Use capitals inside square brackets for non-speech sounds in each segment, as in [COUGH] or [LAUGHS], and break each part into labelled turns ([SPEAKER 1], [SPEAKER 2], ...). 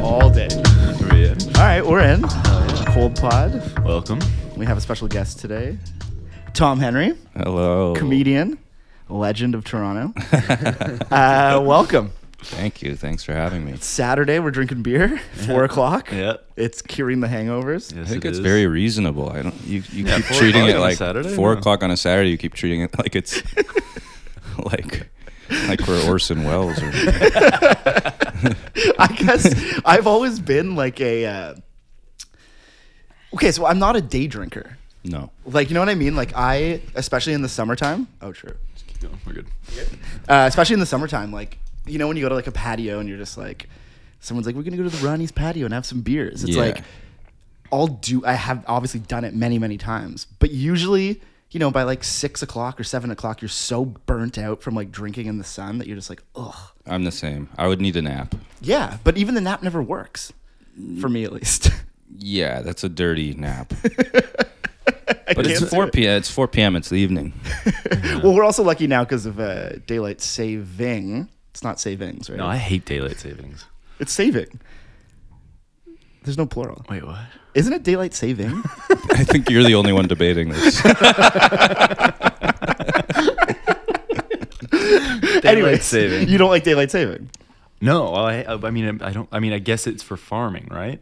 [SPEAKER 1] All day.
[SPEAKER 2] We're in.
[SPEAKER 1] All right, we're in. Cold Pod.
[SPEAKER 2] Welcome.
[SPEAKER 1] We have a special guest today Tom Henry,
[SPEAKER 3] Hello.
[SPEAKER 1] comedian, legend of Toronto. Uh, [LAUGHS] welcome.
[SPEAKER 3] Thank you. Thanks for having me.
[SPEAKER 1] It's Saturday. We're drinking beer, 4 o'clock.
[SPEAKER 2] Yeah.
[SPEAKER 1] It's curing the hangovers.
[SPEAKER 3] I
[SPEAKER 2] Yes,
[SPEAKER 3] think
[SPEAKER 2] it
[SPEAKER 3] it's
[SPEAKER 2] is.
[SPEAKER 3] very reasonable. I don't. You, you
[SPEAKER 2] Yeah,
[SPEAKER 3] keep
[SPEAKER 2] four
[SPEAKER 3] treating
[SPEAKER 2] o'clock
[SPEAKER 3] it
[SPEAKER 2] on a
[SPEAKER 3] like
[SPEAKER 2] Saturday?
[SPEAKER 3] four
[SPEAKER 2] No.
[SPEAKER 3] o'clock on a Saturday. You keep treating it like it's [LAUGHS] like like we're Orson Welles or
[SPEAKER 1] [LAUGHS]
[SPEAKER 3] [LAUGHS]
[SPEAKER 1] I guess I've always been like a. Uh, okay, so I'm not a day drinker.
[SPEAKER 3] no.
[SPEAKER 1] Like, you know what I mean? Like, I, especially in the summertime. Oh, true.
[SPEAKER 2] Keep going. We're good.
[SPEAKER 1] uh, especially in the summertime. Like you know when you go to like a patio and you're just like, someone's like, we're gonna go to the Ronnie's patio and have some beers. It's
[SPEAKER 3] Yeah.
[SPEAKER 1] like I'll do. I have obviously done it many many times, but usually you know by like six o'clock or seven o'clock you're so burnt out from like drinking in the sun that you're just like, ugh.
[SPEAKER 3] I'm the same. I would need a nap.
[SPEAKER 1] Yeah, but even the nap never works for me at least. [LAUGHS]
[SPEAKER 3] Yeah, that's a dirty nap.
[SPEAKER 1] I
[SPEAKER 3] But
[SPEAKER 1] can't
[SPEAKER 3] it's
[SPEAKER 1] do
[SPEAKER 3] four
[SPEAKER 1] it.
[SPEAKER 3] p.m. It's four p.m. It's the evening. [LAUGHS]
[SPEAKER 1] Well, we're also lucky now because of uh, daylight saving. It's not savings, right?
[SPEAKER 2] No, I hate daylight savings.
[SPEAKER 1] it's saving. There's no plural.
[SPEAKER 2] Wait, what?
[SPEAKER 1] Isn't it daylight
[SPEAKER 2] [LAUGHS]
[SPEAKER 1] saving?
[SPEAKER 3] I think you're the only one debating this.
[SPEAKER 1] Anyway,
[SPEAKER 2] saving. [LAUGHS]
[SPEAKER 1] You don't like daylight saving. [LAUGHS]
[SPEAKER 2] No, well, I, I mean, I don't. I mean, I guess it's for farming, right?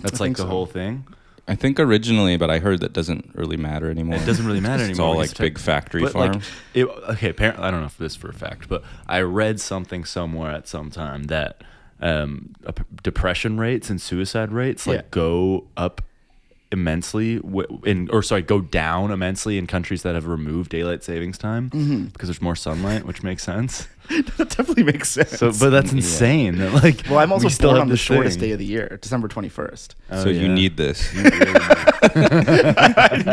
[SPEAKER 2] That's
[SPEAKER 1] I
[SPEAKER 2] like
[SPEAKER 1] think
[SPEAKER 2] the
[SPEAKER 1] so.
[SPEAKER 2] whole thing.
[SPEAKER 3] I think originally, but I heard that doesn't really matter anymore.
[SPEAKER 2] It doesn't really matter
[SPEAKER 3] It's
[SPEAKER 2] anymore.
[SPEAKER 3] all
[SPEAKER 2] We
[SPEAKER 3] like
[SPEAKER 2] just take-
[SPEAKER 3] big factory
[SPEAKER 2] but,
[SPEAKER 3] farm.
[SPEAKER 2] Like, it, okay, apparently, I don't know if this for a fact, but I read something somewhere at some time that um, ap- depression rates and suicide rates like
[SPEAKER 1] Yeah.
[SPEAKER 2] go up immensely w- in or sorry go down immensely in countries that have removed daylight savings time
[SPEAKER 1] Mm-hmm.
[SPEAKER 2] because there's more sunlight which makes
[SPEAKER 1] [LAUGHS]
[SPEAKER 2] sense
[SPEAKER 1] that definitely makes sense.
[SPEAKER 2] so but that's insane that, like
[SPEAKER 1] well, I'm also
[SPEAKER 2] we still
[SPEAKER 1] born
[SPEAKER 2] have
[SPEAKER 1] on the
[SPEAKER 2] this
[SPEAKER 1] shortest
[SPEAKER 2] thing.
[SPEAKER 1] day of the year, December 21st.
[SPEAKER 2] Oh,
[SPEAKER 3] so [LAUGHS] you
[SPEAKER 2] yeah.
[SPEAKER 1] [LAUGHS]
[SPEAKER 3] need this.
[SPEAKER 2] [LAUGHS]
[SPEAKER 1] I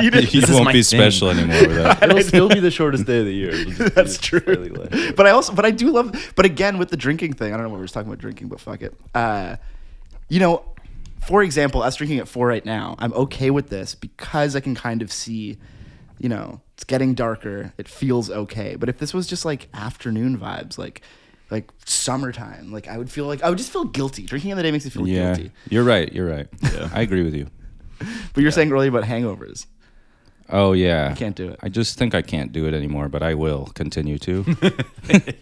[SPEAKER 1] need it.
[SPEAKER 3] you
[SPEAKER 2] is my
[SPEAKER 3] won't be
[SPEAKER 2] thing.
[SPEAKER 3] special anymore
[SPEAKER 1] [LAUGHS]
[SPEAKER 2] [LAUGHS]
[SPEAKER 3] without.
[SPEAKER 2] it'll still be the shortest day of the year It'll just be
[SPEAKER 1] That's true.
[SPEAKER 2] slightly less.
[SPEAKER 1] But I also, but I do love, but again with the drinking thing, I don't know what we were talking about drinking, but fuck it. Uh, you know, for example, us drinking at four right now, I'm okay with this because I can kind of see, you know, it's getting darker. It feels okay. But if this was just like afternoon vibes, like like summertime, like I would feel like I would just feel guilty. Drinking in the day makes me feel
[SPEAKER 3] Yeah,
[SPEAKER 1] guilty.
[SPEAKER 3] you're right. You're right.
[SPEAKER 2] Yeah.
[SPEAKER 3] I agree with you.
[SPEAKER 1] But you're saying earlier about
[SPEAKER 3] [LAUGHS]
[SPEAKER 1] hangovers.
[SPEAKER 3] Oh yeah, I
[SPEAKER 1] can't do it.
[SPEAKER 3] I just think I can't do it anymore, but I will continue to.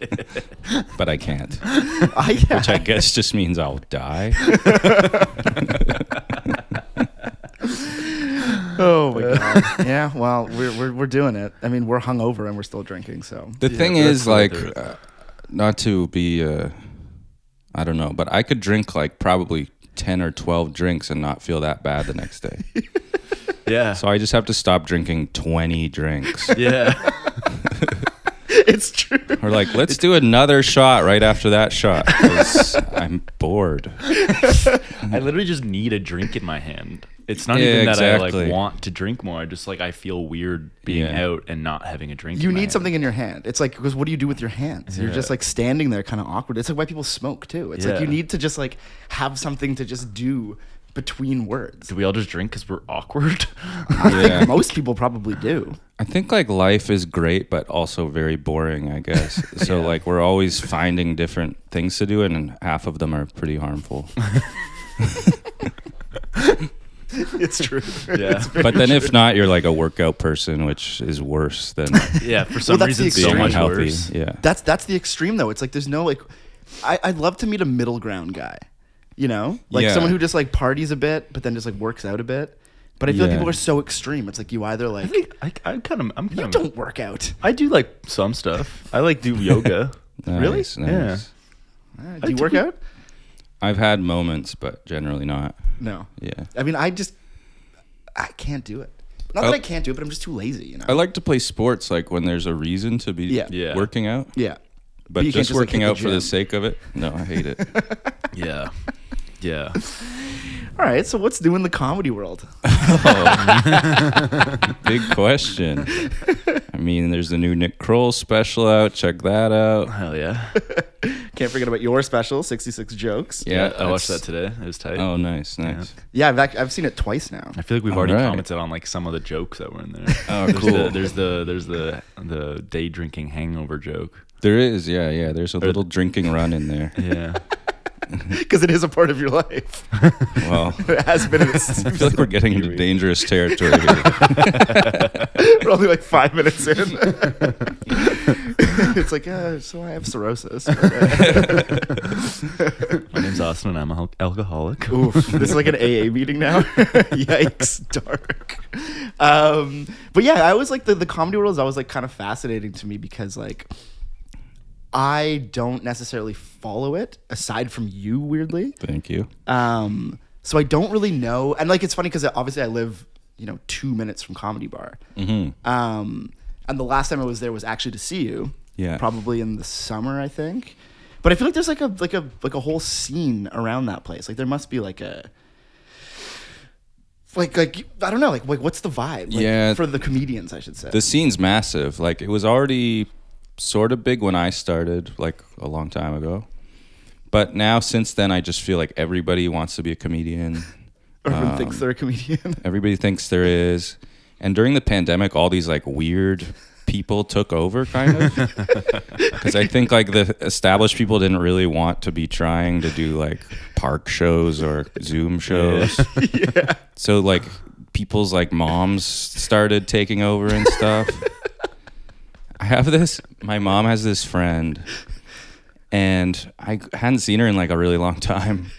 [SPEAKER 3] [LAUGHS] but I can't,
[SPEAKER 1] I,
[SPEAKER 3] which I guess just means I'll [LAUGHS] die.
[SPEAKER 1] Oh
[SPEAKER 3] [LAUGHS]
[SPEAKER 1] my god. yeah, well, we're, we're we're doing it. I mean, we're hungover and we're still drinking, so.
[SPEAKER 3] The
[SPEAKER 2] Yeah,
[SPEAKER 3] thing
[SPEAKER 2] but that's
[SPEAKER 3] is,
[SPEAKER 2] the way
[SPEAKER 3] like,
[SPEAKER 2] there is.
[SPEAKER 3] uh, not to be, uh, I don't know, but I could drink like probably ten or twelve drinks and not feel that bad the next [LAUGHS] day.
[SPEAKER 2] yeah
[SPEAKER 1] [LAUGHS]
[SPEAKER 3] so I just have to stop drinking twenty drinks,
[SPEAKER 2] yeah
[SPEAKER 1] [LAUGHS] it's true. [LAUGHS]
[SPEAKER 3] or like, let's do another shot right after that shot. 'cause
[SPEAKER 1] [LAUGHS]
[SPEAKER 3] I'm bored.
[SPEAKER 2] I literally just need a drink in my hand. It's not
[SPEAKER 3] Yeah,
[SPEAKER 2] even that I
[SPEAKER 3] exactly.
[SPEAKER 2] like want to drink more. I just like I feel weird being
[SPEAKER 3] Yeah.
[SPEAKER 2] out and not having a drink.
[SPEAKER 1] You
[SPEAKER 2] in my
[SPEAKER 1] need
[SPEAKER 2] hand.
[SPEAKER 1] something in your hand. It's like because what do you do with your hands? You're just
[SPEAKER 2] Yeah.
[SPEAKER 1] like standing there kind of awkward. It's like why people smoke too. It's like you
[SPEAKER 2] Yeah.
[SPEAKER 1] need to just like have something to just do between words.
[SPEAKER 2] Do we all just drink because we're awkward?
[SPEAKER 1] [LAUGHS]
[SPEAKER 2] [LAUGHS]
[SPEAKER 3] Yeah.
[SPEAKER 1] Most people probably do.
[SPEAKER 3] I think like life is great, but also very boring,
[SPEAKER 1] [LAUGHS]
[SPEAKER 3] I guess. So like we're always finding different things to do, and half of them are pretty
[SPEAKER 1] [LAUGHS]
[SPEAKER 3] harmful.
[SPEAKER 1] [LAUGHS] It's true.
[SPEAKER 2] yeah,
[SPEAKER 3] But then if not, you're like a workout person, which is
[SPEAKER 1] [LAUGHS]
[SPEAKER 3] worse than
[SPEAKER 2] yeah. For some
[SPEAKER 1] that's the
[SPEAKER 2] reason, so
[SPEAKER 3] being
[SPEAKER 1] extreme.
[SPEAKER 2] much
[SPEAKER 3] unhealthy.
[SPEAKER 2] worse.
[SPEAKER 3] Yeah,
[SPEAKER 1] That's that's the extreme though. It's like there's no like I, I'd love to meet a middle ground guy. You know? Like
[SPEAKER 3] Yeah.
[SPEAKER 1] someone who just like parties a bit but then just like works out a bit. But I feel like
[SPEAKER 3] Yeah.
[SPEAKER 1] people are so extreme. It's like you either like
[SPEAKER 2] I think I, I kind of I'm
[SPEAKER 1] you
[SPEAKER 2] kind of
[SPEAKER 1] don't work out.
[SPEAKER 2] I do like some stuff. I
[SPEAKER 3] [LAUGHS]
[SPEAKER 2] like do yoga.
[SPEAKER 1] Really?
[SPEAKER 3] Nice, nice.
[SPEAKER 2] Yeah.
[SPEAKER 1] do you work out?
[SPEAKER 3] I've had moments, but generally not.
[SPEAKER 1] No.
[SPEAKER 3] Yeah,
[SPEAKER 1] I mean, I just I can't do it. Not that I
[SPEAKER 3] Oh.
[SPEAKER 1] can't do it, but I'm just too lazy. You know.
[SPEAKER 3] I like to play sports like when there's a reason to be
[SPEAKER 1] Yeah.
[SPEAKER 2] Yeah.
[SPEAKER 3] working out,
[SPEAKER 1] yeah.
[SPEAKER 3] but
[SPEAKER 1] you can't just,
[SPEAKER 3] just
[SPEAKER 1] like,
[SPEAKER 3] working
[SPEAKER 1] hit the
[SPEAKER 3] out for
[SPEAKER 1] gym.
[SPEAKER 3] the sake of it. No, I hate
[SPEAKER 1] [LAUGHS]
[SPEAKER 3] it. [LAUGHS]
[SPEAKER 2] Yeah, yeah.
[SPEAKER 1] All right. So what's new in the comedy world? [LAUGHS]
[SPEAKER 3] Oh, Big question. I mean, there's the new Nick Kroll special out. Check that out.
[SPEAKER 2] Hell yeah.
[SPEAKER 1] Can't forget about your special, 66 jokes. Yeah,
[SPEAKER 3] Yeah,
[SPEAKER 2] I watched
[SPEAKER 3] that's-
[SPEAKER 2] that today. It was tight.
[SPEAKER 3] Oh, nice, nice.
[SPEAKER 1] I've act- I've seen it twice now.
[SPEAKER 2] I feel like we've
[SPEAKER 3] All
[SPEAKER 2] already
[SPEAKER 3] right.
[SPEAKER 2] commented on like some of the jokes that were in there.
[SPEAKER 3] Oh,
[SPEAKER 2] there's
[SPEAKER 3] cool.
[SPEAKER 2] The, there's the there's the the day drinking hangover joke.
[SPEAKER 1] [LAUGHS]
[SPEAKER 3] There is, yeah, yeah. There's a little drinking run in there.
[SPEAKER 2] Yeah.
[SPEAKER 1] because it is a part of your life.
[SPEAKER 3] Well,
[SPEAKER 1] [LAUGHS] it has been. in its-
[SPEAKER 3] I feel like we're getting into dangerous territory here.
[SPEAKER 1] [LAUGHS] We're only like five minutes in. [LAUGHS] it's like, uh, so I have cirrhosis. [LAUGHS]
[SPEAKER 2] My name's Austin, and I'm an al- alcoholic. [LAUGHS]
[SPEAKER 1] Oof, this is like an AA meeting now. Yikes, dark. Um, but yeah, I was like the, the comedy world is always like kind of fascinating to me because like I don't necessarily follow it aside from you, weirdly.
[SPEAKER 3] [LAUGHS] Thank you.
[SPEAKER 1] Um, so I don't really know, and like it's funny because obviously I live, you know, two minutes from Comedy Bar.
[SPEAKER 3] Mm-hmm.
[SPEAKER 1] Um, and the last time I was there was actually to see you.
[SPEAKER 3] Yeah.
[SPEAKER 1] Probably in the summer, I think. But I feel like there's like a like a like a whole scene around that place. Like there must be like a like like I don't know like like what's the vibe? Like,
[SPEAKER 3] Yeah.
[SPEAKER 1] For the comedians, I should say.
[SPEAKER 3] The scene's massive. Like it was already sort of big when I started, like a long time ago. But now since then I just feel like everybody wants to be a comedian.
[SPEAKER 1] Everyone
[SPEAKER 3] um,
[SPEAKER 1] thinks they're a comedian. [LAUGHS]
[SPEAKER 3] Everybody thinks there is. And during the pandemic all these like weird people took over kind of because I think like the established people didn't really want to be trying to do like park shows or Zoom shows.
[SPEAKER 1] yeah.
[SPEAKER 3] So like people's like moms started taking over and stuff. I have this my mom has this friend and I hadn't seen her in like a really long time.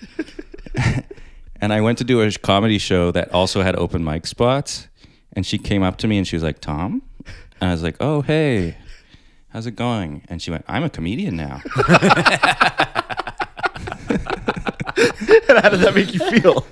[SPEAKER 3] and I went to do a comedy show that also had open mic spots and she came up to me and she was like, "Tom?" And I was like, "Oh, hey. How's it going?" And she went, "I'm a comedian now." [LAUGHS]
[SPEAKER 1] And [LAUGHS] how did that make you feel?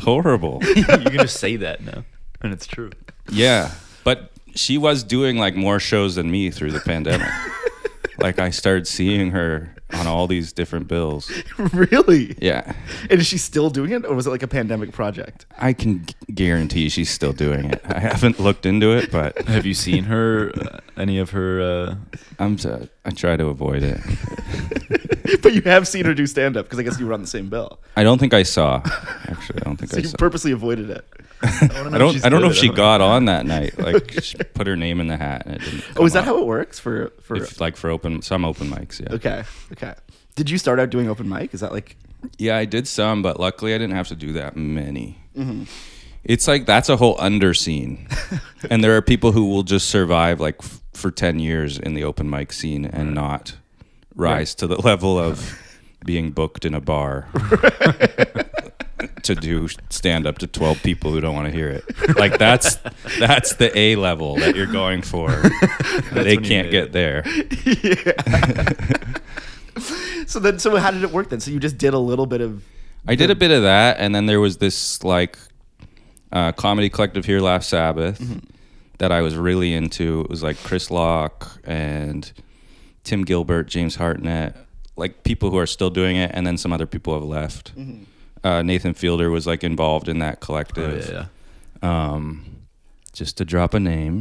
[SPEAKER 3] Horrible.
[SPEAKER 2] [LAUGHS] you can just say that now, and it's true.
[SPEAKER 3] Yeah, but she was doing like more shows than me through the pandemic. [LAUGHS] like I started seeing her on all these different bills.
[SPEAKER 1] really?
[SPEAKER 3] Yeah,
[SPEAKER 1] And is she still doing it, or was it like a pandemic project? [LAUGHS]
[SPEAKER 3] I can gu- guarantee she's still doing it. I haven't looked into it, but
[SPEAKER 2] Have you seen her? Uh, any of her? Uh,
[SPEAKER 3] I'm t- I try to avoid it.
[SPEAKER 1] but you have seen her do stand up because I guess you were on the same bill.
[SPEAKER 3] I don't think I saw. Actually, I don't think
[SPEAKER 1] So
[SPEAKER 3] I
[SPEAKER 1] you
[SPEAKER 3] saw.
[SPEAKER 1] purposely avoided it.
[SPEAKER 3] [LAUGHS] I don't. I don't know if she got on that night. Like she put her name in the hat. And it didn't
[SPEAKER 1] Oh, is that
[SPEAKER 3] come up.
[SPEAKER 1] how it Oh, works for for
[SPEAKER 3] If, like for open some open mics? Yeah.
[SPEAKER 1] Okay. Okay. Did you start out doing open mic? Is that
[SPEAKER 2] [LAUGHS]
[SPEAKER 1] like
[SPEAKER 3] Yeah, I did some, but luckily I didn't have to do that many.
[SPEAKER 2] Mm-hmm.
[SPEAKER 3] It's like that's a whole under
[SPEAKER 2] [LAUGHS]
[SPEAKER 3] scene. and there are people who will just survive like f- for 10 years in the open mic scene and not rise to the level
[SPEAKER 2] [LAUGHS]
[SPEAKER 3] of being booked in a bar [LAUGHS] to do stand up to 12 people who don't want to hear it. Like that's that's the A level that you're going for.
[SPEAKER 2] [LAUGHS]
[SPEAKER 3] they
[SPEAKER 2] when you made
[SPEAKER 3] can't get
[SPEAKER 2] it.
[SPEAKER 3] there.
[SPEAKER 1] So then so how did it work then? So you just did a little bit of
[SPEAKER 3] I did a bit of that, and then there was this like uh, comedy collective here, Laugh Sabbath, that I was really into. It was like Chris Locke and Tim Gilbert, James Hartnett, like people who are still doing it, and then some other people have left. Uh, Nathan Fielder was like involved in that collective.
[SPEAKER 2] Oh, yeah.
[SPEAKER 3] Um, just to drop
[SPEAKER 1] [LAUGHS]
[SPEAKER 3] a name.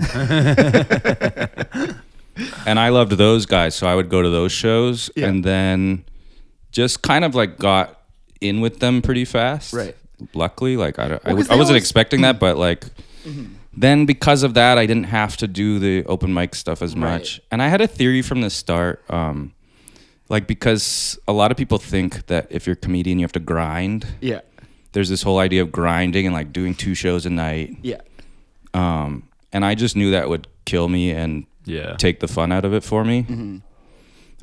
[SPEAKER 3] and I loved those guys, so I would go to those shows
[SPEAKER 1] Yeah.
[SPEAKER 3] and then just kind of like got in with them pretty fast.
[SPEAKER 1] Right.
[SPEAKER 3] Luckily, like I, don't, I,
[SPEAKER 1] 'cause
[SPEAKER 3] was,
[SPEAKER 1] they
[SPEAKER 3] I wasn't
[SPEAKER 1] always- Mm-hmm.
[SPEAKER 3] expecting that, but like then because of that, I didn't have to do the open mic stuff as much. And I had a theory from the start. Um, like because a lot of people think that if you're a comedian, you have to grind.
[SPEAKER 1] yeah.
[SPEAKER 3] There's this whole idea of grinding and like doing two shows a night
[SPEAKER 1] Yeah.
[SPEAKER 3] um, and I just knew that would kill me and
[SPEAKER 2] Yeah.
[SPEAKER 3] take the fun out of it for me.
[SPEAKER 1] Mm-hmm.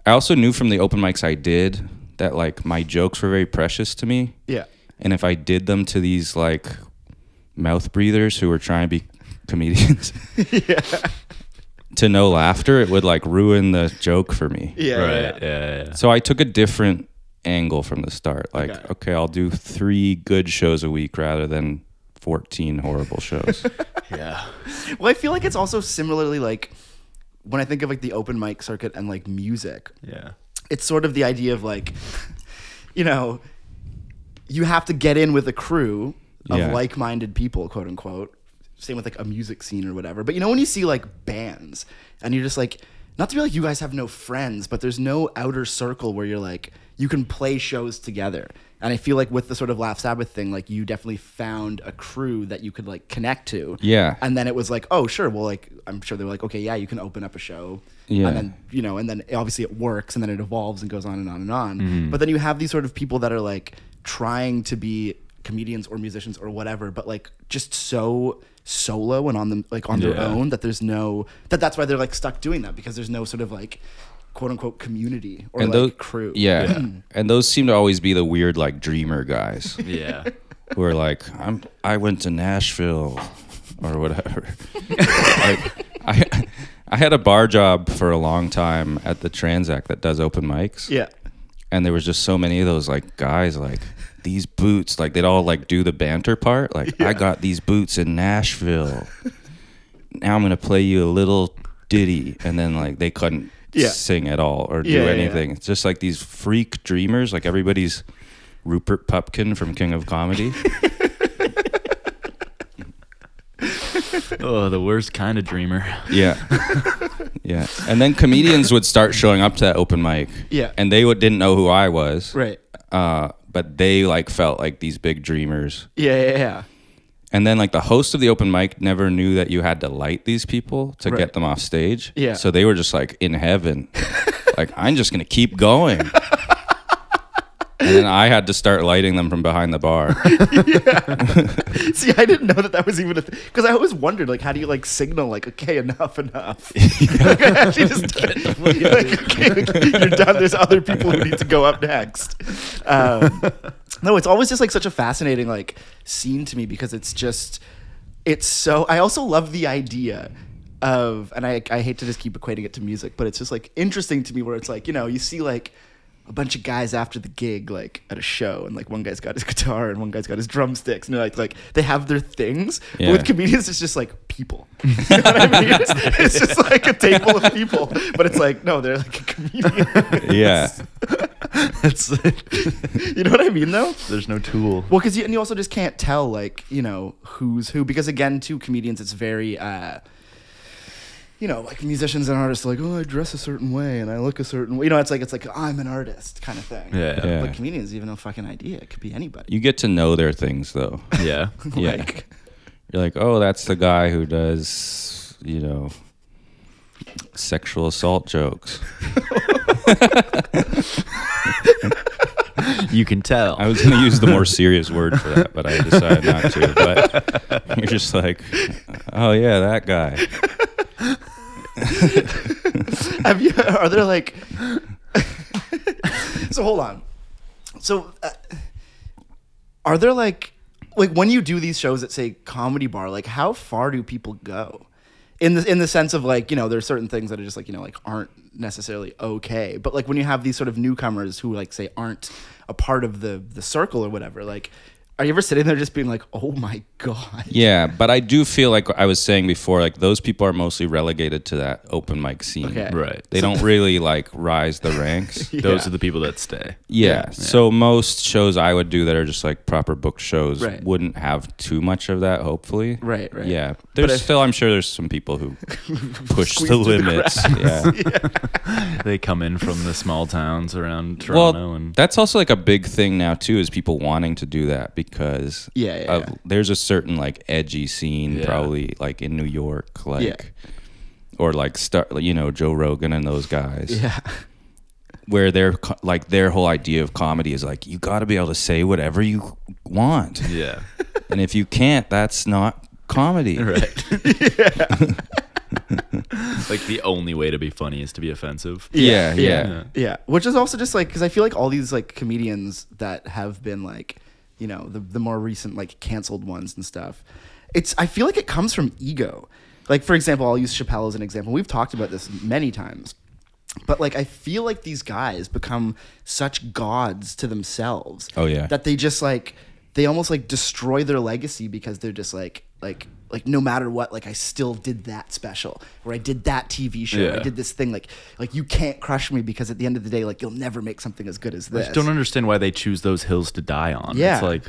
[SPEAKER 3] I also knew from the open mics I did that like my jokes were very precious to me,
[SPEAKER 1] Yeah. [LAUGHS]
[SPEAKER 3] and if I did them to these like mouth breathers who were trying to be [LAUGHS] comedians [LAUGHS] to no laughter, it would like ruin the joke for me.
[SPEAKER 1] Yeah.
[SPEAKER 2] right. Yeah.
[SPEAKER 1] yeah.
[SPEAKER 2] yeah, yeah.
[SPEAKER 3] So I took a different angle from the start. Like,
[SPEAKER 1] Okay.
[SPEAKER 3] okay. I'll do three good shows a week rather than 14
[SPEAKER 1] [LAUGHS]
[SPEAKER 3] horrible shows.
[SPEAKER 2] Yeah.
[SPEAKER 1] Well, I feel like it's also similarly like when I think of like the open mic circuit and like music,
[SPEAKER 2] Yeah.
[SPEAKER 1] it's sort of the idea of like, you know, you have to get in with a crew of
[SPEAKER 3] Yeah.
[SPEAKER 1] like-minded people, quote unquote. Same with like a music scene or whatever. But you know when you see like bands and you're just like, not to be like you guys have no friends, but there's no outer circle where you're like you can play shows together. And I feel like with the sort of Laugh Sabbath thing, like you definitely found a crew that you could like connect to.
[SPEAKER 3] Yeah.
[SPEAKER 1] And then it was like, oh sure, well like I'm sure they were like, okay, yeah, you can open up a show.
[SPEAKER 3] Yeah.
[SPEAKER 1] And then you know, and then obviously it works, and then it evolves and goes on and on and on.
[SPEAKER 3] Mm-hmm.
[SPEAKER 1] But then you have these sort of people that are like trying to be comedians or musicians or whatever, but like just so solo and on them like on their
[SPEAKER 2] Yeah.
[SPEAKER 1] own that there's no that that's why they're like stuck doing that because there's no sort of like quote unquote community or
[SPEAKER 3] and
[SPEAKER 1] like
[SPEAKER 3] those
[SPEAKER 1] crew.
[SPEAKER 3] Yeah. and those seem to always be the weird like dreamer guys
[SPEAKER 2] Yeah.
[SPEAKER 3] who are like, I'm I went to Nashville or
[SPEAKER 1] [LAUGHS]
[SPEAKER 3] whatever. like, I I had a bar job for a long time at the Transact that does open mics.
[SPEAKER 1] Yeah.
[SPEAKER 3] and there was just so many of those like guys like these boots like they'd all like do the banter part like i got these boots in nashville now i'm gonna play you a little ditty and then like they couldn't
[SPEAKER 1] Yeah.
[SPEAKER 3] sing at all or
[SPEAKER 1] Yeah,
[SPEAKER 3] do
[SPEAKER 1] yeah,
[SPEAKER 3] anything it's just like these freak dreamers like everybody's rupert pupkin from king of comedy
[SPEAKER 2] Oh, the worst kind of dreamer.
[SPEAKER 3] yeah
[SPEAKER 1] [LAUGHS]
[SPEAKER 3] yeah and then comedians would start showing up to that open mic
[SPEAKER 1] Yeah.
[SPEAKER 3] and they would, didn't know who i was
[SPEAKER 1] Right.
[SPEAKER 3] uh, but they like felt like these big dreamers
[SPEAKER 1] Yeah, yeah, yeah. [LAUGHS]
[SPEAKER 3] And then like the host of the open mic never knew that you had to light these people to
[SPEAKER 1] Right.
[SPEAKER 3] get them off stage.
[SPEAKER 1] Yeah.
[SPEAKER 3] So they were just like
[SPEAKER 1] [LAUGHS]
[SPEAKER 3] in heaven. like I'm just gonna keep going. and then I had to start lighting them from behind the bar.
[SPEAKER 1] [LAUGHS] See, I didn't know that that was even a thing because I always wondered, like, how do you like signal, like, okay, [LAUGHS] enough, enough? [LAUGHS] like, I actually just can't- like, okay, okay, you're done. There's other people who need to go up next. Um, no, it's always just like such a fascinating like scene to me because it's just, it's so. I also love the idea of, and I I hate to just keep equating it to music, but it's just like interesting to me where it's like you know you see like a bunch of guys after the gig, like at a show, and like one guy's got his [LAUGHS] guitar and one guy's got his drumsticks, and they're like, like they have their things. But
[SPEAKER 3] Yeah.
[SPEAKER 1] with comedians, it's just like people. You know what I mean? It's, it's
[SPEAKER 3] [LAUGHS]
[SPEAKER 1] just like a table of people, but it's like no, they're like a comedian. [LAUGHS]
[SPEAKER 3] Yeah.
[SPEAKER 2] That's
[SPEAKER 1] you know what I mean, though.
[SPEAKER 2] There's no tool.
[SPEAKER 1] Well, because you, and you also just can't tell, like, you know, who's who. Because again, too, comedians, it's very, uh, you know, like musicians and artists, are like, oh, I dress a certain way and I look a certain way. You know, it's like, it's like, I'm an artist kind of thing.
[SPEAKER 2] Yeah.
[SPEAKER 3] Yeah.
[SPEAKER 1] But comedians, you have no fucking idea. It could be anybody.
[SPEAKER 3] You get to know their things though.
[SPEAKER 2] Yeah.
[SPEAKER 3] yeah.
[SPEAKER 1] Like,
[SPEAKER 3] You're [LAUGHS] like, oh, that's the guy who does, you know, sexual assault jokes.
[SPEAKER 2] You can tell.
[SPEAKER 3] I was going to use the more [LAUGHS] serious word for that, but I decided not to. But [LAUGHS] you're just like, oh yeah, that guy.
[SPEAKER 1] have you, are there like, [LAUGHS] so hold on. So, uh, are there like, like when you do these shows at say comedy bar, like how far do people go? In the in the sense of like you know, there's certain things that are just like you know like aren't necessarily okay, but like when you have these sort of newcomers who like say aren't a part of the the circle or whatever, like. Are you ever sitting there just being like, "Oh my god"?
[SPEAKER 3] Yeah, but I do feel like I was saying before, like those people are mostly relegated to that open mic scene.
[SPEAKER 1] Okay.
[SPEAKER 2] Right.
[SPEAKER 3] They [LAUGHS] don't really like rise the ranks. [LAUGHS] yeah.
[SPEAKER 2] [LAUGHS] Those
[SPEAKER 1] Yeah.
[SPEAKER 2] are the people that stay.
[SPEAKER 3] So most shows I would do that are just like proper book shows
[SPEAKER 1] Right.
[SPEAKER 3] wouldn't have too much of that, hopefully.
[SPEAKER 1] Right, right.
[SPEAKER 3] Yeah. There's
[SPEAKER 1] I-
[SPEAKER 3] still I'm sure there's some people [LAUGHS] who push
[SPEAKER 1] Squeeze through
[SPEAKER 3] the
[SPEAKER 1] the
[SPEAKER 3] limits. [LAUGHS] yeah.
[SPEAKER 2] They come in from the small towns
[SPEAKER 1] [LAUGHS]
[SPEAKER 2] around
[SPEAKER 3] Well,
[SPEAKER 2] Toronto and
[SPEAKER 3] that's also like a big thing now too is people wanting to do that because
[SPEAKER 1] Yeah, yeah,
[SPEAKER 3] of-
[SPEAKER 1] yeah.
[SPEAKER 3] there's a certain like edgy scene
[SPEAKER 2] Yeah.
[SPEAKER 3] probably like in New York like
[SPEAKER 1] Yeah.
[SPEAKER 3] or like start you know Joe Rogan and those guys
[SPEAKER 1] Yeah,
[SPEAKER 3] where their co- like their whole idea of comedy is like you got to be able to say whatever you [LAUGHS] want
[SPEAKER 2] [LAUGHS]
[SPEAKER 1] [LAUGHS]
[SPEAKER 2] yeah.
[SPEAKER 3] and if you can't that's not comedy
[SPEAKER 2] Right. [LAUGHS] like the only way to be funny is to be offensive.
[SPEAKER 3] yeah yeah,
[SPEAKER 1] yeah. Yeah, which is also just like because I feel like all these like comedians that have been like, you know, the the more recent like canceled ones and stuff. It's I feel like it comes from ego. Like for example, I'll use Chappelle as an example. We've talked about this many times. But like I feel like these guys become such gods to themselves.
[SPEAKER 3] Oh, yeah.
[SPEAKER 1] That they just like they almost like destroy their legacy because they're just like like like no matter what like I still did that special or I did that TV show or I
[SPEAKER 2] Yeah.
[SPEAKER 1] did this thing like like you can't crush me because at the end of the day like you'll never make something as good as
[SPEAKER 2] I
[SPEAKER 1] this
[SPEAKER 2] just don't understand why they choose those hills to die on.
[SPEAKER 1] Yeah.
[SPEAKER 2] It's like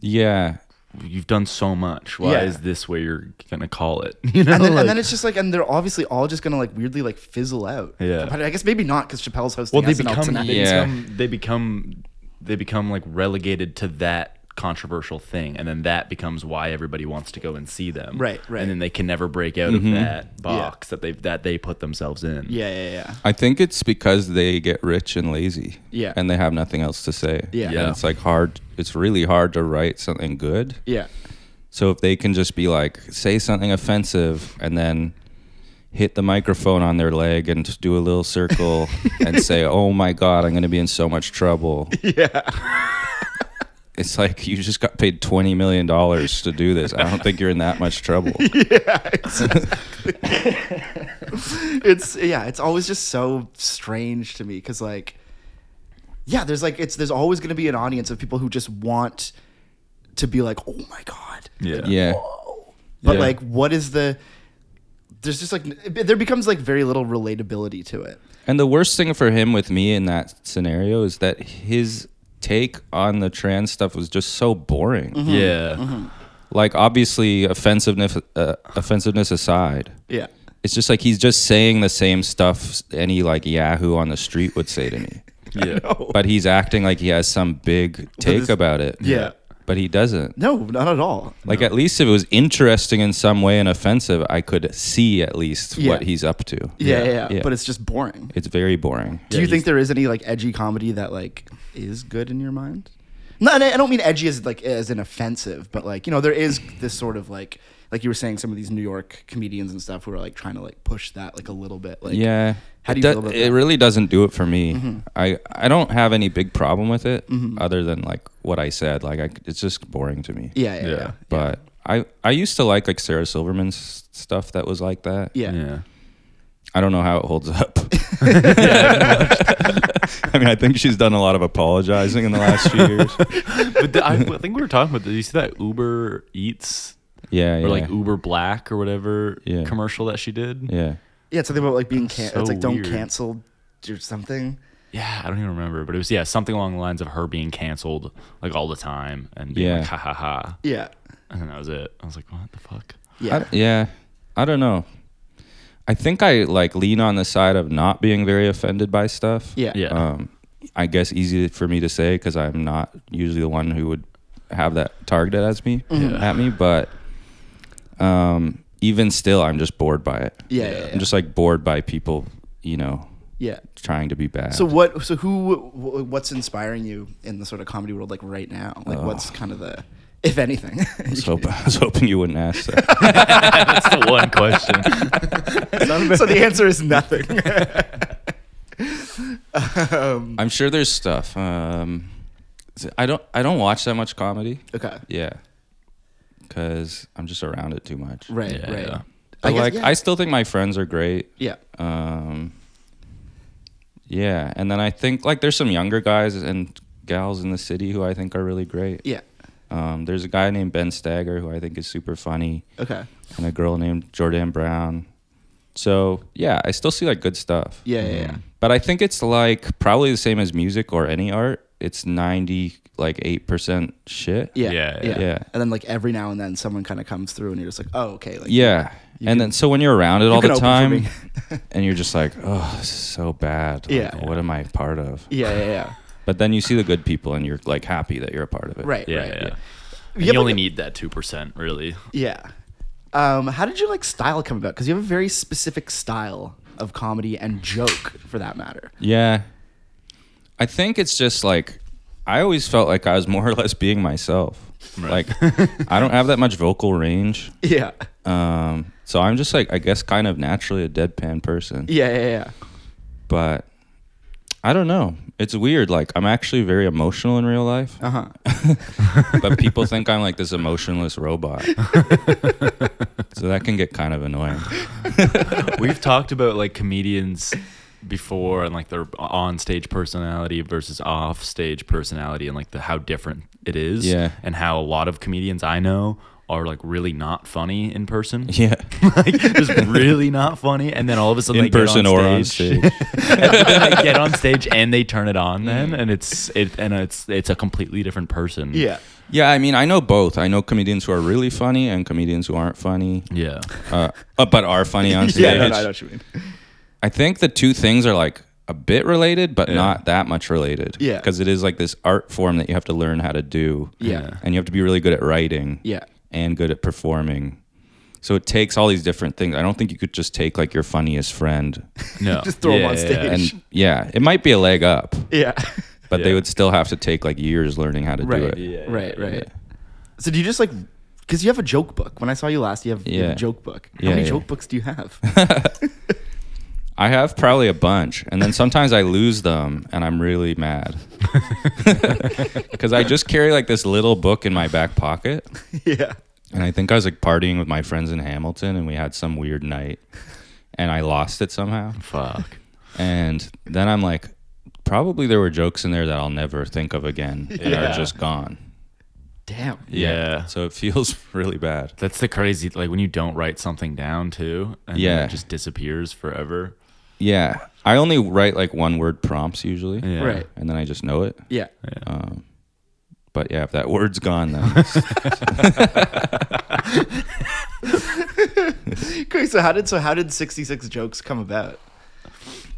[SPEAKER 3] Yeah.
[SPEAKER 2] you've done so much. Why
[SPEAKER 1] Yeah.
[SPEAKER 2] is this where you're gonna call it? [LAUGHS] You know,
[SPEAKER 1] And then,
[SPEAKER 2] like-
[SPEAKER 1] and then it's just like, and they're obviously all just gonna like weirdly like fizzle out.
[SPEAKER 2] Yeah.
[SPEAKER 1] but I guess maybe not because Chappelle's hosting.
[SPEAKER 2] well, they
[SPEAKER 1] SNL
[SPEAKER 2] become,
[SPEAKER 1] tonight.
[SPEAKER 2] they
[SPEAKER 3] Yeah.
[SPEAKER 2] become they become they become like relegated to that controversial thing, and then that becomes why everybody wants to go and see them.
[SPEAKER 1] Right, right.
[SPEAKER 2] And then they can never break out of that box that they that they put themselves in.
[SPEAKER 1] Yeah, yeah, yeah.
[SPEAKER 3] I think it's because they get rich and lazy.
[SPEAKER 1] Yeah.
[SPEAKER 3] And they have nothing else to say.
[SPEAKER 1] Yeah.
[SPEAKER 2] Yeah.
[SPEAKER 3] And it's like hard, it's really hard to write something good.
[SPEAKER 1] Yeah.
[SPEAKER 3] So if they can just be like, say something offensive and then hit the microphone on their leg and just do a little
[SPEAKER 1] [LAUGHS]
[SPEAKER 3] circle and say, oh my God, I'm going to be in so much trouble. Yeah. [LAUGHS] It's like you just got paid $20 million to do this. I don't think you're in that
[SPEAKER 1] [LAUGHS]
[SPEAKER 3] much trouble.
[SPEAKER 1] It's yeah, it's always just so strange to me because like, yeah, there's like it's there's always gonna be an audience of people who just want to be like, oh my god,
[SPEAKER 2] Yeah.
[SPEAKER 3] Yeah.
[SPEAKER 1] But
[SPEAKER 2] Yeah.
[SPEAKER 1] like, what is the? There's just like n- there becomes like very little relatability to it.
[SPEAKER 3] And the worst thing for him with me in that scenario is that his take on the trans stuff was just so boring.
[SPEAKER 1] Mm-hmm.
[SPEAKER 2] Yeah.
[SPEAKER 3] Like obviously offensiveness uh, offensiveness aside,
[SPEAKER 1] Yeah.
[SPEAKER 3] it's just like he's just saying the same stuff any like Yahoo on the street would say to
[SPEAKER 1] [LAUGHS]
[SPEAKER 3] me.
[SPEAKER 1] Mm-hmm.
[SPEAKER 2] Yeah.
[SPEAKER 3] But he's acting like he has some big take
[SPEAKER 1] this-
[SPEAKER 3] about it.
[SPEAKER 1] Yeah.
[SPEAKER 3] But he doesn't.
[SPEAKER 1] No, not at all.
[SPEAKER 3] Like at least if it was interesting in some way and offensive, I could see at least
[SPEAKER 1] Yeah.
[SPEAKER 3] what he's up to.
[SPEAKER 2] Yeah.
[SPEAKER 1] Yeah, yeah. yeah.
[SPEAKER 3] Yeah.
[SPEAKER 1] But it's just boring.
[SPEAKER 3] It's very boring.
[SPEAKER 1] Do
[SPEAKER 2] Yeah,
[SPEAKER 1] you think
[SPEAKER 2] he's-
[SPEAKER 1] there is any like edgy comedy that like is good in your mind? No, and I I don't mean edgy as like as in offensive, but like you know there is this sort of like like you were saying some of these New York comedians and stuff who are like trying to like push that like a little bit. Like
[SPEAKER 3] yeah.
[SPEAKER 1] how do
[SPEAKER 3] It
[SPEAKER 1] you
[SPEAKER 3] do-
[SPEAKER 1] feel about
[SPEAKER 3] it
[SPEAKER 1] that? Mm-hmm.
[SPEAKER 3] really doesn't do it for me. I, I don't have any big problem with it other than like what I said. Like I, it's just boring to me.
[SPEAKER 1] yeah, yeah,
[SPEAKER 2] Yeah.
[SPEAKER 1] yeah,
[SPEAKER 3] But I, I used to like like Sarah Silverman's s- stuff that was like that.
[SPEAKER 1] yeah.
[SPEAKER 2] Yeah.
[SPEAKER 3] I don't know how it holds
[SPEAKER 1] [LAUGHS]
[SPEAKER 3] up. [LAUGHS] I mean, I think she's done a lot of apologizing in the last
[SPEAKER 1] [LAUGHS]
[SPEAKER 3] few years.
[SPEAKER 2] but the, I, I think we were talking about. Did you see that Uber Eats
[SPEAKER 3] Yeah,
[SPEAKER 2] or
[SPEAKER 3] yeah,
[SPEAKER 2] like Uber Black or whatever
[SPEAKER 3] Yeah.
[SPEAKER 2] commercial that she did?
[SPEAKER 3] yeah.
[SPEAKER 1] Yeah, it's something about like being can-
[SPEAKER 2] so
[SPEAKER 1] it's like don't
[SPEAKER 2] weird.
[SPEAKER 1] cancel or something.
[SPEAKER 2] Yeah, I don't even remember, but it was yeah something along the lines of her being canceled like all the time and being
[SPEAKER 3] Yeah.
[SPEAKER 2] like ha ha ha,
[SPEAKER 1] Yeah,
[SPEAKER 2] and then that was it. I was like, what the fuck?
[SPEAKER 1] yeah,
[SPEAKER 3] I, yeah. I don't know. I think I like lean on the side of not being very offended by stuff.
[SPEAKER 1] yeah,
[SPEAKER 2] Yeah,
[SPEAKER 3] um, I guess easy for me to say because I'm not usually the one who would have that targeted as me
[SPEAKER 1] Mm-hmm.
[SPEAKER 2] Mhm.
[SPEAKER 3] at me, but um, even still, I'm just bored by it.
[SPEAKER 1] Yeah, yeah, yeah.
[SPEAKER 3] I'm just like bored by people, you know,
[SPEAKER 1] yeah.
[SPEAKER 3] trying to be bad.
[SPEAKER 1] So what? So who? wh- What's inspiring you in the sort of comedy world like right now? Like what's kind of the, if anything? [LAUGHS]
[SPEAKER 3] I was, hoping, [LAUGHS] I was hoping you wouldn't ask that.
[SPEAKER 2] [LAUGHS] that's the one
[SPEAKER 3] [LAUGHS]
[SPEAKER 2] question.
[SPEAKER 1] [LAUGHS] so the answer is nothing. [LAUGHS] um,
[SPEAKER 3] I'm sure there's stuff. Um, I don't. I don't watch that much comedy.
[SPEAKER 1] okay.
[SPEAKER 3] Yeah, because I'm just around it too much.
[SPEAKER 1] Right.
[SPEAKER 2] Yeah,
[SPEAKER 1] right.
[SPEAKER 2] yeah.
[SPEAKER 1] I
[SPEAKER 3] But
[SPEAKER 1] guess,
[SPEAKER 3] like,
[SPEAKER 1] yeah.
[SPEAKER 3] I still think my friends are great.
[SPEAKER 1] yeah.
[SPEAKER 3] Um, yeah, and then I think like there's some younger guys and gals in the city who I think are really great.
[SPEAKER 1] Yeah.
[SPEAKER 3] Um, there's a guy named Ben Stagger who I think is super funny,
[SPEAKER 1] Okay.
[SPEAKER 3] and a girl named Jordan Brown. So yeah, I still see like good stuff.
[SPEAKER 1] Yeah. Yeah. yeah.
[SPEAKER 3] But I think it's like probably the same as music or any art. It's ninety like eight percent shit.
[SPEAKER 1] Yeah,
[SPEAKER 2] Yeah,
[SPEAKER 1] yeah,
[SPEAKER 3] yeah.
[SPEAKER 1] and then like every now and then someone kind of comes through, and you're just like, "Oh, okay." Like,
[SPEAKER 3] Yeah. And
[SPEAKER 1] can-
[SPEAKER 3] then so when you're around it all
[SPEAKER 1] can open
[SPEAKER 3] the
[SPEAKER 1] for
[SPEAKER 3] time
[SPEAKER 1] me. [LAUGHS]
[SPEAKER 3] and you're just like, oh, this is so bad. Like,
[SPEAKER 1] Yeah.
[SPEAKER 3] What am I part of?
[SPEAKER 1] yeah, yeah, yeah.
[SPEAKER 3] But then you see the good people and you're like happy that you're a part of it.
[SPEAKER 1] Right,
[SPEAKER 2] Yeah,
[SPEAKER 1] right.
[SPEAKER 2] yeah. And
[SPEAKER 1] You
[SPEAKER 2] you
[SPEAKER 1] have,
[SPEAKER 2] only
[SPEAKER 1] like,
[SPEAKER 2] need that two percent, really.
[SPEAKER 1] Yeah. Um, how did your like style come about? Because you have a very specific style of comedy and joke, for that matter.
[SPEAKER 3] Yeah. I think it's just like I always felt like I was more or less being myself.
[SPEAKER 2] Right.
[SPEAKER 3] Like [LAUGHS] I don't have that much vocal range.
[SPEAKER 1] [LAUGHS] Yeah.
[SPEAKER 3] Um so I'm just like I guess kind of naturally a deadpan person.
[SPEAKER 1] Yeah. Yeah. Yeah.
[SPEAKER 3] But I don't know. It's weird. Like I'm actually very emotional in
[SPEAKER 1] [LAUGHS]
[SPEAKER 3] real life.
[SPEAKER 1] Uh
[SPEAKER 3] [LAUGHS]
[SPEAKER 1] huh.
[SPEAKER 3] but people think I'm like this emotionless robot. so that can get kind of annoying.
[SPEAKER 2] [LAUGHS]
[SPEAKER 3] [LAUGHS]
[SPEAKER 2] We've talked about like comedians before and like their on stage personality versus off stage personality and like the how different it is.
[SPEAKER 3] Yeah.
[SPEAKER 2] And how a lot of comedians I know are like really not funny in
[SPEAKER 3] [LAUGHS]
[SPEAKER 2] person.
[SPEAKER 3] Yeah.
[SPEAKER 2] like just really not funny. And then all of a sudden
[SPEAKER 3] In
[SPEAKER 2] they get
[SPEAKER 3] person or
[SPEAKER 2] [LAUGHS]
[SPEAKER 3] on stage.
[SPEAKER 2] they get on stage and they turn it on then and it's it and it's it's a completely different person.
[SPEAKER 1] Yeah.
[SPEAKER 3] Yeah, I mean, I know both. I know comedians who are really funny and comedians who aren't funny,
[SPEAKER 2] Yeah.
[SPEAKER 3] uh, uh, but are funny on stage.
[SPEAKER 1] [LAUGHS] Yeah, no, no, I know what you mean.
[SPEAKER 3] I think the two things are like a bit related, but not that much related.
[SPEAKER 1] Yeah.
[SPEAKER 3] Because it is like this art form that you have to learn how to do.
[SPEAKER 1] Yeah.
[SPEAKER 3] And you have to be really good at writing.
[SPEAKER 1] Yeah.
[SPEAKER 3] And good at performing. So it takes all these different things. I don't think you could just take like your funniest
[SPEAKER 1] [LAUGHS]
[SPEAKER 3] friend
[SPEAKER 2] No.
[SPEAKER 1] Just throw 'em on stage.
[SPEAKER 3] and yeah, it might be a leg up,
[SPEAKER 1] Yeah.
[SPEAKER 3] but they
[SPEAKER 2] Yeah.
[SPEAKER 3] would still have to take like years learning how to do
[SPEAKER 1] right.
[SPEAKER 3] it.
[SPEAKER 2] Yeah,
[SPEAKER 1] [LAUGHS] right.
[SPEAKER 2] yeah,
[SPEAKER 1] Right. So do you just like? Because you have a joke book. When I saw you last, you have, you have
[SPEAKER 3] Yeah.
[SPEAKER 1] a joke book. How
[SPEAKER 3] Yeah,
[SPEAKER 1] many
[SPEAKER 3] yeah.
[SPEAKER 1] joke books do you
[SPEAKER 3] [LAUGHS]
[SPEAKER 1] have? [LAUGHS]
[SPEAKER 3] I have probably a bunch, and then sometimes I lose them, and I'm really mad because I just carry like this little book in my back pocket,
[SPEAKER 1] yeah.
[SPEAKER 3] and I think I was like partying with my friends in Hamilton, and we had some weird night, and I lost it somehow,
[SPEAKER 2] Fuck.
[SPEAKER 3] and then I'm like, probably there were jokes in there that I'll never think of again and
[SPEAKER 1] Yeah.
[SPEAKER 3] are just gone.
[SPEAKER 1] Damn.
[SPEAKER 2] Yeah.
[SPEAKER 3] so it feels [LAUGHS] really bad.
[SPEAKER 2] That's the crazy like when you don't write something down too and then
[SPEAKER 3] Yeah.
[SPEAKER 2] it just disappears forever.
[SPEAKER 3] Yeah, I only write like one word prompts usually,
[SPEAKER 2] Yeah.
[SPEAKER 1] Right.
[SPEAKER 3] and then I just know it. um,
[SPEAKER 1] Yeah.
[SPEAKER 3] But yeah, if that word's gone, then
[SPEAKER 1] Okay. So how did so how did sixty six jokes come about?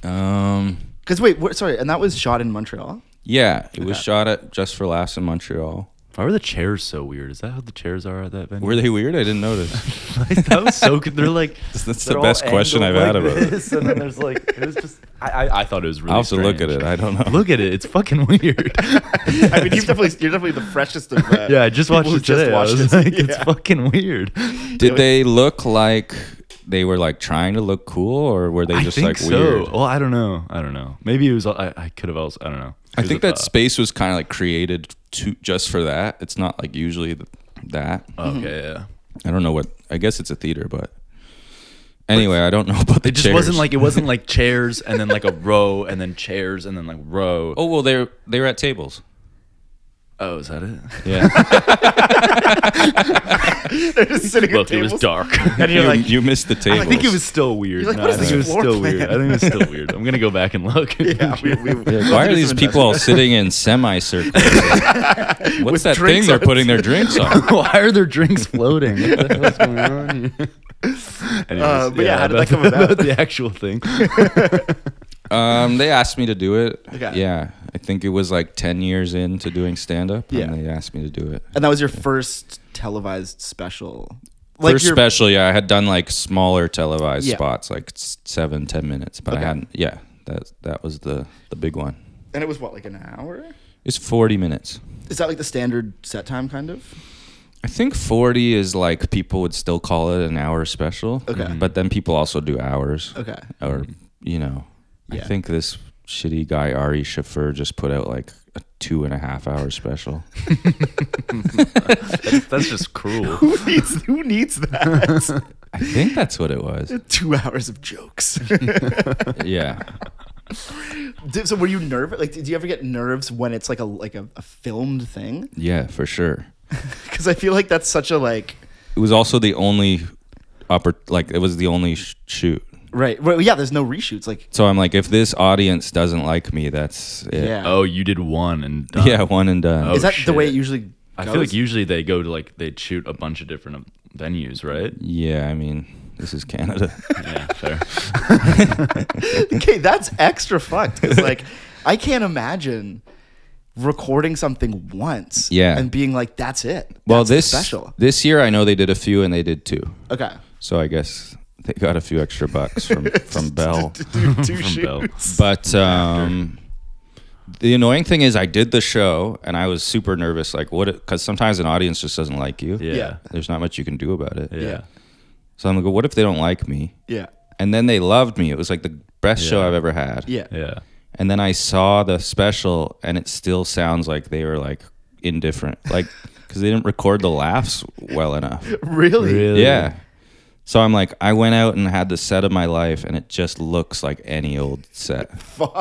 [SPEAKER 3] um,
[SPEAKER 1] Because wait, wh- sorry, and that was shot in Montreal.
[SPEAKER 3] yeah, it was shot at Just for Laughs in Montreal.
[SPEAKER 2] Why were the chairs so weird? Is that how the chairs are at that venue?
[SPEAKER 3] [LAUGHS] Were they weird? I didn't notice.
[SPEAKER 2] [LAUGHS] Like, that was so good. They're like
[SPEAKER 3] [LAUGHS] That's
[SPEAKER 2] they're
[SPEAKER 3] the
[SPEAKER 2] all
[SPEAKER 3] best question I've
[SPEAKER 2] angled
[SPEAKER 3] had
[SPEAKER 2] like
[SPEAKER 3] about it.
[SPEAKER 2] this, And then there's like
[SPEAKER 3] [LAUGHS]
[SPEAKER 2] it was just I, I, I thought it was really.
[SPEAKER 3] I'll have to look at
[SPEAKER 2] strange.
[SPEAKER 3] it. I don't know.
[SPEAKER 2] Look at it. It's fucking weird. [LAUGHS]
[SPEAKER 1] I mean, you've definitely you're definitely the freshest of uh, that.
[SPEAKER 2] yeah, I just watched it today. I was like, it's
[SPEAKER 1] [LAUGHS] yeah.
[SPEAKER 2] fucking weird.
[SPEAKER 3] Did they look like they were like trying to look cool, or were they
[SPEAKER 2] I
[SPEAKER 3] just
[SPEAKER 2] think
[SPEAKER 3] like
[SPEAKER 2] so. Oh,
[SPEAKER 3] weird?
[SPEAKER 2] Well, I don't know. I don't know. Maybe it was. I, I could have also. I don't know. It
[SPEAKER 3] I
[SPEAKER 2] was
[SPEAKER 3] think
[SPEAKER 2] a-
[SPEAKER 3] that space was kind of like created to just for that. It's not like usually th- that.
[SPEAKER 2] oh, Okay. Yeah.
[SPEAKER 3] I don't know what. I guess it's a theater, but anyway, I don't know about the.
[SPEAKER 2] It just
[SPEAKER 3] chairs.
[SPEAKER 2] wasn't like it wasn't
[SPEAKER 3] [LAUGHS]
[SPEAKER 2] like chairs and then like a row and then chairs and then like row.
[SPEAKER 3] Oh well, they were they were at tables.
[SPEAKER 2] oh is that it? [LAUGHS]
[SPEAKER 3] Yeah,
[SPEAKER 1] They're just sitting
[SPEAKER 2] Look,
[SPEAKER 1] at
[SPEAKER 2] it was
[SPEAKER 1] tables.
[SPEAKER 2] dark.
[SPEAKER 1] And
[SPEAKER 3] [LAUGHS] you,
[SPEAKER 1] you're like,
[SPEAKER 3] you missed the tables.
[SPEAKER 1] I think it was still weird.
[SPEAKER 2] No, I think it was still weird. I think it was still
[SPEAKER 1] [LAUGHS]
[SPEAKER 2] weird. I'm gonna go back and look.
[SPEAKER 1] Yeah, we, we, [LAUGHS]
[SPEAKER 3] Like, why are these people all sitting in semicircles? What's that thing
[SPEAKER 1] drinks
[SPEAKER 3] they're
[SPEAKER 1] on
[SPEAKER 3] putting their drinks on?
[SPEAKER 2] [LAUGHS] Why are their drinks floating?
[SPEAKER 1] [LAUGHS]
[SPEAKER 2] What the hell's going on here? Anyways,
[SPEAKER 1] Uh, but yeah, how did
[SPEAKER 2] about
[SPEAKER 1] that come
[SPEAKER 2] the-
[SPEAKER 1] about?
[SPEAKER 2] the actual thing.
[SPEAKER 3] Um, they asked me to do it.
[SPEAKER 1] Okay.
[SPEAKER 3] Yeah, I think it was like ten years into doing stand up,
[SPEAKER 1] Yeah.
[SPEAKER 3] and they asked me to do it.
[SPEAKER 1] And that was your first televised special.
[SPEAKER 3] First
[SPEAKER 1] your-
[SPEAKER 3] special, yeah, I had done like smaller televised
[SPEAKER 1] Yeah.
[SPEAKER 3] spots, like s- seven, ten minutes, but I
[SPEAKER 1] Okay.
[SPEAKER 3] hadn't. Yeah, that that was the the big one.
[SPEAKER 1] And it was what, like an hour?
[SPEAKER 3] It's forty minutes.
[SPEAKER 1] Is that like the standard set time, kind of?
[SPEAKER 3] I think 40 is like people would still call it an hour special.
[SPEAKER 1] Okay.
[SPEAKER 3] But then people also do hours.
[SPEAKER 1] Okay.
[SPEAKER 3] Or, you know, I
[SPEAKER 1] Yeah.
[SPEAKER 3] think this shitty guy, Ari Schaffer, just put out like a two and a half hour special.
[SPEAKER 2] That's, that's just cruel. [LAUGHS]
[SPEAKER 1] [LAUGHS] Who needs, who needs that?
[SPEAKER 3] I think that's what it was.
[SPEAKER 1] [LAUGHS] Two hours of jokes. [LAUGHS]
[SPEAKER 3] yeah.
[SPEAKER 1] Did- so were you nervous? Like, did you ever get nerves when it's like a like a, a filmed thing? [LAUGHS]
[SPEAKER 3] Yeah, for sure.
[SPEAKER 1] Because I feel like that's such a like.
[SPEAKER 3] It was also the only upper, like, it was the only sh- shoot.
[SPEAKER 1] Right. Well, yeah. There's no reshoots. Like.
[SPEAKER 3] So I'm like, if this audience doesn't like me, that's it.
[SPEAKER 1] Yeah.
[SPEAKER 2] Oh, you did one and done.
[SPEAKER 3] [LAUGHS] Yeah, one and done.
[SPEAKER 2] Oh,
[SPEAKER 1] Is that the way
[SPEAKER 2] shit.
[SPEAKER 1] it usually? Goes?
[SPEAKER 2] I feel like usually they go to like they shoot a bunch of different um, venues, right?
[SPEAKER 3] Yeah, I mean, this
[SPEAKER 1] [LAUGHS]
[SPEAKER 3] is Canada.
[SPEAKER 2] Yeah, fair.
[SPEAKER 1] okay, that's extra fucked. 'cause, like, I can't imagine recording something once.
[SPEAKER 3] Yeah.
[SPEAKER 1] And being like, that's it.
[SPEAKER 3] well,
[SPEAKER 1] That's the
[SPEAKER 3] this
[SPEAKER 1] special.
[SPEAKER 3] this year I know they did a few and they did two.
[SPEAKER 1] Okay.
[SPEAKER 3] So I guess they got a few extra bucks from
[SPEAKER 1] [LAUGHS]
[SPEAKER 3] from [LAUGHS] Bell.
[SPEAKER 1] Two, two
[SPEAKER 2] From Bell.
[SPEAKER 1] shoots.
[SPEAKER 3] But um, the annoying thing is, I did the show and I was super nervous. Like, what? Because sometimes an audience just doesn't like you.
[SPEAKER 2] [LAUGHS] Yeah.
[SPEAKER 1] Yeah.
[SPEAKER 2] Yeah.
[SPEAKER 3] There's not much you can do about it.
[SPEAKER 2] Yeah.
[SPEAKER 1] Yeah.
[SPEAKER 3] So I'm like, what if they don't like me?
[SPEAKER 1] Yeah.
[SPEAKER 3] And then they loved me. It was like the best show
[SPEAKER 2] Yeah.
[SPEAKER 3] I've ever had.
[SPEAKER 1] Yeah.
[SPEAKER 3] And then I saw the special and it still sounds like they were like indifferent, like because they didn't record the laughs well enough.
[SPEAKER 1] Really?
[SPEAKER 2] Really?
[SPEAKER 3] Yeah. So I'm like, I went out and had the set of my life, and it just looks like any old set.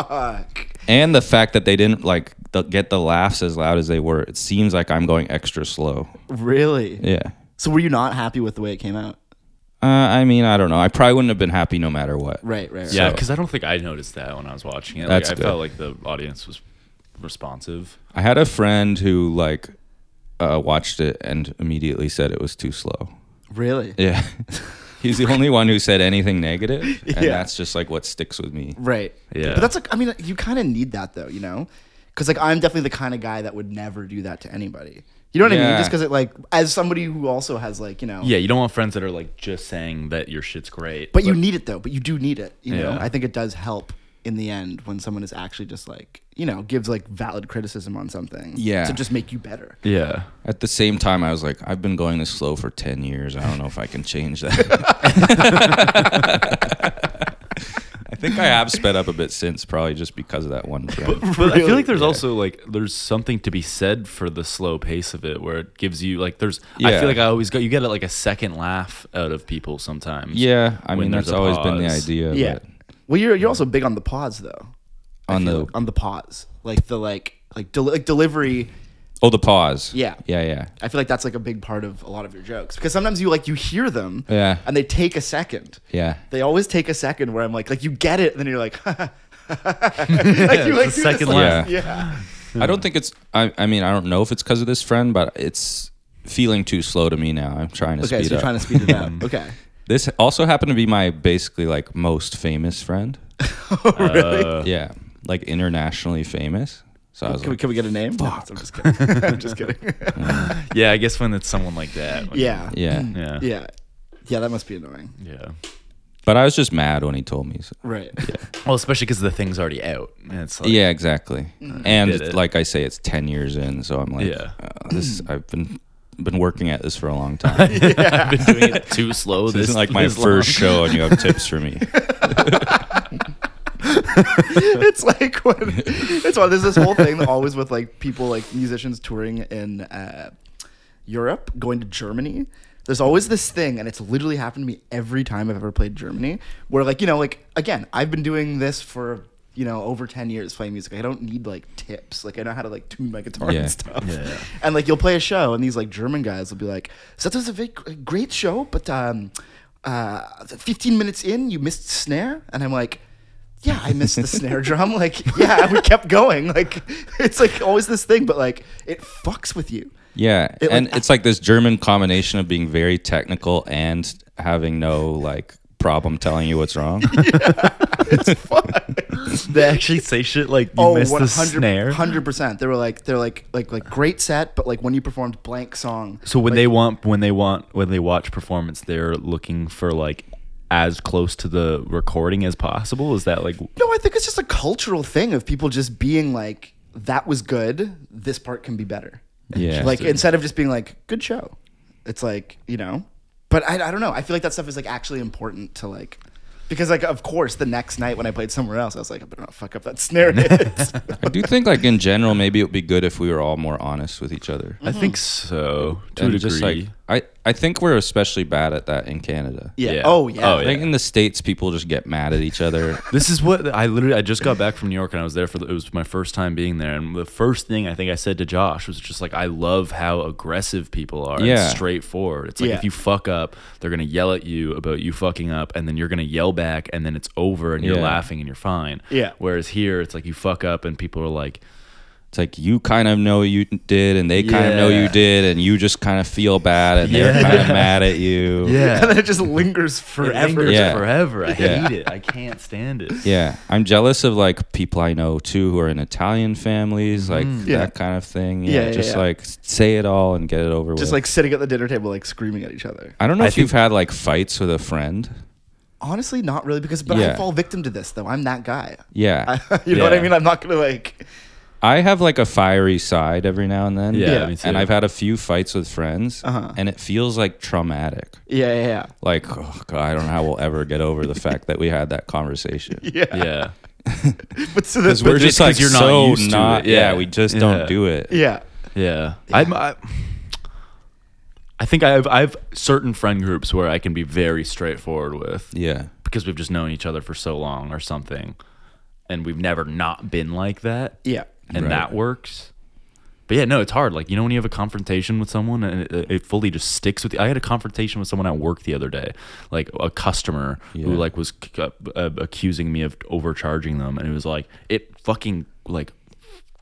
[SPEAKER 1] Fuck.
[SPEAKER 3] And the fact that they didn't like the, get the laughs as loud as they were, it seems like I'm going extra slow.
[SPEAKER 1] Really?
[SPEAKER 3] Yeah.
[SPEAKER 1] So were you not happy with the way it came out?
[SPEAKER 3] Uh, I mean, I don't know. I probably wouldn't have been happy no matter what.
[SPEAKER 1] Right, right, right.
[SPEAKER 2] Yeah, because I don't think I noticed that when I was watching it. Like,
[SPEAKER 3] That's
[SPEAKER 2] I
[SPEAKER 3] good.
[SPEAKER 2] felt like the audience was responsive.
[SPEAKER 3] I had a friend who like uh, watched it and immediately said it was too slow.
[SPEAKER 1] Really?
[SPEAKER 3] Yeah. [LAUGHS] He's the only one who said anything negative, and
[SPEAKER 1] Yeah.
[SPEAKER 3] that's just like what sticks with me.
[SPEAKER 1] Right.
[SPEAKER 2] Yeah.
[SPEAKER 1] But that's like I mean, you kind of need that though, you know? Because like I'm definitely the kind of guy that would never do that to anybody. You know what I mean?
[SPEAKER 3] Yeah.
[SPEAKER 1] Just because it like as somebody who also has like you know.
[SPEAKER 2] Yeah, you don't want friends that are like just saying that your shit's great.
[SPEAKER 1] But you need it though. But you do need it. You know.
[SPEAKER 2] Yeah.
[SPEAKER 1] I think it does help in the end when someone is actually just like you know gives like valid criticism on something.
[SPEAKER 3] Yeah.
[SPEAKER 1] To just make you better.
[SPEAKER 2] yeah,
[SPEAKER 3] At the same time, I was like, I've been going this slow for 10 years. I don't know if I can change that. I think I have sped up a bit since, probably just because of that one [LAUGHS] friend.
[SPEAKER 2] but I feel like there's
[SPEAKER 3] Yeah.
[SPEAKER 2] also like there's something to be said for the slow pace of it, where it gives you like there's. I
[SPEAKER 3] Yeah.
[SPEAKER 2] feel like I always go. You get like a second laugh out of people sometimes.
[SPEAKER 3] Yeah, I
[SPEAKER 2] When
[SPEAKER 3] mean,
[SPEAKER 2] there's
[SPEAKER 3] that's
[SPEAKER 2] a
[SPEAKER 3] always been the
[SPEAKER 2] pause.
[SPEAKER 3] idea.
[SPEAKER 1] Yeah.
[SPEAKER 3] but
[SPEAKER 1] Well, you're you're also big on the pause though. I
[SPEAKER 3] On
[SPEAKER 1] feel
[SPEAKER 3] the-
[SPEAKER 1] like- on the pause, like the like like del- like delivery.
[SPEAKER 3] Oh, the pause.
[SPEAKER 1] Yeah.
[SPEAKER 3] Yeah, yeah.
[SPEAKER 1] I feel like that's like a big part of a lot of your jokes because sometimes you like you hear them
[SPEAKER 3] Yeah.
[SPEAKER 1] and they take a second.
[SPEAKER 3] Yeah.
[SPEAKER 1] They always take a second where I'm like like you get it and then you're like [LAUGHS] like
[SPEAKER 3] [LAUGHS]
[SPEAKER 1] you like
[SPEAKER 2] the
[SPEAKER 1] do
[SPEAKER 2] second
[SPEAKER 1] this, like-
[SPEAKER 3] laugh.
[SPEAKER 1] Yeah.
[SPEAKER 3] I don't think it's, I, I mean, I don't know if it's because of this friend, but it's feeling too slow to me now. I'm trying to
[SPEAKER 1] Okay,
[SPEAKER 3] speed
[SPEAKER 1] so you're
[SPEAKER 3] up.
[SPEAKER 1] trying to speed it up.
[SPEAKER 3] [LAUGHS]
[SPEAKER 1] Okay.
[SPEAKER 3] This also happened to be my basically like most famous friend.
[SPEAKER 1] really?
[SPEAKER 2] Uh,
[SPEAKER 3] yeah, like internationally famous. So I was
[SPEAKER 1] can, we,
[SPEAKER 3] like,
[SPEAKER 1] can we get a name? No, I'm just kidding. [LAUGHS] I'm just kidding.
[SPEAKER 2] [LAUGHS] yeah. I guess when it's someone like that. when-
[SPEAKER 1] yeah.
[SPEAKER 3] yeah.
[SPEAKER 2] yeah,
[SPEAKER 1] Yeah. Yeah, that must be annoying.
[SPEAKER 2] yeah.
[SPEAKER 3] But I was just mad when he told me. So.
[SPEAKER 1] Right.
[SPEAKER 2] Well, especially because the thing's already out. And it's like,
[SPEAKER 3] Yeah, exactly. And
[SPEAKER 2] Did it.
[SPEAKER 3] like I say, it's ten years in, so I'm like,
[SPEAKER 2] Yeah.
[SPEAKER 3] uh, this I've been been working at this for a long time. this,
[SPEAKER 2] [LAUGHS] I've been doing it too slow. This,
[SPEAKER 3] isn't like my
[SPEAKER 2] this
[SPEAKER 3] first
[SPEAKER 2] long.
[SPEAKER 3] show, and you have tips for me.
[SPEAKER 1] [LAUGHS] it's like when it's why there's this whole thing that always with like people like musicians touring in uh, Europe, going to Germany. There's always this thing, and it's literally happened to me every time I've ever played Germany, where like you know like again I've been doing this for you know over 10 years playing music i don't need like tips like i know how to like tune my guitar
[SPEAKER 3] Yeah.
[SPEAKER 1] and stuff
[SPEAKER 2] Yeah, yeah.
[SPEAKER 1] and like you'll play a show and these like german guys will be like so that was a very g- great show but um uh 15 minutes in you missed snare and i'm like yeah, I missed the
[SPEAKER 2] [LAUGHS]
[SPEAKER 1] snare drum. Like, yeah, we kept going. Like, [LAUGHS] it's like always this thing, but like, it fucks with you. [LAUGHS]
[SPEAKER 3] Yeah,
[SPEAKER 1] It, like,
[SPEAKER 3] and it's like this German combination of being very technical and having no like problem telling you what's wrong.
[SPEAKER 2] [LAUGHS] They actually say shit like you
[SPEAKER 3] Oh,
[SPEAKER 2] missed the snare.
[SPEAKER 1] Oh, hundred percent. They were like, they're like, like, like great set, but like when you performed blank song,
[SPEAKER 2] So when they want, when they want, when they watch performance, they're looking for like as close to the recording as possible. Is that like?
[SPEAKER 1] No, I think it's just a cultural thing of people just being like, that was good. This part can be better.
[SPEAKER 3] Yeah.
[SPEAKER 1] Like instead of just being like, good show, it's like, you know, but I, I don't know. I feel like that stuff is like actually important to like, because like, of course, the next night when I played somewhere else, I was like, I better not fuck up that snare. hit.
[SPEAKER 3] I do think like in general, maybe it would be good if we were all more honest with each other.
[SPEAKER 2] I think
[SPEAKER 1] Mm-hmm.
[SPEAKER 2] so to a
[SPEAKER 3] And
[SPEAKER 2] degree.
[SPEAKER 3] just like I, I think we're especially bad at that in Canada.
[SPEAKER 1] yeah.
[SPEAKER 2] Yeah.
[SPEAKER 1] Oh yeah.
[SPEAKER 2] Oh,
[SPEAKER 3] I
[SPEAKER 2] yeah.
[SPEAKER 3] think in the states people just get mad at each other.
[SPEAKER 2] this is what I literally. I just got back from New York and I was there for. The, it was my first time being there, and the first thing I think I said to Josh was just like, "I love how aggressive people are.
[SPEAKER 3] Yeah.
[SPEAKER 2] It's straightforward. It's like
[SPEAKER 1] Yeah.
[SPEAKER 2] if you fuck up, they're gonna yell at you about you fucking up, and then you're gonna yell back, and then it's over, and you're
[SPEAKER 3] Yeah.
[SPEAKER 2] laughing and you're fine.
[SPEAKER 1] Yeah.
[SPEAKER 2] Whereas here, it's like you fuck up, and people are like,
[SPEAKER 3] It's like you kind of know you did, and they kind of know
[SPEAKER 2] Yeah.
[SPEAKER 3] you did, and you just kind of feel bad, and they're kind of mad at
[SPEAKER 1] [LAUGHS]
[SPEAKER 3] you.
[SPEAKER 2] [LAUGHS]
[SPEAKER 1] and then it just lingers
[SPEAKER 2] It
[SPEAKER 1] forever.
[SPEAKER 2] lingers
[SPEAKER 3] Yeah.
[SPEAKER 2] forever. I
[SPEAKER 3] Yeah.
[SPEAKER 2] hate it. I can't stand it.
[SPEAKER 3] Yeah, I'm jealous of like people I know too who are in Italian families, like
[SPEAKER 1] Mm-hmm. Yeah.
[SPEAKER 3] that kind of thing.
[SPEAKER 1] Yeah,
[SPEAKER 3] Yeah,
[SPEAKER 1] yeah,
[SPEAKER 3] just
[SPEAKER 1] yeah.
[SPEAKER 3] like say it all and get it over with.
[SPEAKER 1] Just like sitting at the dinner table, like screaming at each other.
[SPEAKER 3] I don't know
[SPEAKER 2] I
[SPEAKER 3] if you've had like fights with a friend.
[SPEAKER 1] Honestly, not really, because but I
[SPEAKER 3] Yeah.
[SPEAKER 1] fall victim to this though. I'm that guy. [LAUGHS]
[SPEAKER 3] Yeah,
[SPEAKER 1] I, you know what I
[SPEAKER 2] Yeah.
[SPEAKER 1] mean? I'm not gonna like.
[SPEAKER 3] I have like a fiery side every now and then.
[SPEAKER 2] Yeah, Yeah. me
[SPEAKER 3] And
[SPEAKER 2] too.
[SPEAKER 3] I've had a few fights with friends, and it feels like traumatic.
[SPEAKER 1] Yeah, yeah, yeah.
[SPEAKER 3] Like, oh God, I don't know how we'll ever get over the fact that we had that conversation.
[SPEAKER 1] Yeah.
[SPEAKER 2] [LAUGHS] Yeah.
[SPEAKER 1] [LAUGHS] But so that's
[SPEAKER 3] Because we're
[SPEAKER 2] But
[SPEAKER 3] just
[SPEAKER 2] just
[SPEAKER 3] like
[SPEAKER 2] 'cause you're not
[SPEAKER 3] so
[SPEAKER 2] used to
[SPEAKER 3] not.
[SPEAKER 2] it,
[SPEAKER 3] Yeah.
[SPEAKER 2] yeah.
[SPEAKER 3] we just
[SPEAKER 2] Yeah.
[SPEAKER 3] don't do it.
[SPEAKER 1] [LAUGHS] yeah.
[SPEAKER 2] Yeah. I'm, I, I think I have, I have certain friend groups where I can be very straightforward with
[SPEAKER 3] Yeah.
[SPEAKER 2] because we've just known each other for so long or something. And we've never not been like that.
[SPEAKER 1] Yeah.
[SPEAKER 2] And
[SPEAKER 3] Right.
[SPEAKER 2] that works. But yeah, no, it's hard. Like you know when you have a confrontation with someone and it, it fully just sticks with you. I had a confrontation with someone at work the other day, like a customer who
[SPEAKER 3] Yeah.
[SPEAKER 2] like was c- uh, uh, accusing me of overcharging them, and it was like it fucking like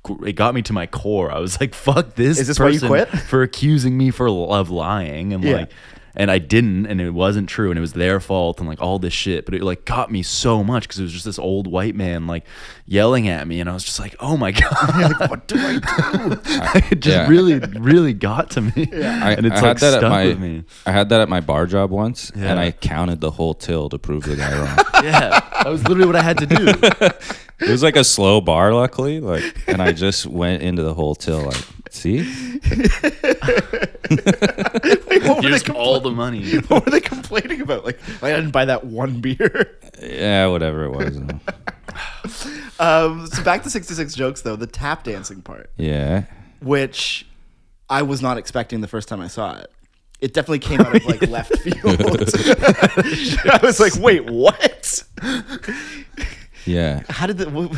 [SPEAKER 2] gr- it got me to my core. I was like, "Fuck this!"
[SPEAKER 1] Is this why you
[SPEAKER 2] person [LAUGHS]
[SPEAKER 1] quit?
[SPEAKER 2] for accusing me for l- of lying and
[SPEAKER 1] Yeah.
[SPEAKER 2] like, and I didn't, and it wasn't true, and it was their fault, and like all this shit. But it like got me so much because it was just this old white man like yelling at me, and I was just like, "Oh my [LAUGHS] god,
[SPEAKER 1] [LAUGHS]
[SPEAKER 2] what do I do?" [LAUGHS] it just
[SPEAKER 3] yeah.
[SPEAKER 2] really, really got to me,
[SPEAKER 3] I,
[SPEAKER 2] and it's
[SPEAKER 3] I
[SPEAKER 2] like
[SPEAKER 3] had that
[SPEAKER 2] stuck
[SPEAKER 3] at my,
[SPEAKER 2] with me.
[SPEAKER 3] I had that at my bar job once, and
[SPEAKER 2] Yeah.
[SPEAKER 3] I counted the whole till to prove the guy wrong.
[SPEAKER 2] Yeah, that was literally what I had to
[SPEAKER 3] [LAUGHS]
[SPEAKER 2] do. [LAUGHS]
[SPEAKER 3] it was like a slow bar, luckily. Like, and I just went into the whole till. Like, see,
[SPEAKER 1] Wait, what, were they
[SPEAKER 2] Used all
[SPEAKER 1] compla-
[SPEAKER 2] the money.
[SPEAKER 1] [LAUGHS] what were they complaining about? Like, I didn't buy that one beer. [LAUGHS]
[SPEAKER 3] yeah, whatever
[SPEAKER 2] [LAUGHS]
[SPEAKER 3] it was.
[SPEAKER 1] Um, so back to 66 jokes, though, the tap dancing part,
[SPEAKER 3] yeah,
[SPEAKER 1] which I was not expecting the first time I saw it. It definitely came out of [LAUGHS] like left field. I was like, wait, what? [LAUGHS]
[SPEAKER 3] yeah.
[SPEAKER 1] How did the. wha-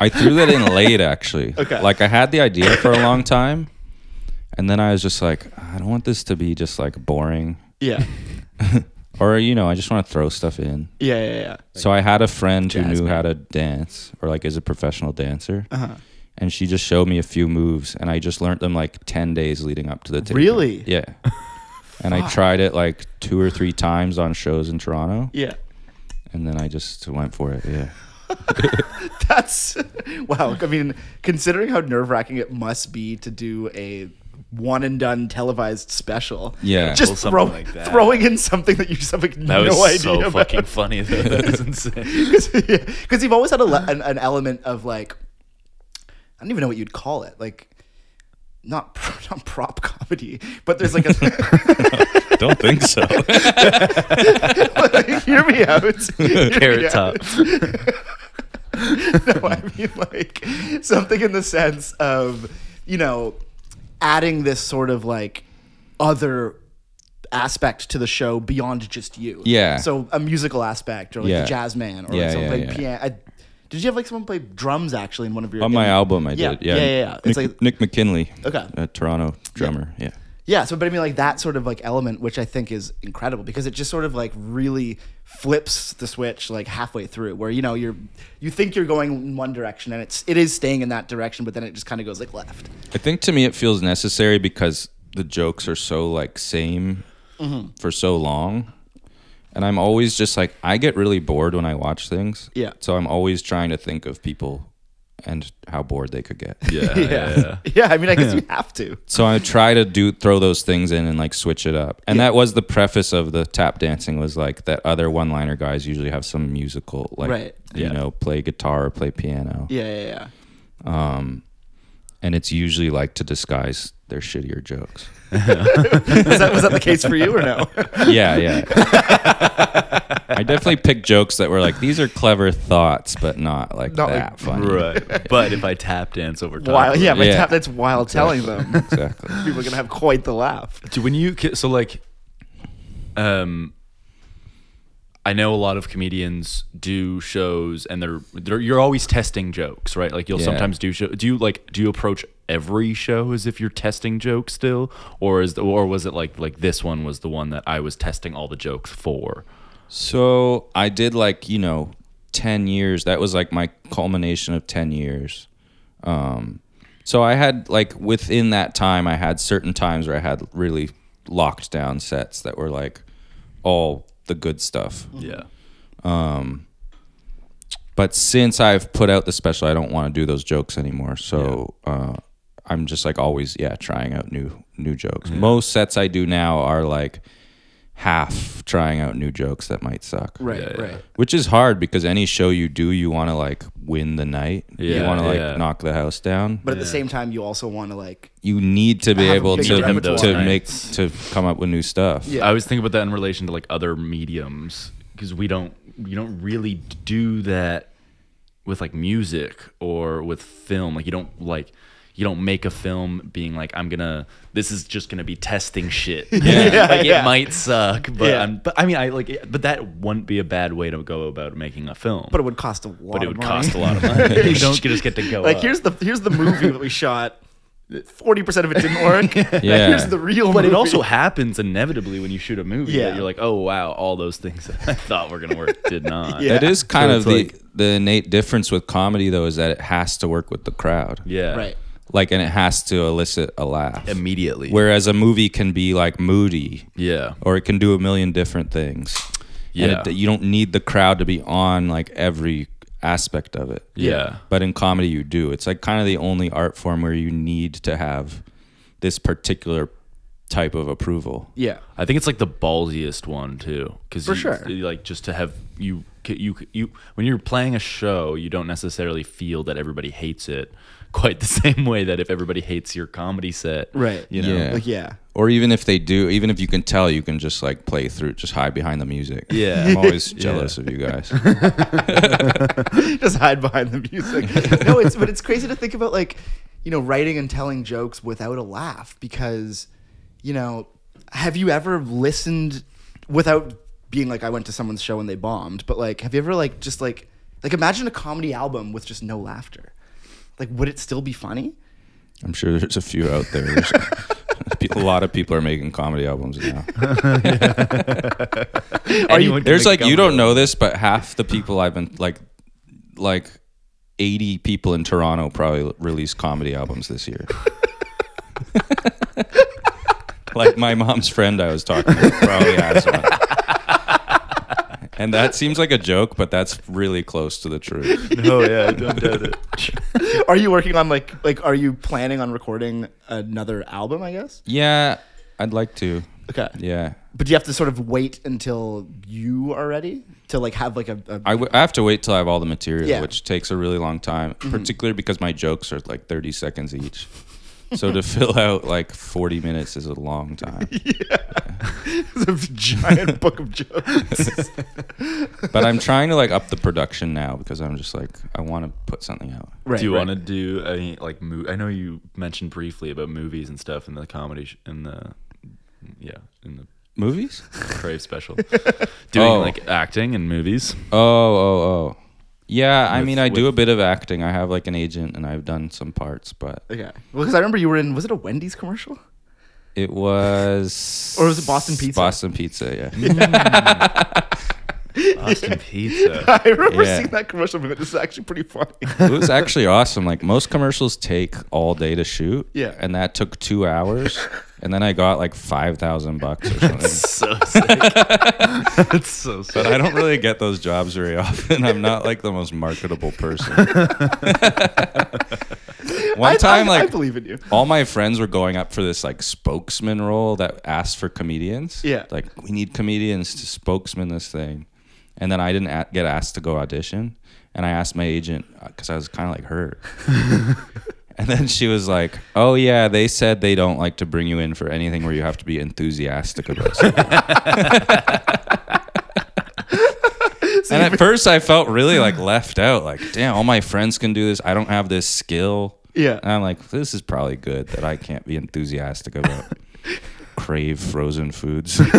[SPEAKER 3] I threw that in late, actually.
[SPEAKER 1] [LAUGHS] Okay.
[SPEAKER 3] Like I had the idea for a long time, and then I was just like, I don't want this to be just like boring,
[SPEAKER 1] [LAUGHS] Yeah.
[SPEAKER 3] or you know, I just want to throw stuff in.
[SPEAKER 1] Yeah, yeah, yeah.
[SPEAKER 3] So I had a friend who
[SPEAKER 1] Jazz
[SPEAKER 3] knew how to dance, or like is a professional dancer,
[SPEAKER 1] Uh-huh.
[SPEAKER 3] and she just showed me a few moves, and I just learned them like ten days leading up to the taping.
[SPEAKER 1] Really? [LAUGHS]
[SPEAKER 3] Yeah. and I tried it like two or three times on shows in Toronto,
[SPEAKER 1] Yeah.
[SPEAKER 3] and then I just went for it. Yeah.
[SPEAKER 1] [LAUGHS] That's wow. I mean, considering how nerve wracking it must be to do a one and done televised special.
[SPEAKER 3] Yeah.
[SPEAKER 1] Just
[SPEAKER 2] Well, something
[SPEAKER 1] throw,
[SPEAKER 2] like that.
[SPEAKER 1] throwing in something that you just have like
[SPEAKER 2] That
[SPEAKER 1] no
[SPEAKER 2] was
[SPEAKER 1] idea
[SPEAKER 2] so
[SPEAKER 1] about. [LAUGHS]
[SPEAKER 2] fucking funny. Though. That was insane.
[SPEAKER 1] Because you've always had a le- an, an element of like, I don't even know what you'd call it. Like, not [LAUGHS] pro- not prop comedy, but there's
[SPEAKER 2] [LAUGHS]
[SPEAKER 1] like a.
[SPEAKER 3] don't think so.
[SPEAKER 1] [LAUGHS] hear me out. Hear me
[SPEAKER 2] Carrot
[SPEAKER 1] out.
[SPEAKER 2] top.
[SPEAKER 1] [LAUGHS] no, I mean like something in the sense of, you know, adding this sort of like other aspect to the show beyond just you.
[SPEAKER 3] Yeah.
[SPEAKER 1] So a musical aspect or like
[SPEAKER 3] Yeah.
[SPEAKER 1] a jazz man or
[SPEAKER 3] Yeah,
[SPEAKER 1] like someone
[SPEAKER 3] yeah,
[SPEAKER 1] playing
[SPEAKER 3] yeah.
[SPEAKER 1] piano. I, did you have like someone play drums actually in one of your
[SPEAKER 3] on my
[SPEAKER 1] in-
[SPEAKER 3] album I
[SPEAKER 1] Yeah,
[SPEAKER 3] did. Yeah,
[SPEAKER 1] yeah, yeah, yeah. It's
[SPEAKER 3] Nick,
[SPEAKER 1] like-
[SPEAKER 3] Nick McKinley.
[SPEAKER 1] Okay.
[SPEAKER 3] a Toronto drummer. Yeah.
[SPEAKER 1] Yeah, so but I mean like that sort of like element which I think is incredible because it just sort of like really flips the switch like halfway through where you know you're you think you're going in one direction and it's it is staying in that direction but then it just kind of goes like left. [LAUGHS]
[SPEAKER 3] I think to me it feels necessary because the jokes are so like same
[SPEAKER 1] Mm-hmm.
[SPEAKER 3] for so long. And I'm always just like I get really bored when I watch things.
[SPEAKER 1] Yeah.
[SPEAKER 3] So I'm always trying to think of people and how bored they could get. [LAUGHS]
[SPEAKER 2] Yeah, yeah. yeah.
[SPEAKER 1] Yeah, I mean I guess you have to.
[SPEAKER 3] So I try to do throw those things in and like switch it up. And that was the preface of the tap dancing was like that other one liner guys usually have some musical like
[SPEAKER 1] Right.
[SPEAKER 3] you
[SPEAKER 2] Yeah.
[SPEAKER 3] know, play guitar or play piano.
[SPEAKER 1] Yeah, yeah, yeah.
[SPEAKER 3] And it's usually like to disguise their
[SPEAKER 1] [LAUGHS]
[SPEAKER 3] shittier jokes.
[SPEAKER 1] Was that was that the case for you or no?
[SPEAKER 3] yeah,
[SPEAKER 1] [LAUGHS]
[SPEAKER 3] yeah. I definitely picked jokes that were like these are clever thoughts, but not like
[SPEAKER 1] Not
[SPEAKER 3] that
[SPEAKER 1] like-
[SPEAKER 3] funny.
[SPEAKER 2] Right. But if I tap dance over top.
[SPEAKER 1] While
[SPEAKER 2] of
[SPEAKER 1] yeah,
[SPEAKER 2] it-
[SPEAKER 1] but
[SPEAKER 3] Yeah.
[SPEAKER 1] tap that's while telling them.
[SPEAKER 3] Exactly.
[SPEAKER 1] People are gonna have quite the laugh.
[SPEAKER 2] Do- when you ki- so like um I know a lot of comedians do shows and they're, they're you're always testing jokes, right? Like you'll
[SPEAKER 3] Yeah.
[SPEAKER 2] sometimes do show do you like do you approach every show as if you're testing jokes still or is the, or was it like like this one was the one that I was testing all the jokes for?
[SPEAKER 3] So I did like you know ten years. That was like my culmination of ten years. Um, so I had like within that time, I had certain times where I had really locked down sets that were like all the good stuff.
[SPEAKER 2] Yeah.
[SPEAKER 3] but since I've put out the special, I don't want to do those jokes anymore. So uh, I'm just like always, yeah, trying out new new jokes. Most sets I do now are like half trying out new jokes that might suck,
[SPEAKER 1] Right,
[SPEAKER 2] Yeah, yeah.
[SPEAKER 1] right.
[SPEAKER 3] Which is hard because any show you do, you want to like win the night. you
[SPEAKER 2] Yeah,
[SPEAKER 3] want to like
[SPEAKER 2] yeah.
[SPEAKER 3] knock the house down.
[SPEAKER 1] But at the same time you also wanna like
[SPEAKER 3] you need to be
[SPEAKER 1] Have a
[SPEAKER 3] able
[SPEAKER 1] big
[SPEAKER 3] to
[SPEAKER 1] repertoire.
[SPEAKER 3] to make
[SPEAKER 2] Nights.
[SPEAKER 3] to come up with new stuff.
[SPEAKER 1] Yeah.
[SPEAKER 2] I always think about that in relation to like other mediums because we don't you don't really do that with like music or with film. Like you don't like you don't make a film being like I'm gonna this is just gonna be testing shit.
[SPEAKER 1] [LAUGHS] Yeah,
[SPEAKER 2] [LAUGHS] like
[SPEAKER 1] yeah.
[SPEAKER 2] it might suck, but
[SPEAKER 1] Yeah.
[SPEAKER 2] I'm, but I mean I like it, but that wouldn't be a bad way to go about making a film.
[SPEAKER 1] but it would cost a lot
[SPEAKER 2] But it
[SPEAKER 1] of
[SPEAKER 2] would
[SPEAKER 1] money. [LAUGHS]
[SPEAKER 2] cost a lot of money. you don't just get to go
[SPEAKER 1] like
[SPEAKER 2] up.
[SPEAKER 1] here's the here's the movie that we shot Forty percent of it didn't
[SPEAKER 2] [LAUGHS]
[SPEAKER 1] work.
[SPEAKER 3] Yeah.
[SPEAKER 1] Here's the real.
[SPEAKER 2] But it [LAUGHS]
[SPEAKER 1] movie.
[SPEAKER 2] also happens inevitably when you shoot a movie.
[SPEAKER 1] Yeah.
[SPEAKER 2] that You're like, oh wow, all those things [LAUGHS] that I thought were gonna work did not.
[SPEAKER 1] Yeah.
[SPEAKER 3] That is kind
[SPEAKER 2] So
[SPEAKER 3] of
[SPEAKER 2] it's
[SPEAKER 3] the
[SPEAKER 2] like-
[SPEAKER 3] the innate difference with comedy though is that it has to work with the crowd.
[SPEAKER 2] Yeah.
[SPEAKER 1] right.
[SPEAKER 3] Like and it has to elicit a laugh.
[SPEAKER 2] Immediately.
[SPEAKER 3] Whereas a movie can be like moody
[SPEAKER 2] Yeah.
[SPEAKER 3] or it can do a million different things.
[SPEAKER 2] Yeah.
[SPEAKER 3] And it, you don't need the crowd to be on like every aspect of it.
[SPEAKER 2] Yeah.
[SPEAKER 3] But in comedy you do. It's like kind of the only art form where you need to have this particular type of approval.
[SPEAKER 1] Yeah.
[SPEAKER 2] I think it's like the ballsiest one too, because
[SPEAKER 1] For sure.
[SPEAKER 2] like just to have you you you when you're playing a show, you don't necessarily feel that everybody hates it [LAUGHS] quite the same way that if everybody hates your comedy set,
[SPEAKER 1] Right.
[SPEAKER 2] You know,
[SPEAKER 3] Yeah.
[SPEAKER 1] Like yeah.
[SPEAKER 3] Or even if they do, even if you can tell, you can just like play through, just hide behind the music.
[SPEAKER 2] [LAUGHS] Yeah.
[SPEAKER 3] I'm always jealous of you guys.
[SPEAKER 1] [LAUGHS] just hide behind the
[SPEAKER 2] [LAUGHS]
[SPEAKER 1] music. No, it's but it's crazy to think about like, you know, writing and telling jokes without a laugh because, you know, have you ever listened without being like I went to someone's show and they bombed, but like have you ever like just like like imagine a comedy album with just no laughter? Like would it still be funny?
[SPEAKER 3] I'm sure there's a few out there. There's- a lot of people are making comedy albums
[SPEAKER 2] [LAUGHS]
[SPEAKER 3] now.
[SPEAKER 2] Anyone can
[SPEAKER 3] There's
[SPEAKER 2] make
[SPEAKER 3] like
[SPEAKER 2] a comedy
[SPEAKER 3] you don't know this, but half the people I've been like, like, eighty people in Toronto probably released comedy albums this year. [LAUGHS] like my mom's friend I was talking to probably has one. And that seems like a joke, but that's really close to
[SPEAKER 2] [LAUGHS]
[SPEAKER 3] the truth.
[SPEAKER 2] Oh yeah, don't doubt it.
[SPEAKER 1] [LAUGHS] Are you working on like like are you planning on recording another album, I guess?
[SPEAKER 3] Yeah, I'd like to.
[SPEAKER 1] Okay.
[SPEAKER 3] Yeah.
[SPEAKER 1] But do you have to sort of wait until you are ready to like have like a, a
[SPEAKER 3] I, w- I have to wait till I have all the material,
[SPEAKER 1] Yeah.
[SPEAKER 3] which takes a really long time, particularly because my jokes are like 30 seconds each. So to [LAUGHS] fill out like 40 minutes is a long time.
[SPEAKER 1] a [LAUGHS]
[SPEAKER 3] [LAUGHS]
[SPEAKER 1] giant book of jokes.
[SPEAKER 3] But I'm trying to like up the production now because I'm just like, I want to put something out.
[SPEAKER 1] [LAUGHS] Right.
[SPEAKER 2] do you
[SPEAKER 1] right.
[SPEAKER 2] want to do any like mo- I know you mentioned briefly about movies and stuff in the comedy sh- in the yeah in the
[SPEAKER 3] Movies?
[SPEAKER 2] crave
[SPEAKER 1] [LAUGHS]
[SPEAKER 2] special doing
[SPEAKER 3] Oh.
[SPEAKER 2] like acting in movies.
[SPEAKER 3] Oh, oh, oh. Yeah, I
[SPEAKER 2] With-
[SPEAKER 3] mean, I do
[SPEAKER 2] with-
[SPEAKER 3] a bit of acting. I have like an agent and I've done some parts, but
[SPEAKER 1] Okay. Well, because I remember you were in, was it a Wendy's commercial? [LAUGHS]
[SPEAKER 3] it was.
[SPEAKER 1] Or was it Boston Pizza? Mm.
[SPEAKER 3] Boston Pizza, yeah.
[SPEAKER 2] Austin Pizza.
[SPEAKER 1] I remember
[SPEAKER 3] Yeah.
[SPEAKER 1] seeing that commercial, but it's actually pretty
[SPEAKER 3] [LAUGHS]
[SPEAKER 1] funny.
[SPEAKER 3] it was actually awesome. Like most commercials take all day to shoot.
[SPEAKER 1] Yeah.
[SPEAKER 3] And that took two hours. And then I got like five thousand bucks or something.
[SPEAKER 2] so sick. That's so sick.
[SPEAKER 3] but I don't really get those jobs very often. I'm not like the most marketable person. One
[SPEAKER 1] I-
[SPEAKER 3] time
[SPEAKER 1] I, I
[SPEAKER 3] like
[SPEAKER 1] believe in you.
[SPEAKER 3] all my friends were going up for this like spokesman role that asked for comedians.
[SPEAKER 1] Yeah.
[SPEAKER 3] Like we need comedians to spokesman this thing. And then I didn't a- get asked to go audition. And I asked my agent because I was kind of like hurt. and then she was like, "Oh yeah, they said they don't like to bring you in for anything where you have to be enthusiastic about." Something. and at first, I felt really like left out. Like, damn, all my friends can do this. I don't have this skill.
[SPEAKER 1] Yeah.
[SPEAKER 3] [LAUGHS] And I'm like, this is probably good that I can't be
[SPEAKER 1] [LAUGHS]
[SPEAKER 3] enthusiastic about crave frozen foods.
[SPEAKER 1] [LAUGHS]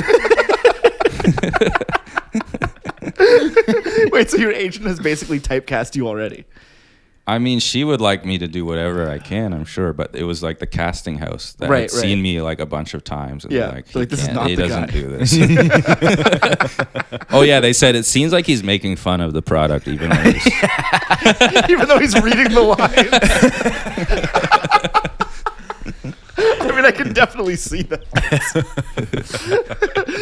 [SPEAKER 1] Wait, so your agent has basically typecast you already.
[SPEAKER 3] I mean, she would like me to do whatever I can, I'm sure, but it was like the casting house that
[SPEAKER 1] Right,
[SPEAKER 3] had
[SPEAKER 1] right.
[SPEAKER 3] seen me like a bunch of times. And
[SPEAKER 1] Yeah.
[SPEAKER 3] they're like,
[SPEAKER 1] They're
[SPEAKER 3] he
[SPEAKER 1] like, this is
[SPEAKER 3] can't-
[SPEAKER 1] not
[SPEAKER 3] he
[SPEAKER 1] the
[SPEAKER 3] doesn't
[SPEAKER 1] guy.
[SPEAKER 3] do
[SPEAKER 1] [LAUGHS]
[SPEAKER 3] this. [LAUGHS] oh, yeah. They said it seems like he's making fun of the product, even
[SPEAKER 1] [LAUGHS]
[SPEAKER 3] when [LAUGHS] he's
[SPEAKER 1] Even though he's reading the [LAUGHS] lines. I mean, I can definitely see that.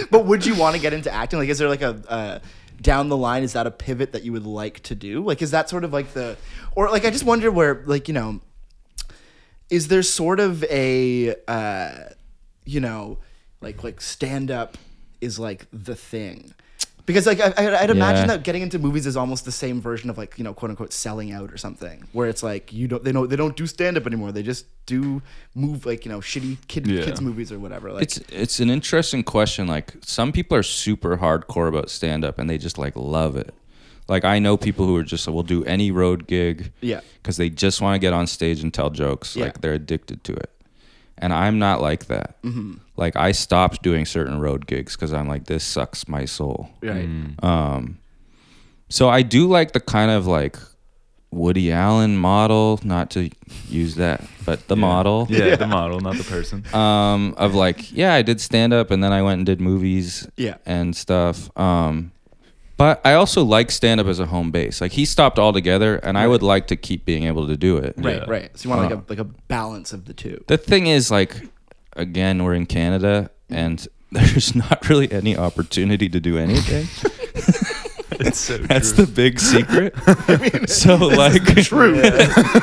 [SPEAKER 1] [LAUGHS] but would you want to get into acting? Like, is there like a uh, down the line? Is that a pivot that you would like to do? Like, is that sort of like the, or like I just wonder where, like you know, is there sort of a, uh, you know, like like stand up is like the thing. Because like I, I- I'd imagine
[SPEAKER 3] Yeah.
[SPEAKER 1] that getting into movies is almost the same version of like you know quote unquote selling out or something, where it's like you don't they know they don't do stand up anymore. They just do move like you know shitty kid
[SPEAKER 2] Yeah.
[SPEAKER 1] kids movies or whatever. Like
[SPEAKER 3] It's it's an interesting question. Like some people are super hardcore about stand up and they just like love it. Like I know people who are just will do any road gig.
[SPEAKER 1] Yeah.
[SPEAKER 3] Because they just want to get on stage and tell jokes.
[SPEAKER 1] Yeah.
[SPEAKER 3] Like they're addicted to it. And I'm not like that.
[SPEAKER 2] Mm-hmm.
[SPEAKER 3] Like I stopped doing certain road gigs because I'm like this sucks my soul.
[SPEAKER 1] right.
[SPEAKER 3] So I do like the kind of like Woody Allen model, not to use that, but the model.
[SPEAKER 2] Yeah, the model, not the person.
[SPEAKER 3] um, of like, yeah, I did stand up and then I went and did movies
[SPEAKER 1] Yeah.
[SPEAKER 3] and stuff. Um, but I also like stand up as a home base. Like he stopped altogether and I would like to keep being able to do it.
[SPEAKER 1] Right,
[SPEAKER 2] Yeah.
[SPEAKER 1] right. So you want like a like a balance of the two. [LAUGHS]
[SPEAKER 3] The thing is, like, again, we're in Canada and [LAUGHS] there's not really any opportunity to
[SPEAKER 1] [LAUGHS]
[SPEAKER 3] do anything.
[SPEAKER 2] It's so
[SPEAKER 3] That's
[SPEAKER 2] true.
[SPEAKER 3] the
[SPEAKER 1] [LAUGHS]
[SPEAKER 3] big secret. [LAUGHS] so like
[SPEAKER 1] True.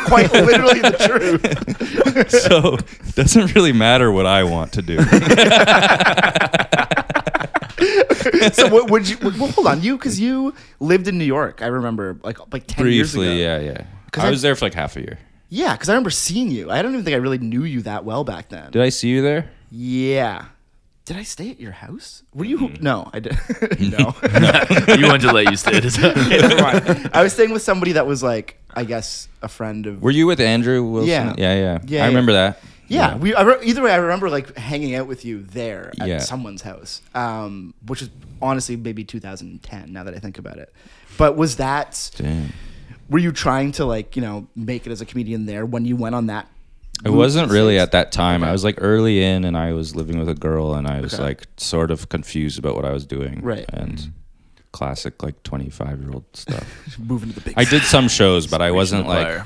[SPEAKER 1] Quite literally the truth.
[SPEAKER 3] [LAUGHS] so it doesn't really matter what I want
[SPEAKER 1] [LAUGHS]
[SPEAKER 3] to do.
[SPEAKER 1] So what would you? Well, hold on, you because you lived in New York. I remember like like ten years ago.
[SPEAKER 3] Briefly, yeah, yeah.
[SPEAKER 1] 'Cause
[SPEAKER 3] I
[SPEAKER 1] I-
[SPEAKER 3] was there for like half a year.
[SPEAKER 1] Yeah, because I remember seeing you. I don't even think I really knew you that well back then.
[SPEAKER 3] Did I see you there?
[SPEAKER 1] yeah. Did I stay at your house? Were you?
[SPEAKER 3] Mm-hmm.
[SPEAKER 1] No, I did. [LAUGHS] no.
[SPEAKER 3] [LAUGHS]
[SPEAKER 2] you wanted to let you stay. is that-
[SPEAKER 1] Okay, never mind. [LAUGHS] I was staying with somebody that was like, I guess, a friend of.
[SPEAKER 3] Were you with Andrew Wilson?
[SPEAKER 1] Yeah.
[SPEAKER 3] yeah, yeah.
[SPEAKER 1] Yeah,
[SPEAKER 3] I
[SPEAKER 1] yeah.
[SPEAKER 3] remember that.
[SPEAKER 1] yeah, we. I re- either way, I remember like hanging out with you there at
[SPEAKER 3] Yeah.
[SPEAKER 1] someone's house, um, which is honestly maybe 2010. Now that I think about it, but was that?
[SPEAKER 3] Damn.
[SPEAKER 1] Were you trying to like you know make it as a comedian there when you went on that?
[SPEAKER 3] It
[SPEAKER 1] route
[SPEAKER 3] wasn't
[SPEAKER 1] to
[SPEAKER 3] really
[SPEAKER 1] States?
[SPEAKER 3] at that time. I was like early in, and I was living with a girl, and I was
[SPEAKER 1] Okay.
[SPEAKER 3] like sort of confused about what I was doing.
[SPEAKER 1] Right.
[SPEAKER 3] And classic like twenty five year old stuff.
[SPEAKER 1] moving to the big.
[SPEAKER 3] I did some shows, but I wasn't like
[SPEAKER 2] Choir.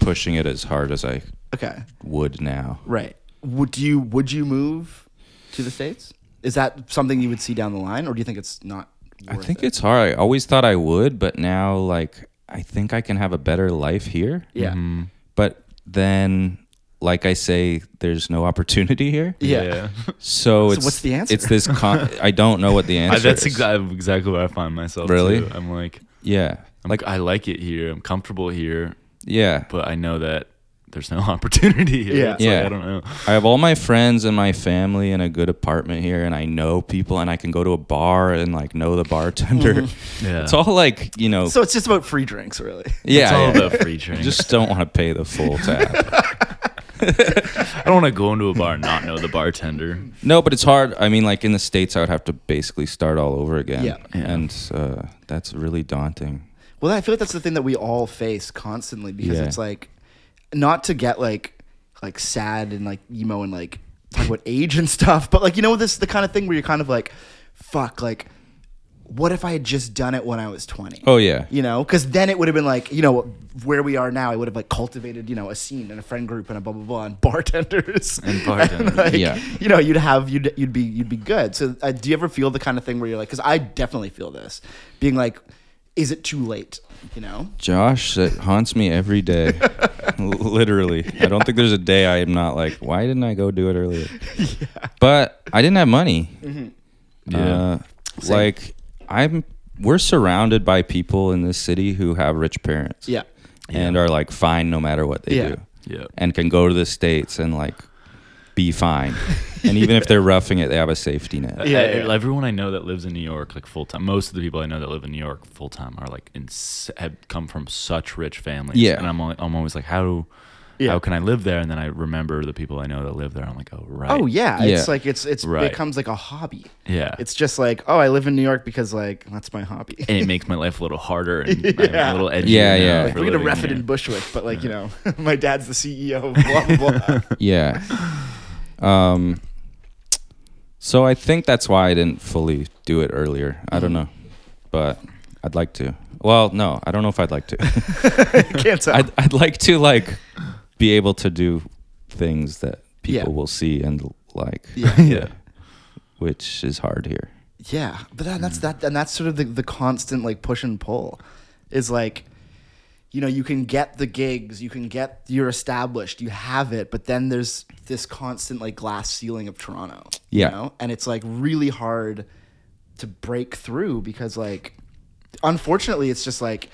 [SPEAKER 3] pushing it as hard as I
[SPEAKER 1] okay,
[SPEAKER 3] would now.
[SPEAKER 1] right. Would you would you move to the states? Is that something you would see down the line, or do you think it's not?
[SPEAKER 3] I
[SPEAKER 1] Worth
[SPEAKER 3] think
[SPEAKER 1] it?
[SPEAKER 3] it's hard. I always thought I would, but now like I think I can have a better life here.
[SPEAKER 1] yeah.
[SPEAKER 2] Um,
[SPEAKER 3] But then, like I say, there's no opportunity here.
[SPEAKER 1] Yeah.
[SPEAKER 3] So, it's
[SPEAKER 1] what's the answer?
[SPEAKER 3] It's this.
[SPEAKER 1] [LAUGHS]
[SPEAKER 3] Con- [LAUGHS] I don't know what the
[SPEAKER 2] I,
[SPEAKER 3] answer.
[SPEAKER 2] that's
[SPEAKER 3] is.
[SPEAKER 2] exa- exactly where I find myself.
[SPEAKER 3] Really?
[SPEAKER 2] too. I'm like,
[SPEAKER 3] Yeah,
[SPEAKER 2] I'm, like I like it here. I'm comfortable here,
[SPEAKER 3] yeah.
[SPEAKER 2] but I know that there's no [LAUGHS] opportunity here.
[SPEAKER 1] Yeah.
[SPEAKER 2] It's like,
[SPEAKER 3] Yeah.
[SPEAKER 2] I don't know.
[SPEAKER 3] I have all my friends and my family in a good apartment here, and I know people, and I can go to a bar and like know the bartender.
[SPEAKER 2] Yeah.
[SPEAKER 3] [LAUGHS] It's all like you know.
[SPEAKER 1] So Mm-hmm. it's just about free drinks, really.
[SPEAKER 3] yeah,
[SPEAKER 2] It's all
[SPEAKER 3] yeah.
[SPEAKER 2] about free
[SPEAKER 3] I
[SPEAKER 2] drinks.
[SPEAKER 3] just don't want to pay the full tab.
[SPEAKER 2] I don't want to go into a bar and not know the bartender.
[SPEAKER 3] no, but it's hard. I mean, like in the states, I would have to basically start all over again,
[SPEAKER 1] Yeah.
[SPEAKER 2] Yeah.
[SPEAKER 3] and uh, that's really daunting.
[SPEAKER 1] Well, I feel like that's the thing that we all face constantly because
[SPEAKER 3] Yeah.
[SPEAKER 1] it's like not to get like like sad and like emo and like talk about age and [LAUGHS] stuff, but like you know this is the kind of thing where you're kind of like, fuck, like what if I had just done it when I was twenty?
[SPEAKER 3] Oh yeah,
[SPEAKER 1] You know, because then it would have been like, you know, where we are now, I would have like cultivated, you know, a scene and a friend group and a blah blah blah and [LAUGHS] bartenders and
[SPEAKER 2] bartenders.
[SPEAKER 1] [LAUGHS] like,
[SPEAKER 3] Yeah.
[SPEAKER 1] you know, you'd have you'd you'd be you'd be good. So, uh, do you ever feel the kind of thing where you're like, because I definitely feel this, being like, is it too late? You know,
[SPEAKER 3] Josh, that haunts me every
[SPEAKER 1] [LAUGHS]
[SPEAKER 3] day. L- Literally. I don't think there's a day I am not like, why didn't I go do it
[SPEAKER 1] [LAUGHS]
[SPEAKER 3] earlier? But I didn't have money.
[SPEAKER 2] Yeah.
[SPEAKER 1] Mm-hmm.
[SPEAKER 3] Uh, like I'm we're surrounded by people in this city who have rich parents.
[SPEAKER 1] yeah,
[SPEAKER 3] And are like fine no matter what they
[SPEAKER 1] Yeah.
[SPEAKER 3] do.
[SPEAKER 2] Yeah.
[SPEAKER 3] And can go to the States and like
[SPEAKER 1] [LAUGHS]
[SPEAKER 3] be fine. And even if they're roughing it, they have a safety net.
[SPEAKER 1] Yeah,
[SPEAKER 2] Yeah,
[SPEAKER 1] yeah.
[SPEAKER 2] everyone I know that lives in New York, like full time, most of the people I know that live in New York full time are like in, s- have come from such rich families.
[SPEAKER 3] Yeah.
[SPEAKER 2] and I'm al- I'm always like, how
[SPEAKER 1] Yeah.
[SPEAKER 2] how can I live there? And then I remember the people I know that live there. I'm like, oh right.
[SPEAKER 1] oh yeah, it's
[SPEAKER 3] Yeah.
[SPEAKER 1] like it's it's
[SPEAKER 2] Right.
[SPEAKER 1] becomes like a hobby.
[SPEAKER 2] yeah.
[SPEAKER 1] It's just like, oh, I live in New York because like that's my [LAUGHS] hobby.
[SPEAKER 2] and it makes my life a little harder and I'm
[SPEAKER 1] [LAUGHS]
[SPEAKER 2] a
[SPEAKER 1] Yeah.
[SPEAKER 2] little edgy.
[SPEAKER 3] Yeah,
[SPEAKER 2] now
[SPEAKER 3] yeah.
[SPEAKER 2] for
[SPEAKER 1] We're
[SPEAKER 3] Like,
[SPEAKER 1] gonna
[SPEAKER 2] living
[SPEAKER 1] ref it
[SPEAKER 2] here.
[SPEAKER 1] in Bushwick, but like you know, [LAUGHS] my dad's the CEO of blah blah blah.
[SPEAKER 3] Yeah. Um so I think that's why I didn't fully do it earlier. I
[SPEAKER 2] Mm-hmm.
[SPEAKER 3] don't know. But I'd like to. Well, no, I don't know if I'd like
[SPEAKER 2] [LAUGHS]
[SPEAKER 3] to.
[SPEAKER 1] Can't tell.
[SPEAKER 3] I'd I'd like to like be able to do things that people
[SPEAKER 1] Yeah.
[SPEAKER 3] will see and like [LAUGHS]
[SPEAKER 1] yeah.
[SPEAKER 2] yeah.
[SPEAKER 3] which is hard here.
[SPEAKER 1] Yeah, but that, that's that, and that's sort of the, the constant like push and pull, is like, you know, you can get the gigs, you can get you're established, you have it, but then there's this constant like glass ceiling of Toronto.
[SPEAKER 3] Yeah.
[SPEAKER 1] you know? and it's like really hard to break through because like, unfortunately, it's just like,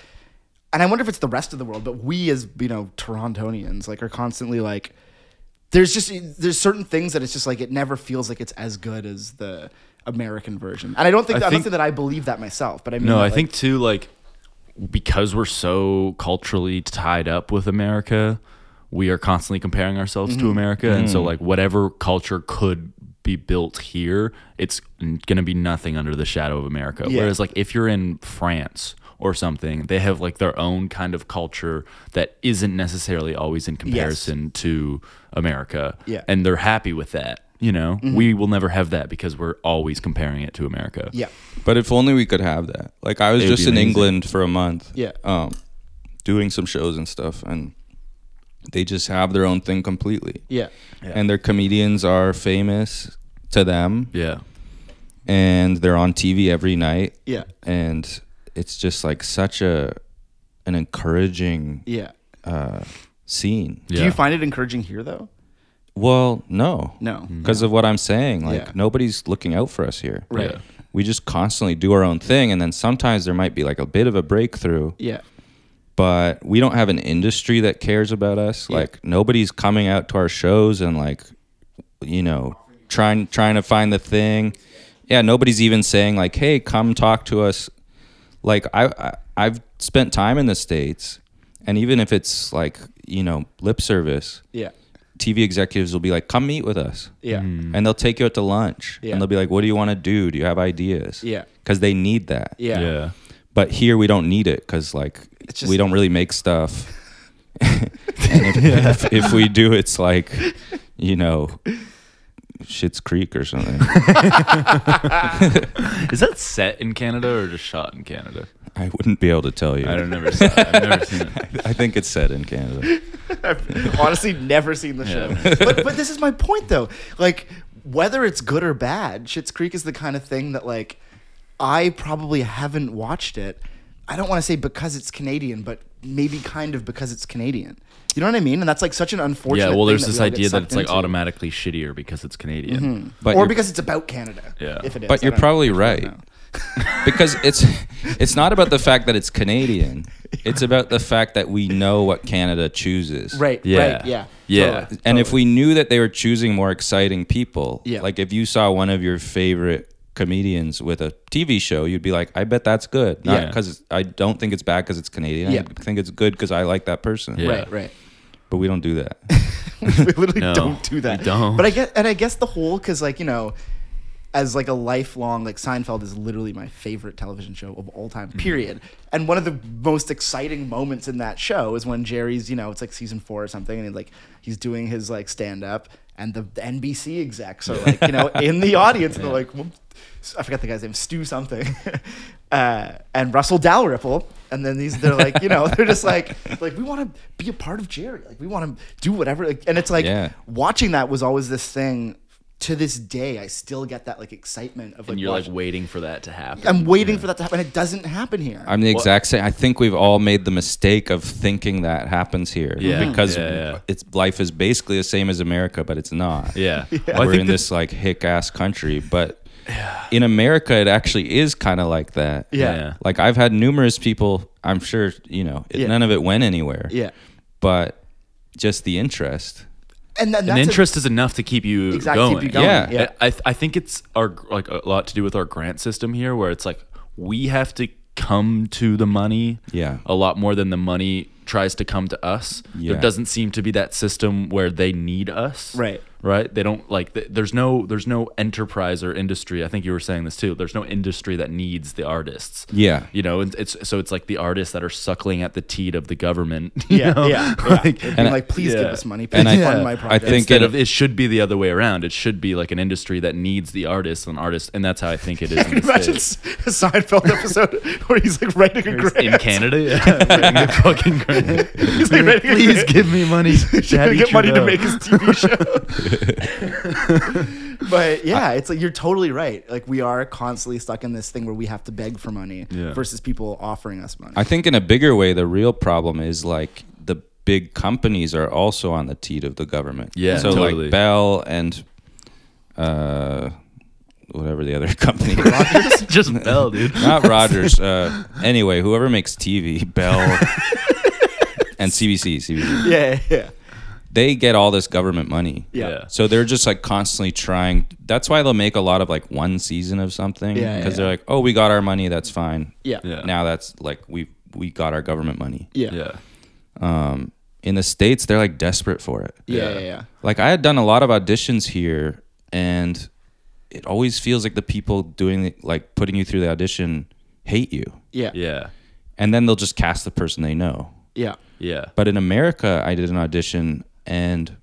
[SPEAKER 1] and I wonder if it's the rest of the world, but we as you know Torontonians like are constantly like there's just there's certain things that it's just like it never feels like it's as good as the American version. And I don't
[SPEAKER 2] I
[SPEAKER 1] think, I am not
[SPEAKER 2] think-
[SPEAKER 1] saying that I believe that myself, but I mean
[SPEAKER 2] No,
[SPEAKER 1] that,
[SPEAKER 2] I
[SPEAKER 1] like-
[SPEAKER 2] think too, like because we're so culturally tied up with America, we are constantly comparing ourselves
[SPEAKER 1] Mm-hmm.
[SPEAKER 2] to America, and
[SPEAKER 1] Mm.
[SPEAKER 2] so like whatever culture could be built here, it's n- gonna be nothing under the shadow of America.
[SPEAKER 1] Yeah.
[SPEAKER 2] Whereas like if you're in France or something, they have like their own kind of culture that isn't necessarily always in comparison to America.
[SPEAKER 1] Yeah. Mm-hmm.
[SPEAKER 2] And they're happy with that. You know, we will never have that because we're always comparing it to America.
[SPEAKER 1] Yeah.
[SPEAKER 3] But if only we could have that. Like I was
[SPEAKER 2] It would
[SPEAKER 3] just
[SPEAKER 2] be
[SPEAKER 3] in
[SPEAKER 2] amazing.
[SPEAKER 3] England for a month.
[SPEAKER 1] Yeah.
[SPEAKER 3] Um, doing some shows and stuff, and they just have their own thing completely.
[SPEAKER 1] Yeah.
[SPEAKER 3] And their comedians are famous to them,
[SPEAKER 2] Yeah.
[SPEAKER 3] and they're on TV every night,
[SPEAKER 1] Yeah.
[SPEAKER 3] and it's just like such a an encouraging
[SPEAKER 1] Yeah.
[SPEAKER 3] uh, scene.
[SPEAKER 1] Do
[SPEAKER 2] Yeah.
[SPEAKER 1] you find it encouraging here though?
[SPEAKER 3] Well, no,
[SPEAKER 1] No.
[SPEAKER 2] Hmm.
[SPEAKER 3] because of what I'm saying. Like
[SPEAKER 1] Yeah.
[SPEAKER 3] nobody's looking out for us here.
[SPEAKER 1] Right.
[SPEAKER 2] Yeah.
[SPEAKER 3] We just constantly do our own thing, and then sometimes there might be like a bit of a breakthrough.
[SPEAKER 1] Yeah.
[SPEAKER 3] but we don't have an industry that cares about us. Like nobody's coming out to our shows and like, you know, trying trying to find the thing. Yeah, nobody's even saying like, "Hey, come talk to us." Like I, I I've spent time in the states, and even if it's like you know lip service,
[SPEAKER 1] Yeah.
[SPEAKER 3] TV executives will be like, "Come meet with us."
[SPEAKER 1] Yeah.
[SPEAKER 2] Hmm.
[SPEAKER 3] And they'll take you out to lunch,
[SPEAKER 1] Mm. Yeah.
[SPEAKER 3] and they'll be like, "What do you want to do? Do you have ideas?"
[SPEAKER 1] Yeah.
[SPEAKER 3] because they need that
[SPEAKER 1] Yeah.
[SPEAKER 2] Yeah.
[SPEAKER 3] but here we don't need it because like
[SPEAKER 1] It's just-
[SPEAKER 3] we don't really
[SPEAKER 1] [LAUGHS]
[SPEAKER 3] make stuff and if, if, if we do it's like you know shit's creek or something
[SPEAKER 2] Is that set in Canada or just shot in Canada?
[SPEAKER 3] i wouldn't be able to tell you
[SPEAKER 2] I don't never saw it. I've never seen [LAUGHS] it.
[SPEAKER 3] I think it's set in canada
[SPEAKER 1] I've honestly never seen the show.
[SPEAKER 2] Yeah.
[SPEAKER 1] But but this is my point though. Like whether it's good or bad, Shit's Creek is the kind of thing that like I probably haven't watched it. I don't want to say because it's Canadian, but maybe kind of because it's Canadian. You know what I mean? And that's like such an unfortunate.
[SPEAKER 2] Yeah, well, there's
[SPEAKER 1] thing
[SPEAKER 2] this
[SPEAKER 1] we all get
[SPEAKER 2] idea that
[SPEAKER 1] sucked
[SPEAKER 2] it's like
[SPEAKER 1] into. Mm-hmm.
[SPEAKER 2] automatically shittier because it's Canadian.
[SPEAKER 3] but
[SPEAKER 1] or
[SPEAKER 3] you're,
[SPEAKER 1] because it's about Canada.
[SPEAKER 2] Yeah.
[SPEAKER 1] If it is.
[SPEAKER 3] but
[SPEAKER 1] I
[SPEAKER 3] you're
[SPEAKER 1] don't know. [LAUGHS]
[SPEAKER 3] probably right because it's it's not about the fact that it's canadian it's about the fact that we know what canada chooses
[SPEAKER 1] Right.
[SPEAKER 2] Yeah.
[SPEAKER 1] Right. Yeah.
[SPEAKER 2] Yeah.
[SPEAKER 1] Totally.
[SPEAKER 3] And if we knew that they were choosing more exciting people,
[SPEAKER 1] Yeah.
[SPEAKER 3] like if you saw one of your favorite comedians with a TV show, you'd be like, I bet that's good. Not
[SPEAKER 2] Yeah.
[SPEAKER 3] because I don't think it's bad because it's Canadian.
[SPEAKER 1] Yeah.
[SPEAKER 3] I think it's good because I like that person.
[SPEAKER 2] Yeah.
[SPEAKER 1] Right. Right. [LAUGHS]
[SPEAKER 3] But we don't do
[SPEAKER 2] [LAUGHS]
[SPEAKER 3] that.
[SPEAKER 1] we literally
[SPEAKER 2] No,
[SPEAKER 1] don't do that.
[SPEAKER 2] we don't.
[SPEAKER 1] But I guess, and I guess the whole, because like you know, as like a lifelong, like Seinfeld is literally my favorite television show of all time. Period. And one of the most exciting moments in that show is when Jerry's, you know, it's like season four or something, and he like he's doing his like stand up, and the, the NBC execs are like, you know, in the audience, and they're like, well, I forgot the guy's name, Stu something, [LAUGHS] uh, and Russell Dalrymple. And then these, they're like, you know, [LAUGHS] they're just like, like we want to be a part of Jerry, like we want to do whatever, like, and it's like
[SPEAKER 3] Yeah.
[SPEAKER 1] watching that was always this thing. To this day, I still get that like excitement of like,
[SPEAKER 2] And you're like
[SPEAKER 1] watch-
[SPEAKER 2] waiting for that to happen.
[SPEAKER 1] I'm waiting for that to happen. and It doesn't happen here.
[SPEAKER 3] I'm the exact same. I think we've all made the mistake of thinking that happens here.
[SPEAKER 2] Yeah.
[SPEAKER 3] Because
[SPEAKER 2] Yeah, yeah.
[SPEAKER 3] it's life is basically the same as America, but it's not.
[SPEAKER 1] [LAUGHS]
[SPEAKER 2] yeah. Well,
[SPEAKER 3] We're in
[SPEAKER 2] that-
[SPEAKER 3] this like hick ass country. But in America it actually is kinda like that.
[SPEAKER 1] yeah.
[SPEAKER 2] yeah.
[SPEAKER 3] Like I've had numerous people, I'm sure, you know, it,
[SPEAKER 1] Yeah.
[SPEAKER 3] none of it went anywhere.
[SPEAKER 1] yeah,
[SPEAKER 3] But just the interest.
[SPEAKER 1] and then
[SPEAKER 2] An
[SPEAKER 1] that's
[SPEAKER 2] [LAUGHS]
[SPEAKER 1] a-
[SPEAKER 2] interest is enough to keep you
[SPEAKER 1] Exactly, keep
[SPEAKER 2] going.
[SPEAKER 1] you going.
[SPEAKER 3] Yeah.
[SPEAKER 1] yeah.
[SPEAKER 2] I, I th- I think it's our like a lot to do with our grant system here, where it's like we have to come to the money,
[SPEAKER 3] Yeah.
[SPEAKER 2] a lot more than the money tries to come to us.
[SPEAKER 3] Yeah.
[SPEAKER 2] There doesn't seem to be that system where they need us,
[SPEAKER 1] Right.
[SPEAKER 2] Right? They don't like. Th- there's no there's no enterprise or industry. I think you were saying this too. There's no industry that needs the artists.
[SPEAKER 3] Yeah.
[SPEAKER 2] You know, and it's so it's like the artists that are suckling at the teat of the government. [LAUGHS] you
[SPEAKER 1] Yeah,
[SPEAKER 2] know?
[SPEAKER 1] yeah,
[SPEAKER 2] [LAUGHS]
[SPEAKER 1] yeah.
[SPEAKER 2] Like,
[SPEAKER 1] It'd be
[SPEAKER 3] And I-
[SPEAKER 1] like, please give
[SPEAKER 2] yeah.
[SPEAKER 1] us money. Please
[SPEAKER 3] And I-
[SPEAKER 1] fund
[SPEAKER 3] yeah,
[SPEAKER 1] my
[SPEAKER 3] I
[SPEAKER 1] project. [LAUGHS]
[SPEAKER 3] think
[SPEAKER 2] instead
[SPEAKER 3] it-
[SPEAKER 2] of it should be the other way around. It should be like an industry that needs the artist and artists, and that's how I think
[SPEAKER 1] [LAUGHS]
[SPEAKER 2] it is. In, the
[SPEAKER 1] Imagine
[SPEAKER 2] States.
[SPEAKER 1] S- a Seinfeld episode [LAUGHS] where he's like writing a grant.
[SPEAKER 2] in
[SPEAKER 1] [LAUGHS]
[SPEAKER 2] Canada, [LAUGHS] yeah, writing a fucking grant.
[SPEAKER 1] He's like writing a
[SPEAKER 2] Please
[SPEAKER 1] grant.
[SPEAKER 2] give me
[SPEAKER 1] [LAUGHS]
[SPEAKER 2] money.
[SPEAKER 1] Trying to
[SPEAKER 2] Daddy
[SPEAKER 1] get money to
[SPEAKER 2] Trudeau."
[SPEAKER 1] make
[SPEAKER 2] [LAUGHS]
[SPEAKER 1] his TV show. [LAUGHS] but yeah, it's like you're totally right. Like we are constantly stuck in this thing where we have to beg for money
[SPEAKER 2] Yeah.
[SPEAKER 1] versus people offering us money.
[SPEAKER 3] I think in a bigger way, the real problem is like the big companies are also on the teat of the government.
[SPEAKER 2] Yeah,
[SPEAKER 3] So
[SPEAKER 2] totally.
[SPEAKER 3] like Bell and uh, whatever the
[SPEAKER 1] [LAUGHS]
[SPEAKER 3] other [LAUGHS] company.
[SPEAKER 2] just, [LAUGHS] just Bell, dude.
[SPEAKER 3] Not Rogers. Uh, anyway, whoever makes TV, Bell
[SPEAKER 1] [LAUGHS]
[SPEAKER 3] and CBC,
[SPEAKER 1] [LAUGHS]
[SPEAKER 3] CBC,
[SPEAKER 1] yeah, yeah,
[SPEAKER 3] they get all this government money.
[SPEAKER 1] [LAUGHS] yeah,
[SPEAKER 2] Yeah.
[SPEAKER 3] So they're just like constantly trying. That's why they'll make a lot of like one season of something because
[SPEAKER 1] Yeah, yeah,
[SPEAKER 3] they're
[SPEAKER 1] yeah.
[SPEAKER 3] like, oh, we got our money, that's fine.
[SPEAKER 1] yeah, yeah,
[SPEAKER 2] Yeah.
[SPEAKER 3] Now that's like we we got our government money.
[SPEAKER 1] yeah, yeah,
[SPEAKER 2] Yeah.
[SPEAKER 3] Um, in the states, they're like desperate for it.
[SPEAKER 1] yeah,
[SPEAKER 2] Yeah.
[SPEAKER 1] yeah.
[SPEAKER 3] Like I had done a lot of auditions here, and it always feels like the people doing the, like putting you through the audition hate you,
[SPEAKER 1] yeah.
[SPEAKER 2] Yeah.
[SPEAKER 3] and then they'll just cast the person they know.
[SPEAKER 1] Yeah.
[SPEAKER 2] Yeah.
[SPEAKER 3] But in America, I did an audition, and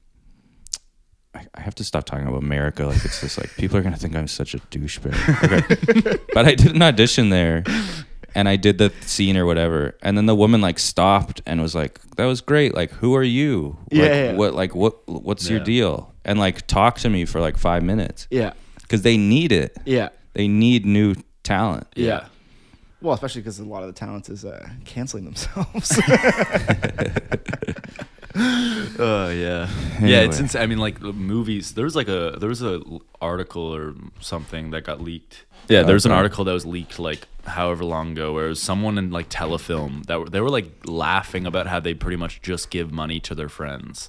[SPEAKER 3] I, I have to stop talking about America. Like it's just like people are gonna think I'm such a douchebag.
[SPEAKER 1] [LAUGHS]
[SPEAKER 3] Okay. but I did an audition there, and I did the scene or whatever, and then the woman like stopped and was like, "That was great. Like, who are you? Like,
[SPEAKER 1] Yeah, yeah.
[SPEAKER 3] What? Like, what? What's your
[SPEAKER 2] Yeah.
[SPEAKER 3] deal?" And like talked to me for like five minutes
[SPEAKER 1] Yeah.
[SPEAKER 3] because they need it.
[SPEAKER 1] Yeah.
[SPEAKER 3] They need new talent.
[SPEAKER 1] Yeah. Well, especially because a lot of the talent is uh, canceling [LAUGHS] themselves.
[SPEAKER 2] Oh yeah, yeah. It's
[SPEAKER 3] Anyway.
[SPEAKER 2] insane. I mean, like the movies. There was like a there was a l- article or something that got leaked. Yeah, there was an
[SPEAKER 3] Okay.
[SPEAKER 2] article that was leaked like however long ago, where it was someone in like telefilm that were, they were like laughing about how they pretty much just give money to their friends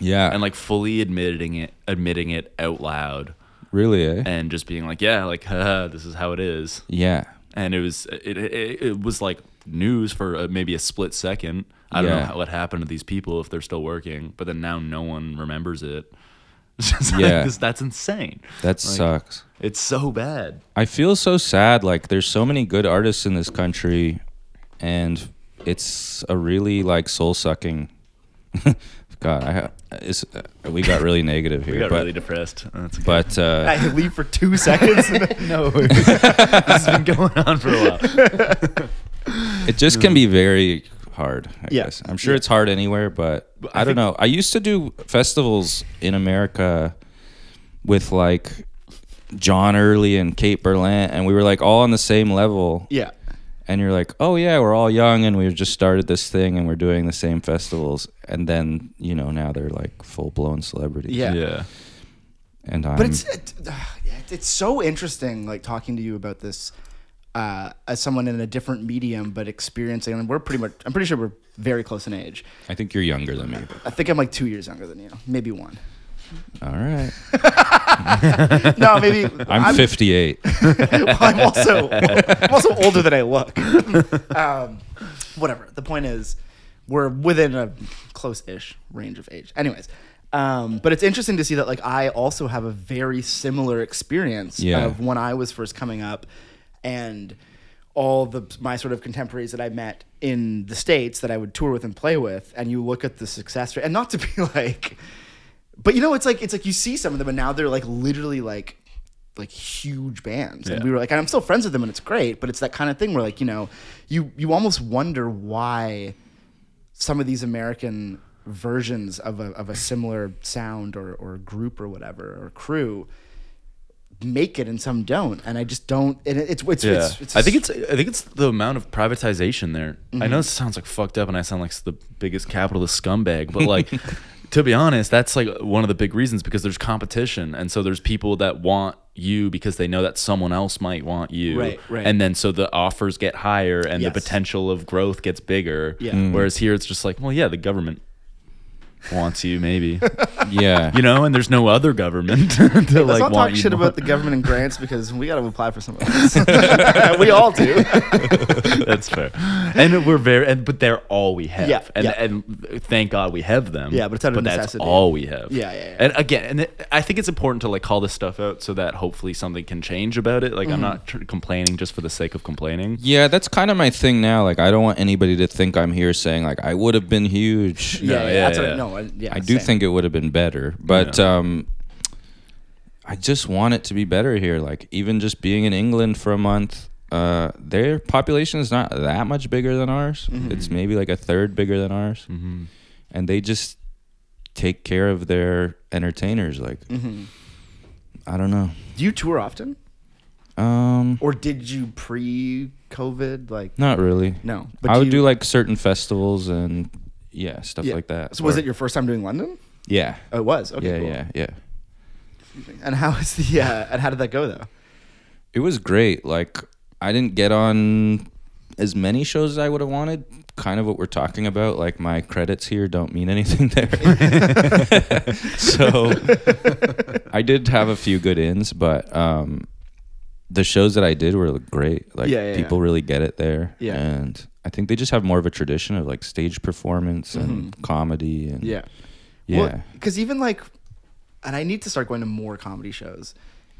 [SPEAKER 3] Yeah.
[SPEAKER 2] and like fully admitting it, admitting it out loud,
[SPEAKER 3] really. Eh?
[SPEAKER 2] and just being like, yeah, like [LAUGHS] Haha, this is how it is.
[SPEAKER 3] yeah.
[SPEAKER 2] And it was it it, it was like news for uh, maybe a split second. I don't know
[SPEAKER 3] Yeah.
[SPEAKER 2] how, what happened to these people if they're still working, but then now no one remembers it. [LAUGHS] It's just like,
[SPEAKER 3] Yeah.
[SPEAKER 2] this- that's insane.
[SPEAKER 3] That sucks.
[SPEAKER 2] It's so bad.
[SPEAKER 3] I feel so sad. Like there's so many good artists in this country, and it's a really like soul sucking. [LAUGHS] God, I ha- it's, uh, we got really negative here,
[SPEAKER 2] We got
[SPEAKER 3] but
[SPEAKER 2] really depressed. That's okay.
[SPEAKER 1] [LAUGHS]
[SPEAKER 3] but uh,
[SPEAKER 1] I leave for two seconds. [LAUGHS]
[SPEAKER 2] [LAUGHS]
[SPEAKER 1] no.
[SPEAKER 2] this has been going on for a
[SPEAKER 3] [LAUGHS]
[SPEAKER 2] while.
[SPEAKER 3] it just can be very hard. I
[SPEAKER 1] Yeah.
[SPEAKER 3] guess I'm sure
[SPEAKER 1] Yeah.
[SPEAKER 3] it's hard anywhere, but, I, don't know. I used to do festivals in America with like John Early and Kate Berlant, and we were like all on the same level.
[SPEAKER 1] Yeah.
[SPEAKER 3] and you're like, oh yeah, we're all young and we've just started this thing and we're doing the same festivals, and then you know now they're like full blown celebrities.
[SPEAKER 1] Yeah.
[SPEAKER 3] and I'm,
[SPEAKER 1] But it's it, ah, it- it's so interesting, like talking to you about this uh, as someone in a different medium, but experiencing. And we're pretty much. I'm pretty sure we're very close in age.
[SPEAKER 3] I think you're younger than me.
[SPEAKER 1] I think I'm like two years younger than you, maybe [LAUGHS] one.
[SPEAKER 3] All right,
[SPEAKER 1] No, maybe [LAUGHS]
[SPEAKER 3] I'm, 58.
[SPEAKER 1] well, I'm also I'm also older than I look. Um, whatever. The point is, we're within a close-ish range of age. Anyways, um, but it's interesting to see that like I also have a very similar experience
[SPEAKER 3] Yeah.
[SPEAKER 1] of when I was first coming up, and all the my sort of contemporaries that I met in the states that I would tour with and play with, and you look at the success rate, and not to be [LAUGHS] like. But you know, it's like it's like you see some of them, and now they're like literally like like huge bands, and
[SPEAKER 2] Yeah.
[SPEAKER 1] we were like, and I'm still friends with them, and it's great. But it's that kind of thing where like you know, you you almost wonder why some of these American versions of a of a similar sound or or group or whatever or crew make it and some don't, and I just don't. And it, it's it's,
[SPEAKER 2] Yeah,
[SPEAKER 1] it's it's Mm-hmm.
[SPEAKER 2] I think it's I think it's the amount of privatization there. I know this sounds like fucked up, and I sound like the biggest capitalist scumbag, but
[SPEAKER 1] [LAUGHS]
[SPEAKER 2] like to be honest, that's like one of the big reasons because there's competition, and so there's people that want you because they know that someone else might want you,
[SPEAKER 1] Right, right.
[SPEAKER 2] and then so the offers get higher and
[SPEAKER 1] Yes.
[SPEAKER 2] the potential of growth gets bigger.
[SPEAKER 1] Yeah. Mm.
[SPEAKER 2] Whereas here, it's just like, well, yeah, the government wants you maybe [LAUGHS]
[SPEAKER 3] Yeah,
[SPEAKER 2] you know and there's no other government [LAUGHS] to
[SPEAKER 1] Let's
[SPEAKER 2] like
[SPEAKER 1] not
[SPEAKER 2] want
[SPEAKER 1] talk
[SPEAKER 2] you
[SPEAKER 1] shit
[SPEAKER 2] more.
[SPEAKER 1] about the government and grants because we got to apply
[SPEAKER 2] [LAUGHS]
[SPEAKER 1] for some of this. [LAUGHS] we all do.
[SPEAKER 2] That's fair. And we're very, and, but they're all we have.
[SPEAKER 1] Yeah,
[SPEAKER 2] and,
[SPEAKER 1] yeah.
[SPEAKER 2] and thank God we have them.
[SPEAKER 1] Yeah, but it's out of
[SPEAKER 2] that's
[SPEAKER 1] necessity.
[SPEAKER 2] all we have.
[SPEAKER 1] Yeah, yeah, yeah.
[SPEAKER 2] And again, and it, I think it's important to like call this stuff out so that hopefully something can change about it.
[SPEAKER 1] Mm-hmm.
[SPEAKER 2] Like I'm not tr- complaining just for the sake of complaining.
[SPEAKER 3] yeah, that's kind of my thing now. Like I don't want anybody to think I'm here saying like I would have been huge.
[SPEAKER 1] yeah, yeah,
[SPEAKER 2] yeah,
[SPEAKER 1] that's what I,
[SPEAKER 2] yeah.
[SPEAKER 1] no, I, yeah,
[SPEAKER 3] I do
[SPEAKER 1] same.
[SPEAKER 3] think it would have been better, but um, I just want it to be better here. Like even just being in England for a month, uh, their population is not that much bigger than ours.
[SPEAKER 1] Mm-hmm.
[SPEAKER 3] It's maybe like a third bigger than ours, and they just take care of their entertainers. Like
[SPEAKER 1] Mm-hmm.
[SPEAKER 3] I don't know.
[SPEAKER 1] Do you tour often,
[SPEAKER 3] Um,
[SPEAKER 1] or did you pre-COVID? Like
[SPEAKER 3] not really.
[SPEAKER 1] no,
[SPEAKER 3] I would
[SPEAKER 1] you-
[SPEAKER 3] do like certain festivals and yeah, stuff
[SPEAKER 1] yeah.
[SPEAKER 3] like that.
[SPEAKER 1] So was
[SPEAKER 3] Or-
[SPEAKER 1] it your first time doing London?
[SPEAKER 3] Yeah.
[SPEAKER 1] Oh, it was. Okay,
[SPEAKER 3] yeah,
[SPEAKER 1] cool.
[SPEAKER 3] yeah, yeah.
[SPEAKER 1] And how is the uh, and how did that go though?
[SPEAKER 3] It was great. Like I didn't get on as many shows as I would have wanted. Kind of what we're talking about. Like my credits here don't mean anything there. [LAUGHS] so I did have a few good ins, but um, the shows that I did were great. Like
[SPEAKER 1] Yeah, yeah,
[SPEAKER 3] people
[SPEAKER 1] yeah.
[SPEAKER 3] really get it there.
[SPEAKER 1] Yeah.
[SPEAKER 3] And I think they just have more of a tradition of like stage performance
[SPEAKER 1] Mm-hmm.
[SPEAKER 3] and comedy and yeah.
[SPEAKER 1] Because even like, and I need to start going to more comedy
[SPEAKER 3] Hmm.
[SPEAKER 1] shows.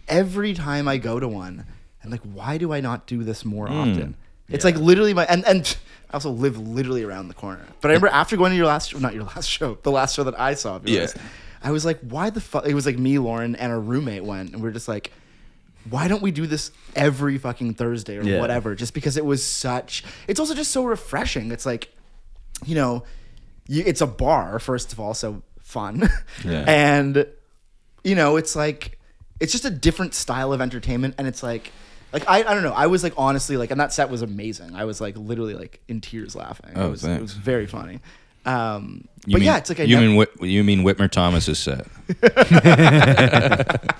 [SPEAKER 1] Every time I go to one, I'm like, why do I not do this more often? It's like literally my and and I also live literally around the corner. But I remember after going to your last not your last show, the last show that I saw. if you
[SPEAKER 3] Yeah.
[SPEAKER 1] realize, I was like, why the fuck? It was like me, Lauren, and our roommate went, and we are just like, why don't we do this every fucking Thursday or
[SPEAKER 2] Yeah.
[SPEAKER 1] whatever? Just because it was such. It's also just so refreshing. It's like, you know, you, it's a bar first of all, so fun, [LAUGHS]
[SPEAKER 3] Yeah.
[SPEAKER 1] and you know, it's like it's just a different style of entertainment, and it's like. Like I, I don't know. I was like honestly like, and that set was amazing. I was like literally like in tears laughing.
[SPEAKER 3] Oh,
[SPEAKER 1] it was,
[SPEAKER 3] thanks.
[SPEAKER 1] it was very funny. Um, but
[SPEAKER 3] You mean,
[SPEAKER 1] yeah, it's like I
[SPEAKER 3] you
[SPEAKER 1] never-
[SPEAKER 3] mean Whit, you mean Whitmer Thomas's set.
[SPEAKER 1] [LAUGHS]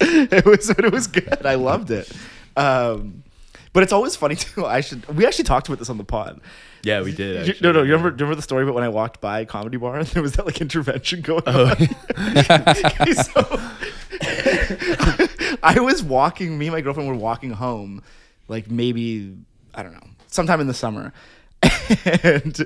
[SPEAKER 1] it was it was good. I loved it. Um, but it's always funny [LAUGHS] too. I should we actually talked about this on the pod.
[SPEAKER 2] Yeah, we did.
[SPEAKER 1] You- no, no.
[SPEAKER 2] [LAUGHS]
[SPEAKER 1] You remember, remember the story about when I walked by a comedy bar and [LAUGHS] there was that like intervention going on. [LAUGHS] Okay, so [LAUGHS] I was walking. Me and my girlfriend were walking home, like maybe I don't know, sometime in the summer, [LAUGHS] and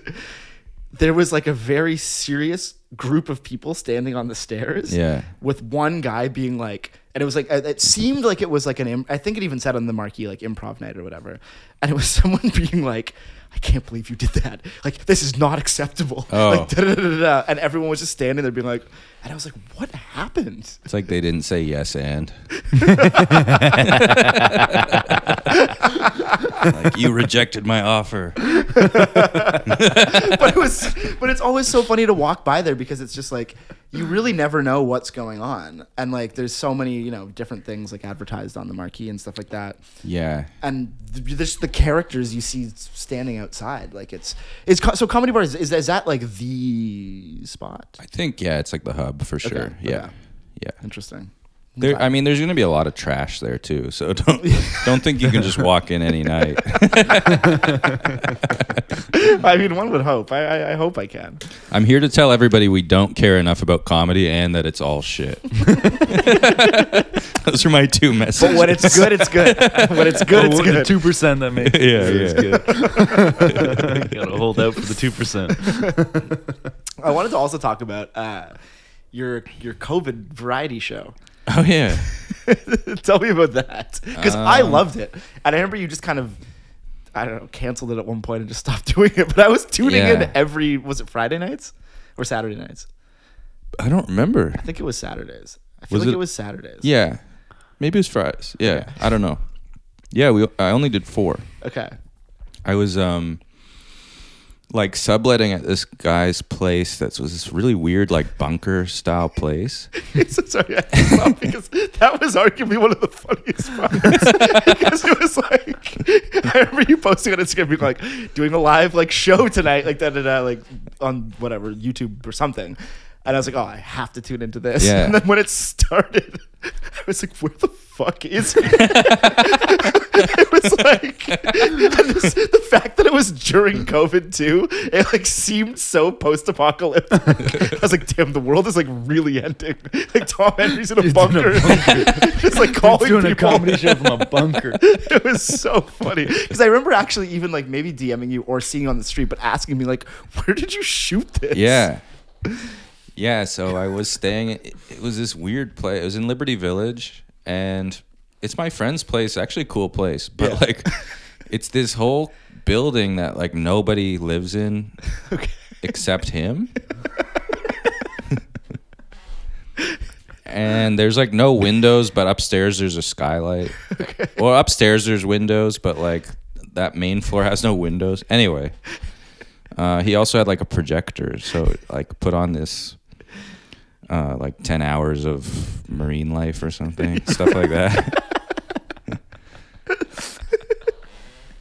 [SPEAKER 1] there was like a very serious group of people standing on the stairs
[SPEAKER 3] Yeah.
[SPEAKER 1] with one guy being like, and it was like, it seemed like it was like an, im- I think it even said on the marquee, like improv night or whatever. And it was [LAUGHS] someone being like, I can't believe you did that. Like, this is not acceptable. [LAUGHS]
[SPEAKER 3] Oh.
[SPEAKER 1] Like, da, da, da, da, da. And everyone was just standing there being like, and I was like, what happened? [LAUGHS]
[SPEAKER 3] It's like they didn't say yes and. like you rejected my offer.
[SPEAKER 1] but it was, but it's always so funny to walk by there because it's just like, you really never know what's going on. And like, there's so many, you know, different things like advertised on the marquee and stuff like that.
[SPEAKER 3] Yeah.
[SPEAKER 1] and th- just the characters you see standing outside like it's it's co- so comedy bar is, is is that like the spot
[SPEAKER 3] I think yeah, it's like the hub for sure.
[SPEAKER 1] okay.
[SPEAKER 3] Yeah. Yeah.
[SPEAKER 1] interesting
[SPEAKER 3] There I mean there's going to be a lot of trash there too. So [LAUGHS] don't don't think you can just walk in any
[SPEAKER 1] [LAUGHS]
[SPEAKER 3] night.
[SPEAKER 1] [LAUGHS] i mean one would hope I, I i hope i
[SPEAKER 3] [LAUGHS]
[SPEAKER 1] can
[SPEAKER 3] I'm here to tell everybody we don't care enough about comedy and that it's all shit. [LAUGHS] Those are my two messages.
[SPEAKER 1] but when it's good
[SPEAKER 3] [LAUGHS]
[SPEAKER 1] it's good when it's good it's good
[SPEAKER 2] two percent that [LAUGHS] makes.
[SPEAKER 3] Yeah,
[SPEAKER 2] it's
[SPEAKER 3] yeah.
[SPEAKER 2] good. [LAUGHS] Gotta hold out for the two percent.
[SPEAKER 1] [LAUGHS] i wanted to also talk about uh your your covid variety show
[SPEAKER 3] Oh yeah.
[SPEAKER 1] [LAUGHS] tell me about that because i
[SPEAKER 3] Um,
[SPEAKER 1] loved it and i remember you just kind of i don't know canceled it at one point and just [LAUGHS] stopped doing it but i was tuning
[SPEAKER 3] Yeah.
[SPEAKER 1] in every was it friday nights or saturday nights
[SPEAKER 3] I don't remember.
[SPEAKER 1] I think it was Saturdays. I feel
[SPEAKER 3] Was
[SPEAKER 1] like it,
[SPEAKER 3] it-
[SPEAKER 1] was Saturdays.
[SPEAKER 3] Yeah. Maybe it was fries. Yeah, I don't know. Yeah, we I only did 4.
[SPEAKER 1] Okay.
[SPEAKER 3] I was um like subletting at this guy's place that was this really weird like bunker style place.
[SPEAKER 1] [LAUGHS] so sorry, I had to laugh because that was arguably one of the funniest parts. because it was like I remember you posting on Instagram being like doing a live like show tonight, like da da da, like on whatever YouTube or something. And I was like, oh, I have to tune into this. [LAUGHS]
[SPEAKER 3] Yeah.
[SPEAKER 1] And then when it started, [LAUGHS] I was like, where the fuck is he? [LAUGHS] it was like and this- the fact that it was during COVID too. It like seemed so post-apocalyptic. I was like, damn, the world is like really ending. Like Tom Henry's in a
[SPEAKER 2] He's in a
[SPEAKER 1] bunker, [LAUGHS] just like calling
[SPEAKER 2] doing a
[SPEAKER 1] people.
[SPEAKER 2] comedy show from a
[SPEAKER 1] [LAUGHS]
[SPEAKER 2] bunker.
[SPEAKER 1] it was so funny because I remember actually even like maybe DMing you or seeing you on the street, but asking me like, where did you shoot this?
[SPEAKER 3] Yeah. Yeah, so I was staying it, it was this weird place. It was in Liberty Village and it's my friend's place, actually a cool place, but
[SPEAKER 1] Yeah.
[SPEAKER 3] like it's this whole building that like nobody lives in
[SPEAKER 1] [LAUGHS] Okay.
[SPEAKER 3] except him. and there's like no windows, but upstairs there's a skylight. Or upstairs there's windows, but like that main floor has no windows. Anyway, uh, he also had like a projector, so it, like put on this. Uh, like 10 hours of marine life or something, stuff like that.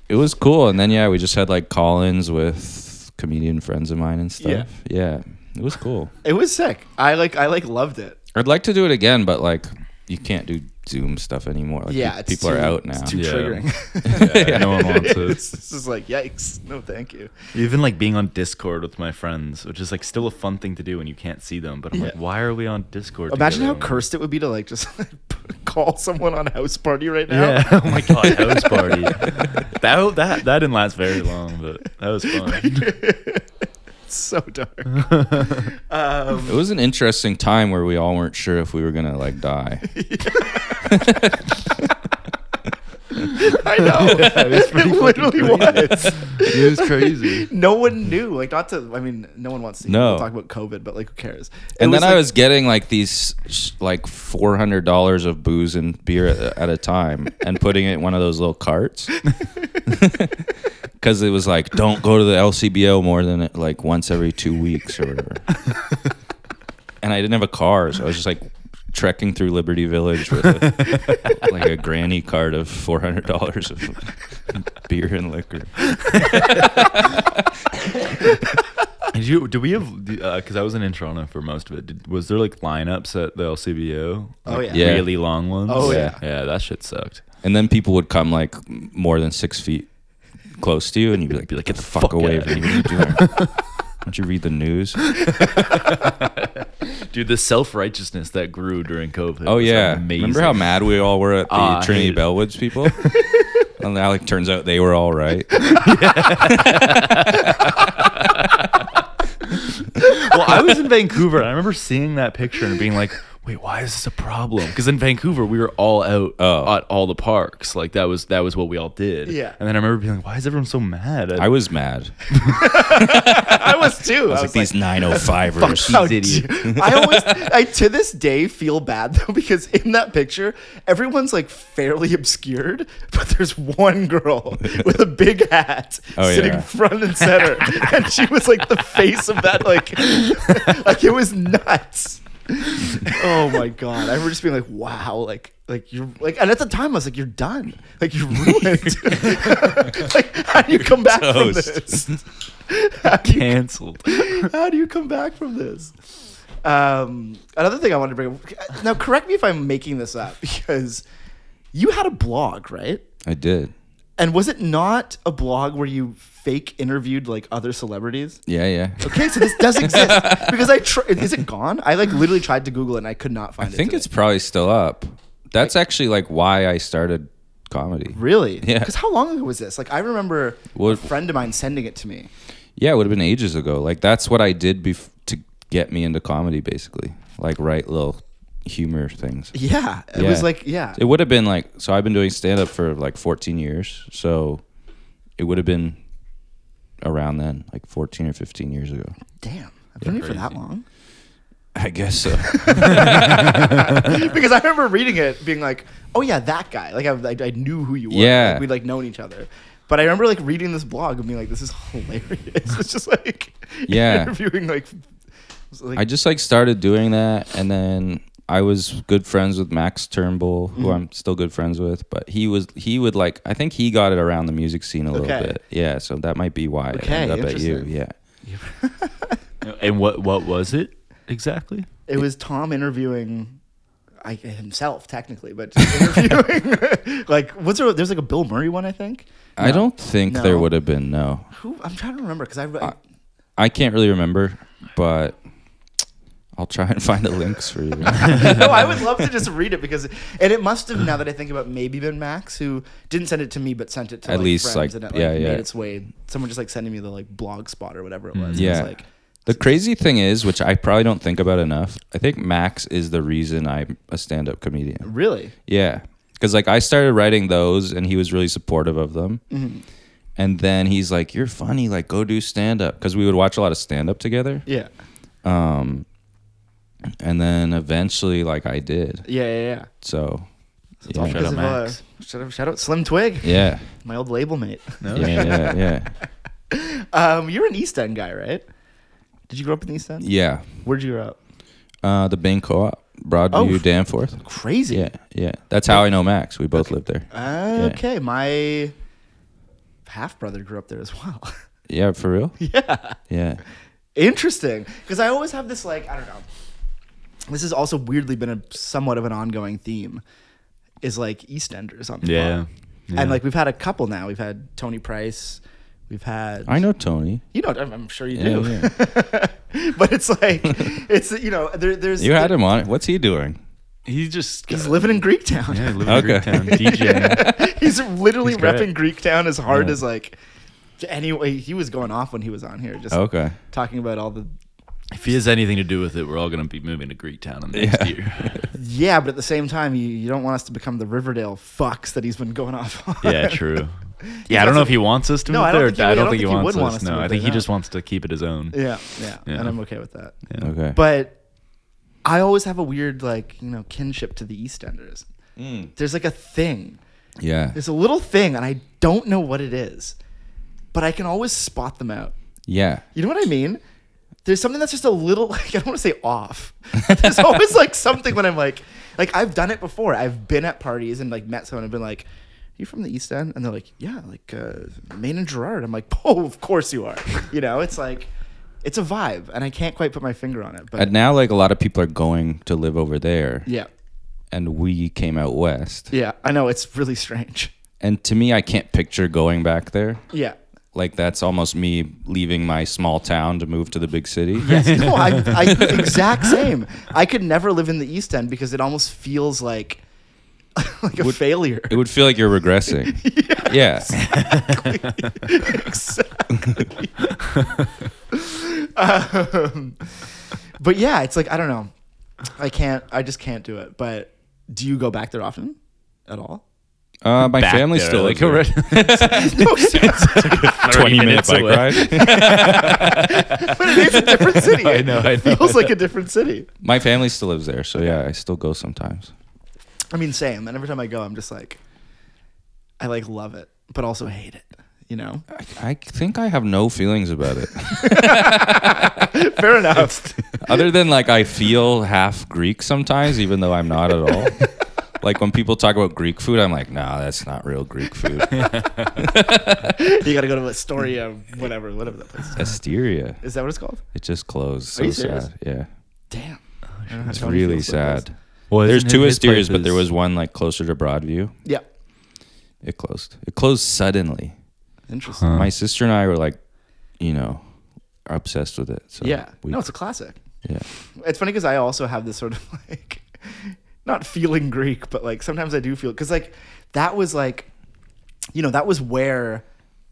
[SPEAKER 3] it was cool. And then, yeah, we just had like call ins with comedian friends of mine and
[SPEAKER 1] Yeah.
[SPEAKER 3] stuff. Yeah. It was cool.
[SPEAKER 1] It was sick. I like I like loved it.
[SPEAKER 3] I'd like to do it again, but like you can't do Zoom stuff anymore. Like
[SPEAKER 1] yeah,
[SPEAKER 3] pe-
[SPEAKER 1] it's
[SPEAKER 3] people
[SPEAKER 1] too-
[SPEAKER 3] are out now.
[SPEAKER 1] It's too
[SPEAKER 3] [LAUGHS]
[SPEAKER 2] Yeah.
[SPEAKER 1] triggering.
[SPEAKER 2] Yeah, no one wants it.
[SPEAKER 1] [LAUGHS] It's this is like yikes. No, thank you.
[SPEAKER 2] Even like being on Discord with my friends, which is like still a fun thing to do when you can't see them. But I'm like,
[SPEAKER 1] Yeah.
[SPEAKER 2] why are we on Discord?
[SPEAKER 1] Imagine how
[SPEAKER 2] together? [LAUGHS]
[SPEAKER 1] cursed it would be to like just [LAUGHS] call someone on house party right now.
[SPEAKER 2] Yeah. Oh my god,
[SPEAKER 1] [LAUGHS]
[SPEAKER 2] house party. that that that didn't last very long, but that was fun.
[SPEAKER 1] [LAUGHS] It's
[SPEAKER 2] [LAUGHS]
[SPEAKER 1] so dark. Um,
[SPEAKER 3] It was an interesting time where we all
[SPEAKER 1] [LAUGHS]
[SPEAKER 3] weren't sure if we were gonna like die.
[SPEAKER 1] [LAUGHS] I
[SPEAKER 2] [LAUGHS]
[SPEAKER 1] know.
[SPEAKER 2] That is pretty
[SPEAKER 1] it literally
[SPEAKER 2] fucking
[SPEAKER 1] was.
[SPEAKER 2] It was crazy.
[SPEAKER 1] no one knew. Like, not to. I mean, no one wants to.
[SPEAKER 3] No.
[SPEAKER 1] We'll talk about COVID, but like, who cares? It
[SPEAKER 3] and then I
[SPEAKER 1] like- [LAUGHS]
[SPEAKER 3] was [LAUGHS] getting like these sh- like four hundred dollars of booze and beer at, at a time, and putting it in one of those little carts. Because it was like, don't go to the LCBO more than like once every two weeks or whatever. and I didn't have a car, so I was just like trekking through Liberty Village with a, like a granny cart of four hundred dollars of [LAUGHS] beer and liquor.
[SPEAKER 2] Did you? Do we have? Because I was in Toronto for most of it. Did, was there like lineups at the LCBO?
[SPEAKER 1] Oh,
[SPEAKER 2] Like,
[SPEAKER 1] yeah. Yeah.
[SPEAKER 2] Really long ones.
[SPEAKER 1] Oh,
[SPEAKER 3] Yeah.
[SPEAKER 2] Yeah, that shit sucked.
[SPEAKER 3] And then people would come like more than six feet close to you, and you'd be like,
[SPEAKER 2] Be like,
[SPEAKER 3] "Get the fuck, away
[SPEAKER 2] outta
[SPEAKER 3] from me!"
[SPEAKER 2] here."
[SPEAKER 3] What are you doing?
[SPEAKER 2] [LAUGHS]
[SPEAKER 3] Why don't you read the news?
[SPEAKER 2] Dude, the self righteousness that grew during COVID.
[SPEAKER 3] Oh
[SPEAKER 2] was
[SPEAKER 3] yeah,
[SPEAKER 2] amazing.
[SPEAKER 3] remember how mad we all were at the
[SPEAKER 2] Ah, I
[SPEAKER 3] Trinity
[SPEAKER 2] hated it. [LAUGHS]
[SPEAKER 3] Bellwoods people? and now, like, turns out they were all right.
[SPEAKER 2] well, I was in Vancouver and I remember seeing that picture and being like, wait, why is this a problem? Because in Vancouver, we were all out
[SPEAKER 3] Oh.
[SPEAKER 2] at all the parks. Like that was that was what we all did.
[SPEAKER 1] Yeah.
[SPEAKER 2] And then I remember being like, why is everyone so mad? at-
[SPEAKER 3] I was mad.
[SPEAKER 1] I was too.
[SPEAKER 3] I was like, "These 905ers.
[SPEAKER 1] How
[SPEAKER 2] these
[SPEAKER 1] d- [LAUGHS] I always, I to this day feel bad though because in that picture, everyone's like fairly obscured, but there's one girl with a big hat
[SPEAKER 3] [LAUGHS] Oh,
[SPEAKER 1] sitting
[SPEAKER 3] yeah.
[SPEAKER 1] front and center, and she was like the face of that, like, [LAUGHS] like it was nuts. oh my god! I remember just being like, wow, like. Like you're like, and at the time I was like, "You're done. Like you're ruined. [LAUGHS] like how do you come back from
[SPEAKER 3] toast.
[SPEAKER 1] this? How do
[SPEAKER 2] [LAUGHS]
[SPEAKER 1] you
[SPEAKER 2] canceled.
[SPEAKER 1] [LAUGHS] how do you come back from this? Um, another thing I wanted to bring up. Now, correct me if I'm making this up [LAUGHS] because you had a blog, right?
[SPEAKER 3] I did.
[SPEAKER 1] And was it not a blog where you fake interviewed like other celebrities?
[SPEAKER 3] Yeah, yeah.
[SPEAKER 1] Okay, so this does exist
[SPEAKER 3] [LAUGHS]
[SPEAKER 1] because I tr- is it gone? I like literally tried to Google it and I could not
[SPEAKER 3] I
[SPEAKER 1] find it.
[SPEAKER 3] think
[SPEAKER 1] today.
[SPEAKER 3] it's probably still up. That's actually like why I started comedy.
[SPEAKER 1] really
[SPEAKER 3] Yeah.
[SPEAKER 1] Because how long ago was this? Like I remember a
[SPEAKER 3] What-
[SPEAKER 1] friend of mine sending it to me.
[SPEAKER 3] Yeah, it would have been ages ago. Like that's what I did bef- to get me into comedy, basically. Like write little humor things.
[SPEAKER 1] Yeah, it
[SPEAKER 3] Yeah.
[SPEAKER 1] was like yeah,
[SPEAKER 3] It would have been like so. I've been doing stand up for like 14 years, so it would have been around then, like 14 or 15 years ago.
[SPEAKER 1] damn. I've been here for that long.
[SPEAKER 3] I guess so. [LAUGHS]
[SPEAKER 1] because I remember reading it, being like, "Oh yeah, that guy." Like I, I, I knew who you were.
[SPEAKER 3] Yeah.
[SPEAKER 1] like, we'd like known each other. But I remember like reading this blog and being like, "This is hilarious." [LAUGHS] It's just like
[SPEAKER 3] Yeah.
[SPEAKER 1] interviewing like, it's like-
[SPEAKER 3] [LAUGHS] I just like started doing that, and then I was good friends with Max Turnbull, who I'm still good friends with. But he was he would like I think he got it around the music scene a little
[SPEAKER 1] Okay.
[SPEAKER 3] bit. Yeah, so that might be why
[SPEAKER 1] Okay,
[SPEAKER 3] it ended up at you.
[SPEAKER 1] interesting.
[SPEAKER 3] Yeah.
[SPEAKER 2] And what what was it exactly?
[SPEAKER 1] it was Tom interviewing. I, himself technically, but just [LAUGHS] interviewing [LAUGHS] like was there? There's like a Bill Murray one, I think.
[SPEAKER 3] I don't think there
[SPEAKER 1] No.
[SPEAKER 3] would have been no.
[SPEAKER 1] Who I'm trying to remember because I,
[SPEAKER 3] Uh, I can't really remember, but I'll try and [LAUGHS] find the
[SPEAKER 1] [LAUGHS]
[SPEAKER 3] links for you. [LAUGHS]
[SPEAKER 1] no, I would love to just read it because, and it must have now that I think about it, maybe been Max who didn't send it to me but sent it to
[SPEAKER 3] At
[SPEAKER 1] like,
[SPEAKER 3] least,
[SPEAKER 1] friends and
[SPEAKER 3] like,
[SPEAKER 1] it
[SPEAKER 3] yeah,
[SPEAKER 1] made
[SPEAKER 3] yeah. Mm,
[SPEAKER 1] its way. Someone just like sending me the like blog spot or whatever it was. and
[SPEAKER 3] Yeah.
[SPEAKER 1] it's like
[SPEAKER 3] The crazy thing is, which I probably don't think about enough, I think Max is the reason I'm a stand up comedian.
[SPEAKER 1] really,
[SPEAKER 3] Yeah. Because, like, I started writing those and he was really supportive of them.
[SPEAKER 1] Mm-hmm.
[SPEAKER 3] And then he's like, You're funny. Like, go do stand up. Because we would watch a lot of stand up together.
[SPEAKER 1] yeah,
[SPEAKER 3] Um, and then eventually, like, I did.
[SPEAKER 1] yeah, yeah, yeah.
[SPEAKER 3] So,
[SPEAKER 1] It's all
[SPEAKER 3] yeah.
[SPEAKER 2] Shout
[SPEAKER 1] because
[SPEAKER 2] out
[SPEAKER 1] of,
[SPEAKER 2] Max.
[SPEAKER 1] uh, shout out, shout out, Slim Twig, [LAUGHS]
[SPEAKER 3] Yeah.
[SPEAKER 1] my old label mate.
[SPEAKER 3] Yeah. Yeah. Yeah.
[SPEAKER 1] Um, you're an East End guy, right? Did you grow up in the East End?
[SPEAKER 3] yeah.
[SPEAKER 1] Where'd you grow up?
[SPEAKER 3] Uh, the Bain Co op, Broadview,
[SPEAKER 1] Oh.
[SPEAKER 3] Danforth.
[SPEAKER 1] Crazy.
[SPEAKER 3] Yeah. Yeah. That's how I know Max. We both lived there.
[SPEAKER 1] Uh, okay, my half brother grew up there as well. [LAUGHS]
[SPEAKER 3] Yeah. For real?
[SPEAKER 1] yeah.
[SPEAKER 3] Yeah.
[SPEAKER 1] Interesting, because I always have this like I don't know. This has also weirdly been a somewhat of an ongoing theme, is like EastEnders on the
[SPEAKER 2] Yeah.
[SPEAKER 1] block.
[SPEAKER 2] Yeah.
[SPEAKER 1] and like we've had a couple now. We've had Tony Price. We've had
[SPEAKER 3] I know Tony.
[SPEAKER 1] you know I'm, I'm sure you do,
[SPEAKER 3] Yeah,
[SPEAKER 1] [LAUGHS] but it's like it's you know there, there's
[SPEAKER 3] You had him on. it. What's he doing?
[SPEAKER 2] He's just
[SPEAKER 1] He's living in Greektown.
[SPEAKER 2] Yeah, living
[SPEAKER 3] Okay.
[SPEAKER 2] in Greektown, DJing.
[SPEAKER 1] [LAUGHS] he's literally
[SPEAKER 2] He's great.
[SPEAKER 1] repping Greektown as hard
[SPEAKER 3] Yeah.
[SPEAKER 1] as like. Anyway, he was going off when he was on here. Just
[SPEAKER 3] Okay.
[SPEAKER 1] talking about all the
[SPEAKER 2] If he has anything to do with it, we're all going to be moving to Greektown in the next year.
[SPEAKER 1] Yeah, but at the same time, you, you don't want us to become the Riverdale fucks that he's been going off on.
[SPEAKER 2] yeah, true. Yeah, I don't know if he wants us to
[SPEAKER 1] No,
[SPEAKER 2] move
[SPEAKER 1] I don't
[SPEAKER 2] there.
[SPEAKER 1] think he-
[SPEAKER 2] I don't think he wants
[SPEAKER 1] would
[SPEAKER 2] us.
[SPEAKER 1] want us to
[SPEAKER 2] No,
[SPEAKER 1] move
[SPEAKER 2] I think
[SPEAKER 1] there,
[SPEAKER 2] he
[SPEAKER 1] no.
[SPEAKER 2] just wants to keep it his own.
[SPEAKER 1] [LAUGHS] Yeah, yeah,
[SPEAKER 2] Yeah.
[SPEAKER 1] and I'm okay with that.
[SPEAKER 2] Yeah.
[SPEAKER 3] Okay.
[SPEAKER 1] But I always have a weird, like, you know, kinship to the EastEnders. There's like a thing.
[SPEAKER 3] Mm. yeah.
[SPEAKER 1] There's a little thing, and I don't know what it is, but I can always spot them out.
[SPEAKER 3] Yeah.
[SPEAKER 1] You know what I mean? There's something that's just a little [LAUGHS] like I don't want to say off. [LAUGHS] There's always like something when I'm like like I've done it before. I've been at parties and like met someone and been like, Are you from the East End? And they're like, Yeah, like uh Maine and Gerard. I'm like, [LAUGHS] Oh, of course you are. You know, it's like it's a vibe and I can't quite put my finger on it. But
[SPEAKER 3] And now, like, a lot of people are going to live over there.
[SPEAKER 1] yeah.
[SPEAKER 3] And we came out west.
[SPEAKER 1] Yeah. I know it's really strange. [LAUGHS]
[SPEAKER 3] And to me, I can't picture going back there.
[SPEAKER 1] Yeah.
[SPEAKER 3] Like, that's almost me leaving my small town to move to the big
[SPEAKER 1] [LAUGHS]
[SPEAKER 3] city. [LAUGHS]
[SPEAKER 1] no, I, I exact same. I could never live in the East End because it almost feels like [LAUGHS] like a failure.
[SPEAKER 3] It would feel like you're
[SPEAKER 1] [LAUGHS]
[SPEAKER 3] regressing. Yeah.
[SPEAKER 1] exactly. um, but yeah, it's like I don't know. I can't. I just can't do it. But do you go back there often at all?
[SPEAKER 3] Uh, my
[SPEAKER 2] Back
[SPEAKER 3] family
[SPEAKER 2] there,
[SPEAKER 3] still
[SPEAKER 2] like
[SPEAKER 3] [LAUGHS] lives
[SPEAKER 2] [LAUGHS]
[SPEAKER 3] there.
[SPEAKER 1] No, seriously.
[SPEAKER 2] Twenty minutes
[SPEAKER 3] minute
[SPEAKER 2] [LAUGHS]
[SPEAKER 3] bike
[SPEAKER 2] away.
[SPEAKER 3] [LAUGHS] ride.
[SPEAKER 1] [LAUGHS] but it is a different city. [LAUGHS]
[SPEAKER 2] I know, I
[SPEAKER 1] It
[SPEAKER 2] know.
[SPEAKER 1] feels like a different city.
[SPEAKER 3] my family still lives there, so yeah, I still go sometimes.
[SPEAKER 1] I mean, same. And every time I go, I'm just like, I like love it, but also hate it. You know.
[SPEAKER 3] I think I have no feelings about it,
[SPEAKER 1] [LAUGHS]
[SPEAKER 3] [LAUGHS]
[SPEAKER 1] Fair enough.
[SPEAKER 3] other than like I feel half Greek sometimes, even though I'm not at all. [LAUGHS] Like when people talk about Greek food, I'm like, nah, that's not real Greek food.
[SPEAKER 1] [LAUGHS]
[SPEAKER 3] [LAUGHS]
[SPEAKER 1] you got to go to Astoria, whatever, whatever that place is.
[SPEAKER 3] Asteria,
[SPEAKER 1] Is that what it's called?
[SPEAKER 3] it just closed. So
[SPEAKER 1] Are you serious?
[SPEAKER 3] sad. Yeah,
[SPEAKER 1] Damn. I don't know how
[SPEAKER 3] it's
[SPEAKER 1] Tony
[SPEAKER 3] really
[SPEAKER 1] feels about this.
[SPEAKER 3] sad.
[SPEAKER 2] [LAUGHS] Well,
[SPEAKER 3] There's
[SPEAKER 2] isn't
[SPEAKER 3] two
[SPEAKER 2] his- his
[SPEAKER 3] Asterias,
[SPEAKER 2] place
[SPEAKER 3] but there
[SPEAKER 2] is-
[SPEAKER 3] was one like closer to Broadview.
[SPEAKER 1] Yeah.
[SPEAKER 3] It closed. It closed suddenly.
[SPEAKER 1] Interesting.
[SPEAKER 2] Huh.
[SPEAKER 3] My sister and I were like, you know, obsessed with it. So
[SPEAKER 1] yeah.
[SPEAKER 3] we,
[SPEAKER 1] no, it's a classic.
[SPEAKER 3] yeah.
[SPEAKER 1] It's funny because I also have this sort of [LAUGHS] like, not feeling Greek, but like sometimes I do feel because like that was like, you know, that was where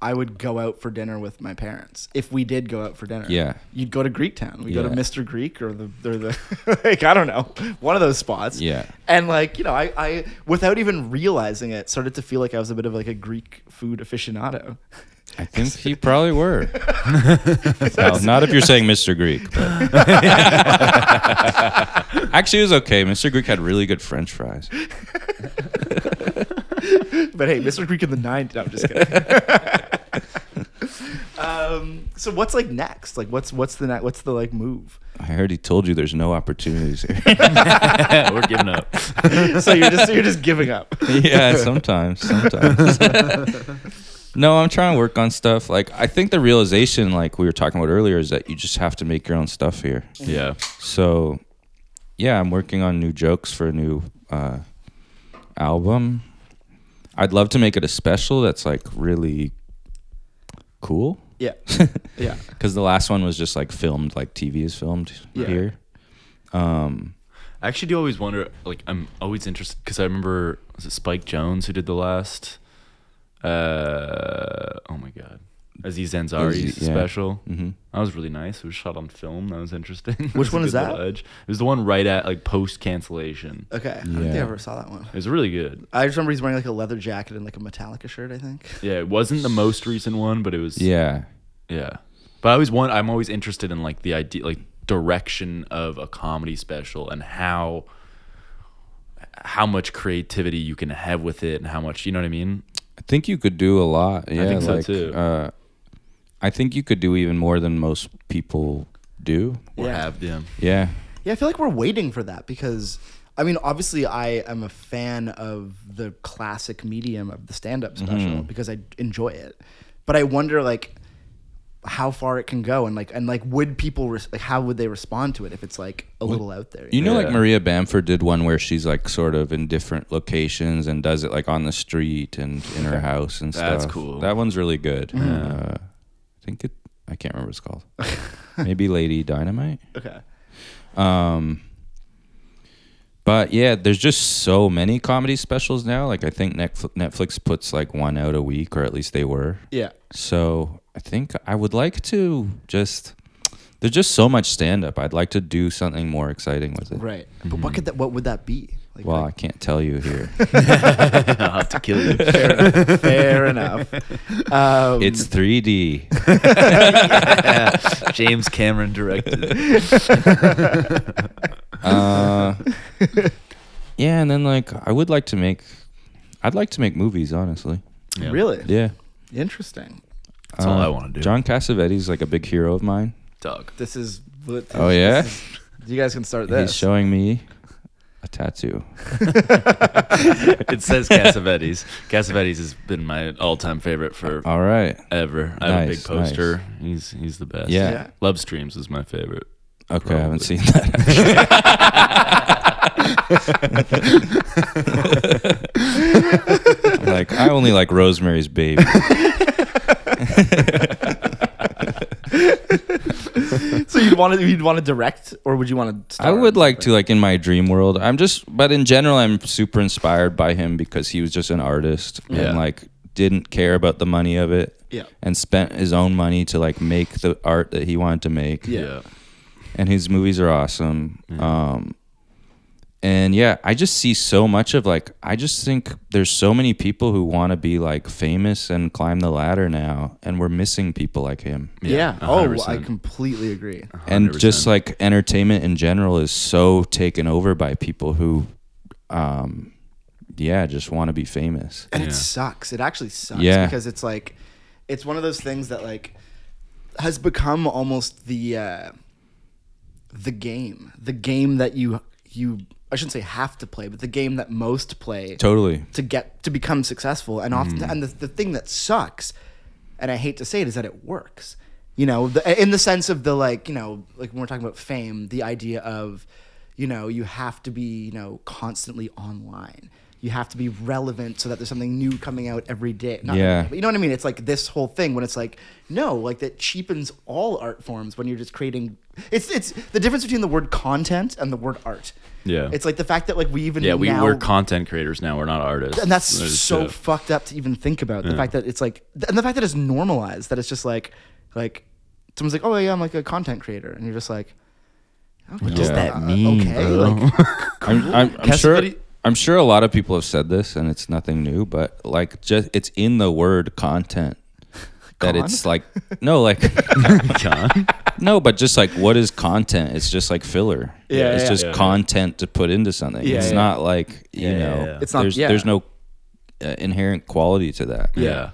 [SPEAKER 1] I would go out for dinner with my parents if we did go out for dinner.
[SPEAKER 3] Yeah.
[SPEAKER 1] you'd go to Greek Town. We go to
[SPEAKER 3] Yeah.
[SPEAKER 1] Mr. Greek or the [LAUGHS] or the like I don't know one of those spots.
[SPEAKER 3] Yeah.
[SPEAKER 1] and like you know I I without even realizing it started to feel like I was a bit of like a Greek food aficionado. [LAUGHS]
[SPEAKER 3] I think you probably were. well, not if you're saying Mr. Greek. But. Actually, it was okay. Mr. Greek had really good French fries.
[SPEAKER 1] But hey, Mr. Greek in the nine. No, I'm just kidding. um, so what's like next? Like what's what's the next? What's the like move?
[SPEAKER 3] I already told you there's no opportunities here.
[SPEAKER 2] [LAUGHS]
[SPEAKER 3] [LAUGHS]
[SPEAKER 2] We're giving up.
[SPEAKER 1] So you're just you're just giving up.
[SPEAKER 3] yeah, [LAUGHS] sometimes, sometimes. no, I'm trying to work on stuff. Like I think the realization, like we were talking about earlier, is that you just have to make your own stuff here.
[SPEAKER 2] Yeah.
[SPEAKER 3] So, yeah, I'm working on new jokes for a new uh, album. I'd love to make it a special that's like really cool
[SPEAKER 1] Yeah, yeah.
[SPEAKER 3] because the last one was just like filmed like TV is filmed
[SPEAKER 1] Yeah.
[SPEAKER 3] here. Um,
[SPEAKER 2] I actually do always wonder. Like, I'm always interested because I remember was it Spike Jones who did the last? Uh, oh my god, Aziz Ansari's
[SPEAKER 3] Aziz, yeah.
[SPEAKER 2] special.
[SPEAKER 3] hmm
[SPEAKER 2] That was really nice. It was shot on film. That was interesting. It
[SPEAKER 1] Which
[SPEAKER 2] [LAUGHS] was a
[SPEAKER 1] one is
[SPEAKER 2] good little
[SPEAKER 1] that?
[SPEAKER 2] Edge. It was the one right at like post cancellation.
[SPEAKER 1] Okay, I don't think I
[SPEAKER 3] Yeah.
[SPEAKER 1] ever saw that one.
[SPEAKER 2] It was really good.
[SPEAKER 1] I just remember he's wearing like a leather jacket and like a Metallica shirt. I think.
[SPEAKER 2] Yeah, it wasn't the most recent one, but it was.
[SPEAKER 3] Yeah,
[SPEAKER 2] yeah. But I always want. I'm always interested in like the idea, like direction of a comedy special and how how much creativity you can have with it and how much you know what I mean.
[SPEAKER 3] I think you could do a lot. Yeah,
[SPEAKER 2] think so,
[SPEAKER 3] like,
[SPEAKER 2] too.
[SPEAKER 3] Uh, I think you could do even more than most people do.
[SPEAKER 2] or
[SPEAKER 1] Yeah.
[SPEAKER 2] have them.
[SPEAKER 3] Yeah,
[SPEAKER 1] Yeah, I feel like we're waiting for that because I mean, obviously, I am a fan of the classic medium of the stand-up special
[SPEAKER 3] Mm-hmm.
[SPEAKER 1] because I enjoy it, but I wonder like how far it can go and like and like would people res- like how would they respond to it if it's like a little out there?
[SPEAKER 3] You know, like
[SPEAKER 2] Yeah.
[SPEAKER 3] Maria Bamford did one where she's like sort of in different locations and does it like on the street and
[SPEAKER 2] [LAUGHS]
[SPEAKER 3] in her house and stuff.
[SPEAKER 2] That's cool.
[SPEAKER 3] That one's really good. Uh, I think it. I can't remember what it's called. [LAUGHS] Maybe Lady Dynamite.
[SPEAKER 1] okay,
[SPEAKER 3] Um, but yeah, there's just so many comedy specials now. Like I think Netflix, Netflix puts like one out a week, or at least they were.
[SPEAKER 1] yeah,
[SPEAKER 3] So I think I would like to just. There's just so much stand up. I'd like to do something more exciting with it.
[SPEAKER 1] Right. But
[SPEAKER 3] Mm-hmm.
[SPEAKER 1] what could that? What would that be? Like,
[SPEAKER 3] Well, I
[SPEAKER 1] like- Oh,
[SPEAKER 3] can't tell
[SPEAKER 1] [LAUGHS]
[SPEAKER 3] you here.
[SPEAKER 2] I'll have to kill you.
[SPEAKER 3] [LAUGHS]
[SPEAKER 1] fair enough. Um,
[SPEAKER 3] it's 3D.
[SPEAKER 2] [LAUGHS] James Cameron
[SPEAKER 1] [LAUGHS]
[SPEAKER 2] directed.
[SPEAKER 3] Uh, yeah, and then like I would like to make, I'd like to make movies. Honestly,
[SPEAKER 2] Yeah.
[SPEAKER 1] really
[SPEAKER 3] yeah. Uh,
[SPEAKER 1] interesting.
[SPEAKER 2] That's all I wanna do.
[SPEAKER 3] John Cassavetes like a big hero of mine.
[SPEAKER 2] Dog.
[SPEAKER 1] This is. What,
[SPEAKER 3] Oh yeah,
[SPEAKER 1] this is- you guys can start
[SPEAKER 3] he's
[SPEAKER 1] this.
[SPEAKER 3] showing me a tattoo.
[SPEAKER 2] it says Cassavetes. Cassavetes has been my all-time favorite for
[SPEAKER 3] All right.
[SPEAKER 2] ever. I have a big
[SPEAKER 3] Nice, nice.
[SPEAKER 2] poster. He's he's the best.
[SPEAKER 3] Yeah.
[SPEAKER 1] Yeah.
[SPEAKER 2] Love Streams is my favorite.
[SPEAKER 3] Okay, I haven't
[SPEAKER 2] Probably.
[SPEAKER 3] seen that.
[SPEAKER 2] [LAUGHS]
[SPEAKER 3] actually. [LAUGHS] like I only like Rosemary's Baby.
[SPEAKER 1] so you'd want to you'd want to direct, or would you want to?
[SPEAKER 3] I would like to like in my dream world. I'm just but in general I'm super inspired by him because he was just an artist
[SPEAKER 2] Yeah.
[SPEAKER 3] and like didn't care about the money of it
[SPEAKER 1] Yeah.
[SPEAKER 3] and spent his own money to like make the art that he wanted to make.
[SPEAKER 1] Yeah.
[SPEAKER 3] And his movies are awesome. Um and yeah, I just see so much of like I just think there's so many people who want to be like famous and climb the ladder now and we're missing people like him.
[SPEAKER 1] Yeah.
[SPEAKER 2] Yeah,
[SPEAKER 1] Oh, I
[SPEAKER 2] 100%.
[SPEAKER 1] completely agree.
[SPEAKER 3] and just
[SPEAKER 2] 100%.
[SPEAKER 3] like entertainment in general is so taken over by people who um yeah just want to be famous
[SPEAKER 1] and
[SPEAKER 2] Yeah.
[SPEAKER 1] it sucks. It actually sucks
[SPEAKER 3] Yeah.
[SPEAKER 1] because it's like it's one of those things that like has become almost the uh the game, the game that you you I shouldn't say have to play, but the game that most play
[SPEAKER 3] totally
[SPEAKER 1] to get to become successful. And often
[SPEAKER 2] Mm-hmm.
[SPEAKER 1] and the, the thing that sucks, and I hate to say it, is that it works. You know, the, in the sense of the like, you know, like when we're talking about fame, the idea of, you know, you have to be, you know, constantly online. You have to be relevant so that there's something new coming out every day. Not every
[SPEAKER 3] Yeah.
[SPEAKER 1] day, but you know what I mean? It's like this whole thing when it's like, no, like that cheapens all art forms when you're just creating. It's it's the difference between the word content and the word art.
[SPEAKER 2] Yeah.
[SPEAKER 1] It's like the fact that like we even
[SPEAKER 2] Yeah, we,
[SPEAKER 1] now,
[SPEAKER 2] we're content creators now. We're not artists.
[SPEAKER 1] and that's
[SPEAKER 2] There's-
[SPEAKER 1] so
[SPEAKER 2] yeah.
[SPEAKER 1] [LAUGHS] fucked up to even think about the fact that it's like th- and the fact that it's normalized that it's just like like someone's like oh yeah i'm like a content creator and you're just like what
[SPEAKER 2] does that mean,
[SPEAKER 1] okay
[SPEAKER 2] bro? [LAUGHS]
[SPEAKER 1] like
[SPEAKER 3] i'm, I'm, I'm sure
[SPEAKER 2] Cassidy-
[SPEAKER 3] i'm sure a lot of people have said this and it's nothing new but like just it's in the word content
[SPEAKER 1] Con?
[SPEAKER 3] that it's like no like
[SPEAKER 2] John.
[SPEAKER 3] no but just like what is content it's just like filler
[SPEAKER 1] Yeah,
[SPEAKER 3] it's
[SPEAKER 1] yeah,
[SPEAKER 3] just
[SPEAKER 2] yeah.
[SPEAKER 3] content to put into something
[SPEAKER 1] Yeah,
[SPEAKER 3] it's
[SPEAKER 1] yeah.
[SPEAKER 3] not like you
[SPEAKER 2] Yeah,
[SPEAKER 3] know
[SPEAKER 2] yeah, yeah.
[SPEAKER 1] It's not-
[SPEAKER 3] there's,
[SPEAKER 1] yeah.
[SPEAKER 3] there's no uh, inherent quality to that
[SPEAKER 2] Yeah.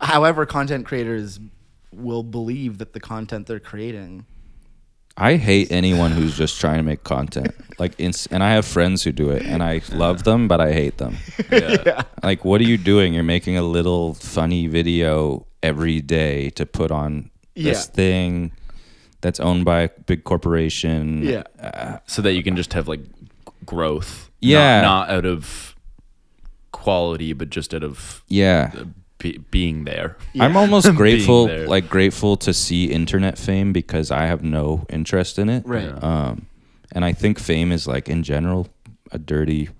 [SPEAKER 1] however content creators will believe that the content they're creating
[SPEAKER 3] I hate anyone who's just trying to make content. Like, ins- and I have friends who do it, and I love them, but I hate them.
[SPEAKER 2] Yeah.
[SPEAKER 3] Like, what are you doing? You're making a little funny video every day to put on this
[SPEAKER 1] Yeah.
[SPEAKER 3] thing that's owned by a big corporation. Uh,
[SPEAKER 1] yeah
[SPEAKER 2] So that you can just have like growth. Not-
[SPEAKER 3] Yeah.
[SPEAKER 2] Not, out of quality, but just out of uh,
[SPEAKER 3] Yeah.
[SPEAKER 2] be, being there.
[SPEAKER 3] I'm
[SPEAKER 1] [LAUGHS]
[SPEAKER 3] almost grateful,
[SPEAKER 2] there.
[SPEAKER 3] like grateful to see internet fame because I have no interest in it.
[SPEAKER 1] Right.
[SPEAKER 3] Um, and I think fame is like in general a dirty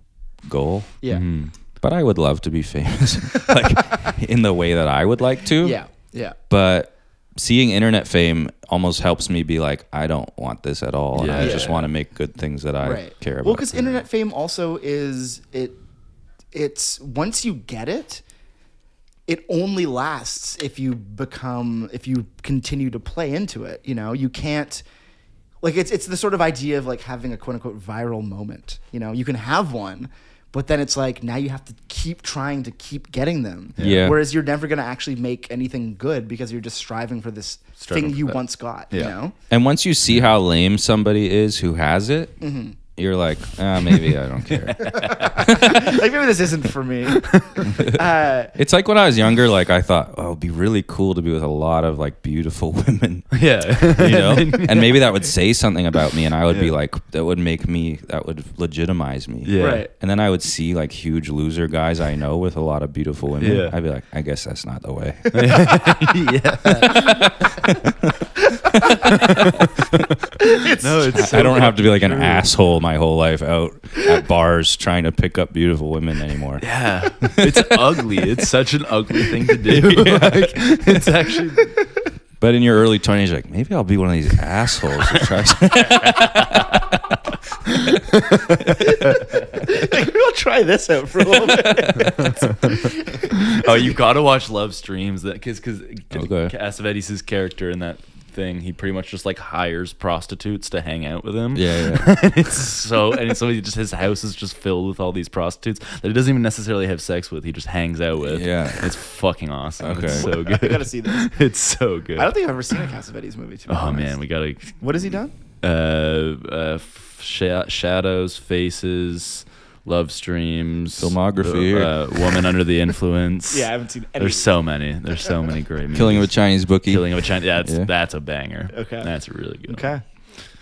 [SPEAKER 3] goal.
[SPEAKER 1] yeah
[SPEAKER 2] Mm-hmm.
[SPEAKER 3] but I would love to be famous, [LAUGHS] like in the way that I would like to.
[SPEAKER 1] yeah yeah
[SPEAKER 3] But seeing internet fame almost helps me be like, I don't want this at all. I
[SPEAKER 2] Yeah.
[SPEAKER 3] just want to make good things that I
[SPEAKER 1] right
[SPEAKER 3] care about.
[SPEAKER 1] well because internet fame also is it it's once you get it it only lasts if you become if you continue to play into it you know you can't like it's it's the sort of idea of like having a quote unquote viral moment you know you can have one but then it's like now you have to keep trying to keep getting them
[SPEAKER 3] Yeah.
[SPEAKER 1] whereas you're never going to actually make anything good because you're just striving for this
[SPEAKER 2] Striving
[SPEAKER 1] thing
[SPEAKER 2] for
[SPEAKER 1] you
[SPEAKER 2] that.
[SPEAKER 1] once got you
[SPEAKER 2] Yeah.
[SPEAKER 1] know
[SPEAKER 3] and once you see how lame somebody is who has it,
[SPEAKER 1] Mm-hmm.
[SPEAKER 3] you're like, ah, [LAUGHS] maybe I don't
[SPEAKER 1] [LAUGHS]
[SPEAKER 3] care.
[SPEAKER 1] like maybe this isn't for
[SPEAKER 3] [LAUGHS]
[SPEAKER 1] me uh,
[SPEAKER 3] It's like when I was younger, like I thought, oh, it'd be really cool to be with a lot of like beautiful [LAUGHS] women.
[SPEAKER 2] [LAUGHS] Yeah.
[SPEAKER 3] [LAUGHS]
[SPEAKER 1] [LAUGHS]
[SPEAKER 3] you know
[SPEAKER 2] [LAUGHS]
[SPEAKER 3] and maybe that would say something about me and i would be like that would make me that would legitimize me
[SPEAKER 2] Yeah.
[SPEAKER 3] [LAUGHS]
[SPEAKER 1] Right.
[SPEAKER 3] and then i would see like huge loser guys i know with a lot of beautiful women
[SPEAKER 2] Yeah.
[SPEAKER 3] i'd be like i guess that's not the way
[SPEAKER 2] [LAUGHS] yeah. no, it's
[SPEAKER 3] i don't have to be like an asshole my whole life out at bars trying to pick up beautiful women anymore
[SPEAKER 2] Yeah,
[SPEAKER 3] [LAUGHS]
[SPEAKER 2] it's ugly. It's such an ugly thing to do. like, it's actually
[SPEAKER 3] But in your early 20s, you're like, maybe I'll be one of these assholes who tries [LAUGHS]
[SPEAKER 1] Like, [LAUGHS] we'll try this out for a little bit.
[SPEAKER 2] [LAUGHS]
[SPEAKER 3] [LAUGHS]
[SPEAKER 2] oh, you gotta watch Love Streams that because because
[SPEAKER 3] Okay.
[SPEAKER 2] Cassavetes' character in that thing, he pretty much just like hires prostitutes to hang out with him.
[SPEAKER 3] Yeah, yeah.
[SPEAKER 2] [LAUGHS] and it's so and so he just his house is just filled with all these prostitutes that he doesn't even necessarily have sex with. He just hangs out with.
[SPEAKER 3] Yeah.
[SPEAKER 2] it's fucking awesome.
[SPEAKER 3] Okay.
[SPEAKER 2] it's so good.
[SPEAKER 1] I gotta see this.
[SPEAKER 2] [LAUGHS] It's so good.
[SPEAKER 1] I don't think I've ever seen a Cassavetes movie. To be
[SPEAKER 2] oh
[SPEAKER 1] honest.
[SPEAKER 2] man, we gotta
[SPEAKER 1] what has he done?
[SPEAKER 2] uh, uh, f- sha- shadows, faces, love streams,
[SPEAKER 3] Filmography.
[SPEAKER 2] uh, uh, woman under the influence.
[SPEAKER 1] [LAUGHS] Yeah, I haven't seen any.
[SPEAKER 2] There's so many. There's so many great movies.
[SPEAKER 3] Killing of a Chinese bookie.
[SPEAKER 2] Killing of a Chinese. That's
[SPEAKER 3] Yeah.
[SPEAKER 2] that's a banger.
[SPEAKER 1] Okay.
[SPEAKER 2] That's a really good. one.
[SPEAKER 1] okay.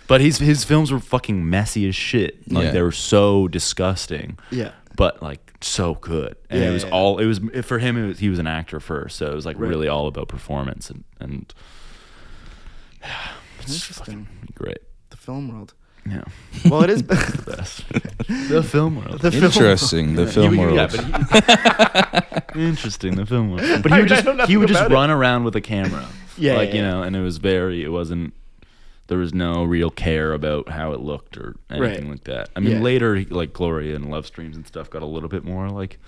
[SPEAKER 2] But his his films were fucking messy as shit. Like
[SPEAKER 3] Yeah.
[SPEAKER 2] they were so disgusting.
[SPEAKER 1] Yeah.
[SPEAKER 2] But like so good, and
[SPEAKER 1] Yeah,
[SPEAKER 2] it was
[SPEAKER 1] yeah, yeah.
[SPEAKER 2] all it was for him. It was, he was an actor first, so it was like
[SPEAKER 1] Right.
[SPEAKER 2] really all about performance and and [SIGHS]
[SPEAKER 1] Interesting.
[SPEAKER 2] great.
[SPEAKER 1] The film world.
[SPEAKER 2] Yeah,
[SPEAKER 1] [LAUGHS] Well, it is
[SPEAKER 2] the best. [LAUGHS] the film world.
[SPEAKER 1] the film
[SPEAKER 3] Interesting. The film
[SPEAKER 2] You-
[SPEAKER 3] world.
[SPEAKER 2] yeah, but he- [LAUGHS] interesting, the film world. But he
[SPEAKER 1] I
[SPEAKER 2] would
[SPEAKER 1] mean, I
[SPEAKER 2] just
[SPEAKER 1] know nothing
[SPEAKER 2] he would just
[SPEAKER 1] about it.
[SPEAKER 2] run around with a camera.
[SPEAKER 1] [LAUGHS] Yeah,
[SPEAKER 2] like
[SPEAKER 1] yeah,
[SPEAKER 2] you
[SPEAKER 1] yeah.
[SPEAKER 2] know, and it was very. It wasn't. There was no real care about how it looked or anything
[SPEAKER 1] Right.
[SPEAKER 2] like that. I mean,
[SPEAKER 1] Yeah.
[SPEAKER 2] later, he- like Gloria and Love Streams and stuff, got a little bit more like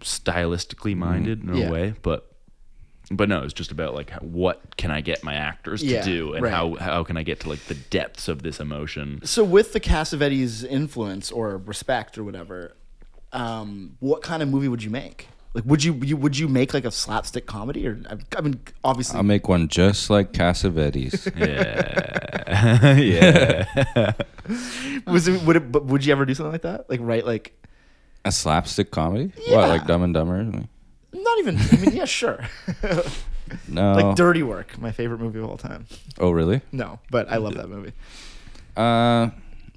[SPEAKER 2] stylistically minded in
[SPEAKER 1] Mm-hmm. Yeah.
[SPEAKER 2] a way, but. But no, it's just about like how- what can I get my actors to
[SPEAKER 1] Yeah,
[SPEAKER 2] do, and
[SPEAKER 1] right.
[SPEAKER 2] how how can I get to like the depths of this emotion.
[SPEAKER 1] [LAUGHS] So, with the Cassavetes influence or respect or whatever, um, what kind of movie would you make? Like, would you, you would you make like a slapstick comedy? Or I- I mean, obviously,
[SPEAKER 2] Um,
[SPEAKER 3] I'll make one just
[SPEAKER 2] [LAUGHS]
[SPEAKER 3] like Cassavetes.
[SPEAKER 2] Yeah, [LAUGHS] yeah.
[SPEAKER 1] was it, would it, but would you ever do something like that? Like, write like
[SPEAKER 3] a slapstick comedy?
[SPEAKER 1] Yeah.
[SPEAKER 3] What, like Dumb and Dumber?
[SPEAKER 1] not even. I mean, yeah, sure. [LAUGHS]
[SPEAKER 3] No.
[SPEAKER 2] Oh.
[SPEAKER 1] like Dirty Work, my favorite movie of all time.
[SPEAKER 3] oh, really?
[SPEAKER 1] No, but I love that movie.
[SPEAKER 3] Uh,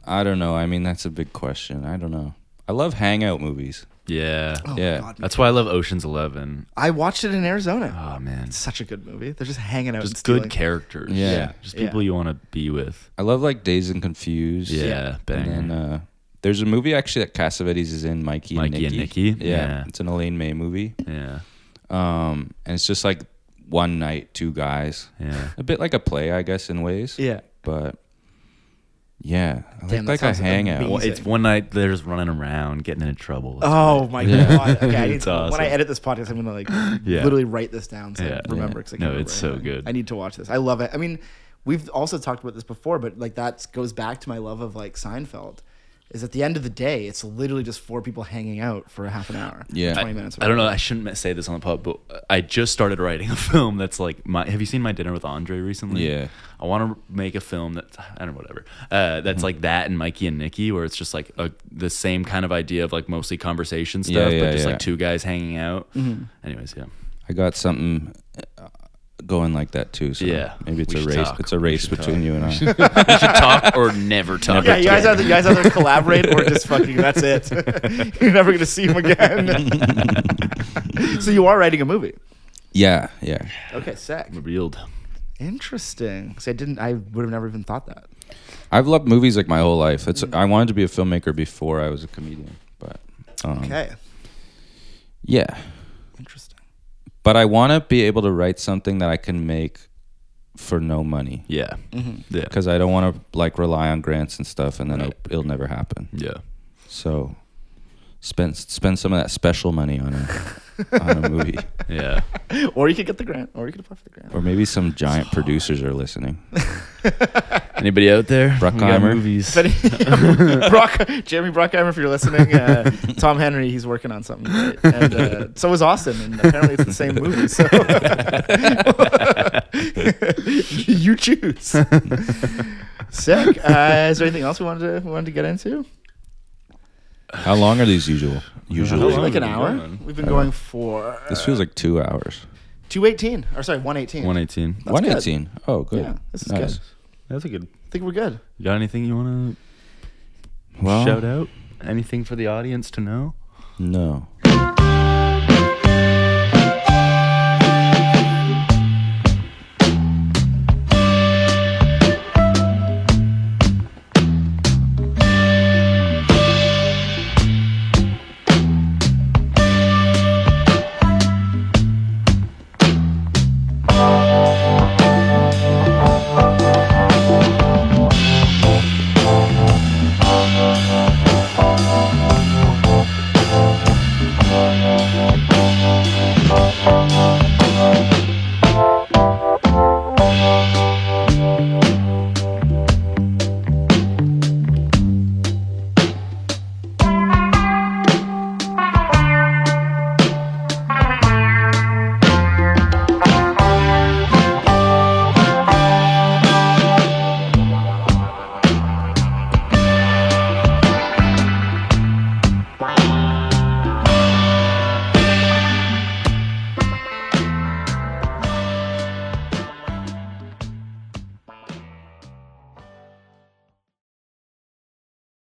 [SPEAKER 3] I don't know. I mean, that's a big question. I don't know. I love hangout movies.
[SPEAKER 2] Yeah.
[SPEAKER 1] Oh,
[SPEAKER 3] Yeah.
[SPEAKER 1] God.
[SPEAKER 2] That's why I love Ocean's Eleven.
[SPEAKER 1] I watched it in Arizona.
[SPEAKER 2] Oh man,
[SPEAKER 1] It's such a good movie. They're just hanging out. and
[SPEAKER 2] just
[SPEAKER 1] stealing.
[SPEAKER 2] good characters.
[SPEAKER 3] Yeah. Yeah.
[SPEAKER 2] just
[SPEAKER 1] Yeah.
[SPEAKER 2] people you want to be with.
[SPEAKER 3] I love like Days and Confused.
[SPEAKER 2] Yeah, bang.
[SPEAKER 3] And then uh, there's a movie actually that Cassavetes is in, Mikey,
[SPEAKER 2] Mikey and
[SPEAKER 3] and Nikki.
[SPEAKER 2] Nikki?
[SPEAKER 3] Yeah,
[SPEAKER 2] Yeah.
[SPEAKER 3] it's an Elaine May movie.
[SPEAKER 2] yeah,
[SPEAKER 3] Um, and it's just like one night, two guys.
[SPEAKER 2] yeah.
[SPEAKER 3] A bit like a play, I guess, in
[SPEAKER 2] [LAUGHS]
[SPEAKER 3] ways.
[SPEAKER 1] Yeah.
[SPEAKER 3] But yeah, I
[SPEAKER 1] Damn,
[SPEAKER 3] like,
[SPEAKER 1] that
[SPEAKER 3] like a
[SPEAKER 1] sounds
[SPEAKER 3] hangout.
[SPEAKER 1] amazing.
[SPEAKER 2] Well, it's one night they're just running around, getting into trouble.
[SPEAKER 1] Oh my
[SPEAKER 3] Yeah.
[SPEAKER 1] god!
[SPEAKER 2] [LAUGHS]
[SPEAKER 1] Okay, I need
[SPEAKER 2] It's
[SPEAKER 1] to, when
[SPEAKER 2] awesome.
[SPEAKER 1] I edit this podcast, I'm gonna like
[SPEAKER 2] [LAUGHS] Yeah.
[SPEAKER 1] literally write this down so
[SPEAKER 2] Yeah.
[SPEAKER 1] I remember. 'cause I can't
[SPEAKER 2] No,
[SPEAKER 1] remember
[SPEAKER 2] it's so
[SPEAKER 1] anything.
[SPEAKER 2] good.
[SPEAKER 1] I need to watch this. I love it. I mean, we've also talked about this before, but like that goes back to my love of like Seinfeld. Is at the end of the day, it's literally just four people hanging out for a half an hour.
[SPEAKER 3] Yeah.
[SPEAKER 1] twenty
[SPEAKER 2] I,
[SPEAKER 1] minutes.
[SPEAKER 2] I don't know. I shouldn't say this on the pub, but I just started writing a [LAUGHS] film that's like my. Have you seen my dinner with Andre recently?
[SPEAKER 3] Yeah.
[SPEAKER 2] I want to make a film that I don't know whatever. Uh, that's like that and Mikey and Nikki, where it's just like a, the same kind of idea of like mostly conversation stuff,
[SPEAKER 3] Yeah,
[SPEAKER 2] but
[SPEAKER 3] yeah,
[SPEAKER 2] just
[SPEAKER 3] yeah.
[SPEAKER 2] like two guys hanging out.
[SPEAKER 1] Mm-hmm.
[SPEAKER 2] Anyways, yeah.
[SPEAKER 3] I got something uh, going like that too. So
[SPEAKER 2] Yeah.
[SPEAKER 3] maybe it's
[SPEAKER 2] We
[SPEAKER 3] a
[SPEAKER 2] should
[SPEAKER 3] race.
[SPEAKER 2] talk.
[SPEAKER 3] It's a race between you and
[SPEAKER 2] [LAUGHS]
[SPEAKER 3] I.
[SPEAKER 2] We should talk
[SPEAKER 1] [LAUGHS]
[SPEAKER 2] or never talk.
[SPEAKER 1] Yeah, you guys either you guys either collaborate or just fucking that's it. [LAUGHS] You're never gonna see him
[SPEAKER 2] [LAUGHS]
[SPEAKER 1] again. [LAUGHS] so you are writing a movie.
[SPEAKER 3] Yeah, yeah.
[SPEAKER 1] Okay, sick.
[SPEAKER 2] reeled.
[SPEAKER 1] Interesting. See, I didn't. I would have never even thought that.
[SPEAKER 3] I've loved movies like my whole life. It's I wanted to be a filmmaker before I was a comedian, but um,
[SPEAKER 1] Okay,
[SPEAKER 3] yeah.
[SPEAKER 1] interesting.
[SPEAKER 3] But I want to be able to write something that I can make for no money
[SPEAKER 2] Yeah.
[SPEAKER 1] Mm-hmm.
[SPEAKER 2] Yeah.
[SPEAKER 3] because I don't want to like rely on grants and stuff, and then it'll, it'll never happen.
[SPEAKER 2] Yeah.
[SPEAKER 3] So spend spend some of that special money on a [LAUGHS] on a movie,
[SPEAKER 2] Yeah.
[SPEAKER 1] [LAUGHS] Or you could get the grant, or you could apply for the grant.
[SPEAKER 3] or maybe some giant producers are listening.
[SPEAKER 1] [LAUGHS]
[SPEAKER 2] Anybody out there? We got
[SPEAKER 3] Bruckheimer.
[SPEAKER 2] movies.
[SPEAKER 1] But [LAUGHS] Brock, Jeremy Brockheimer, if you're listening, uh, Tom Henry, he's working on something. Great. And uh, so is Austin, and apparently it's the same movie. So [LAUGHS] you choose. Sick. Uh, is there anything else we wanted to we wanted to get into?
[SPEAKER 3] How long are these usual?
[SPEAKER 2] How
[SPEAKER 3] Usually,
[SPEAKER 2] long?
[SPEAKER 1] like an
[SPEAKER 2] have we
[SPEAKER 1] hour.
[SPEAKER 2] gone?
[SPEAKER 1] We've been going for
[SPEAKER 3] this feels like two hours.
[SPEAKER 1] two eighteen, or sorry, one eighteen.
[SPEAKER 2] [LAUGHS] One eighteen.
[SPEAKER 1] That's
[SPEAKER 3] One
[SPEAKER 1] good.
[SPEAKER 3] eighteen. Oh, good.
[SPEAKER 1] Yeah, this is
[SPEAKER 3] Nice.
[SPEAKER 2] That's a good.
[SPEAKER 1] I think we're good.
[SPEAKER 2] You got anything you want to
[SPEAKER 3] Well,
[SPEAKER 2] shout out? Anything for the audience to know?
[SPEAKER 3] No.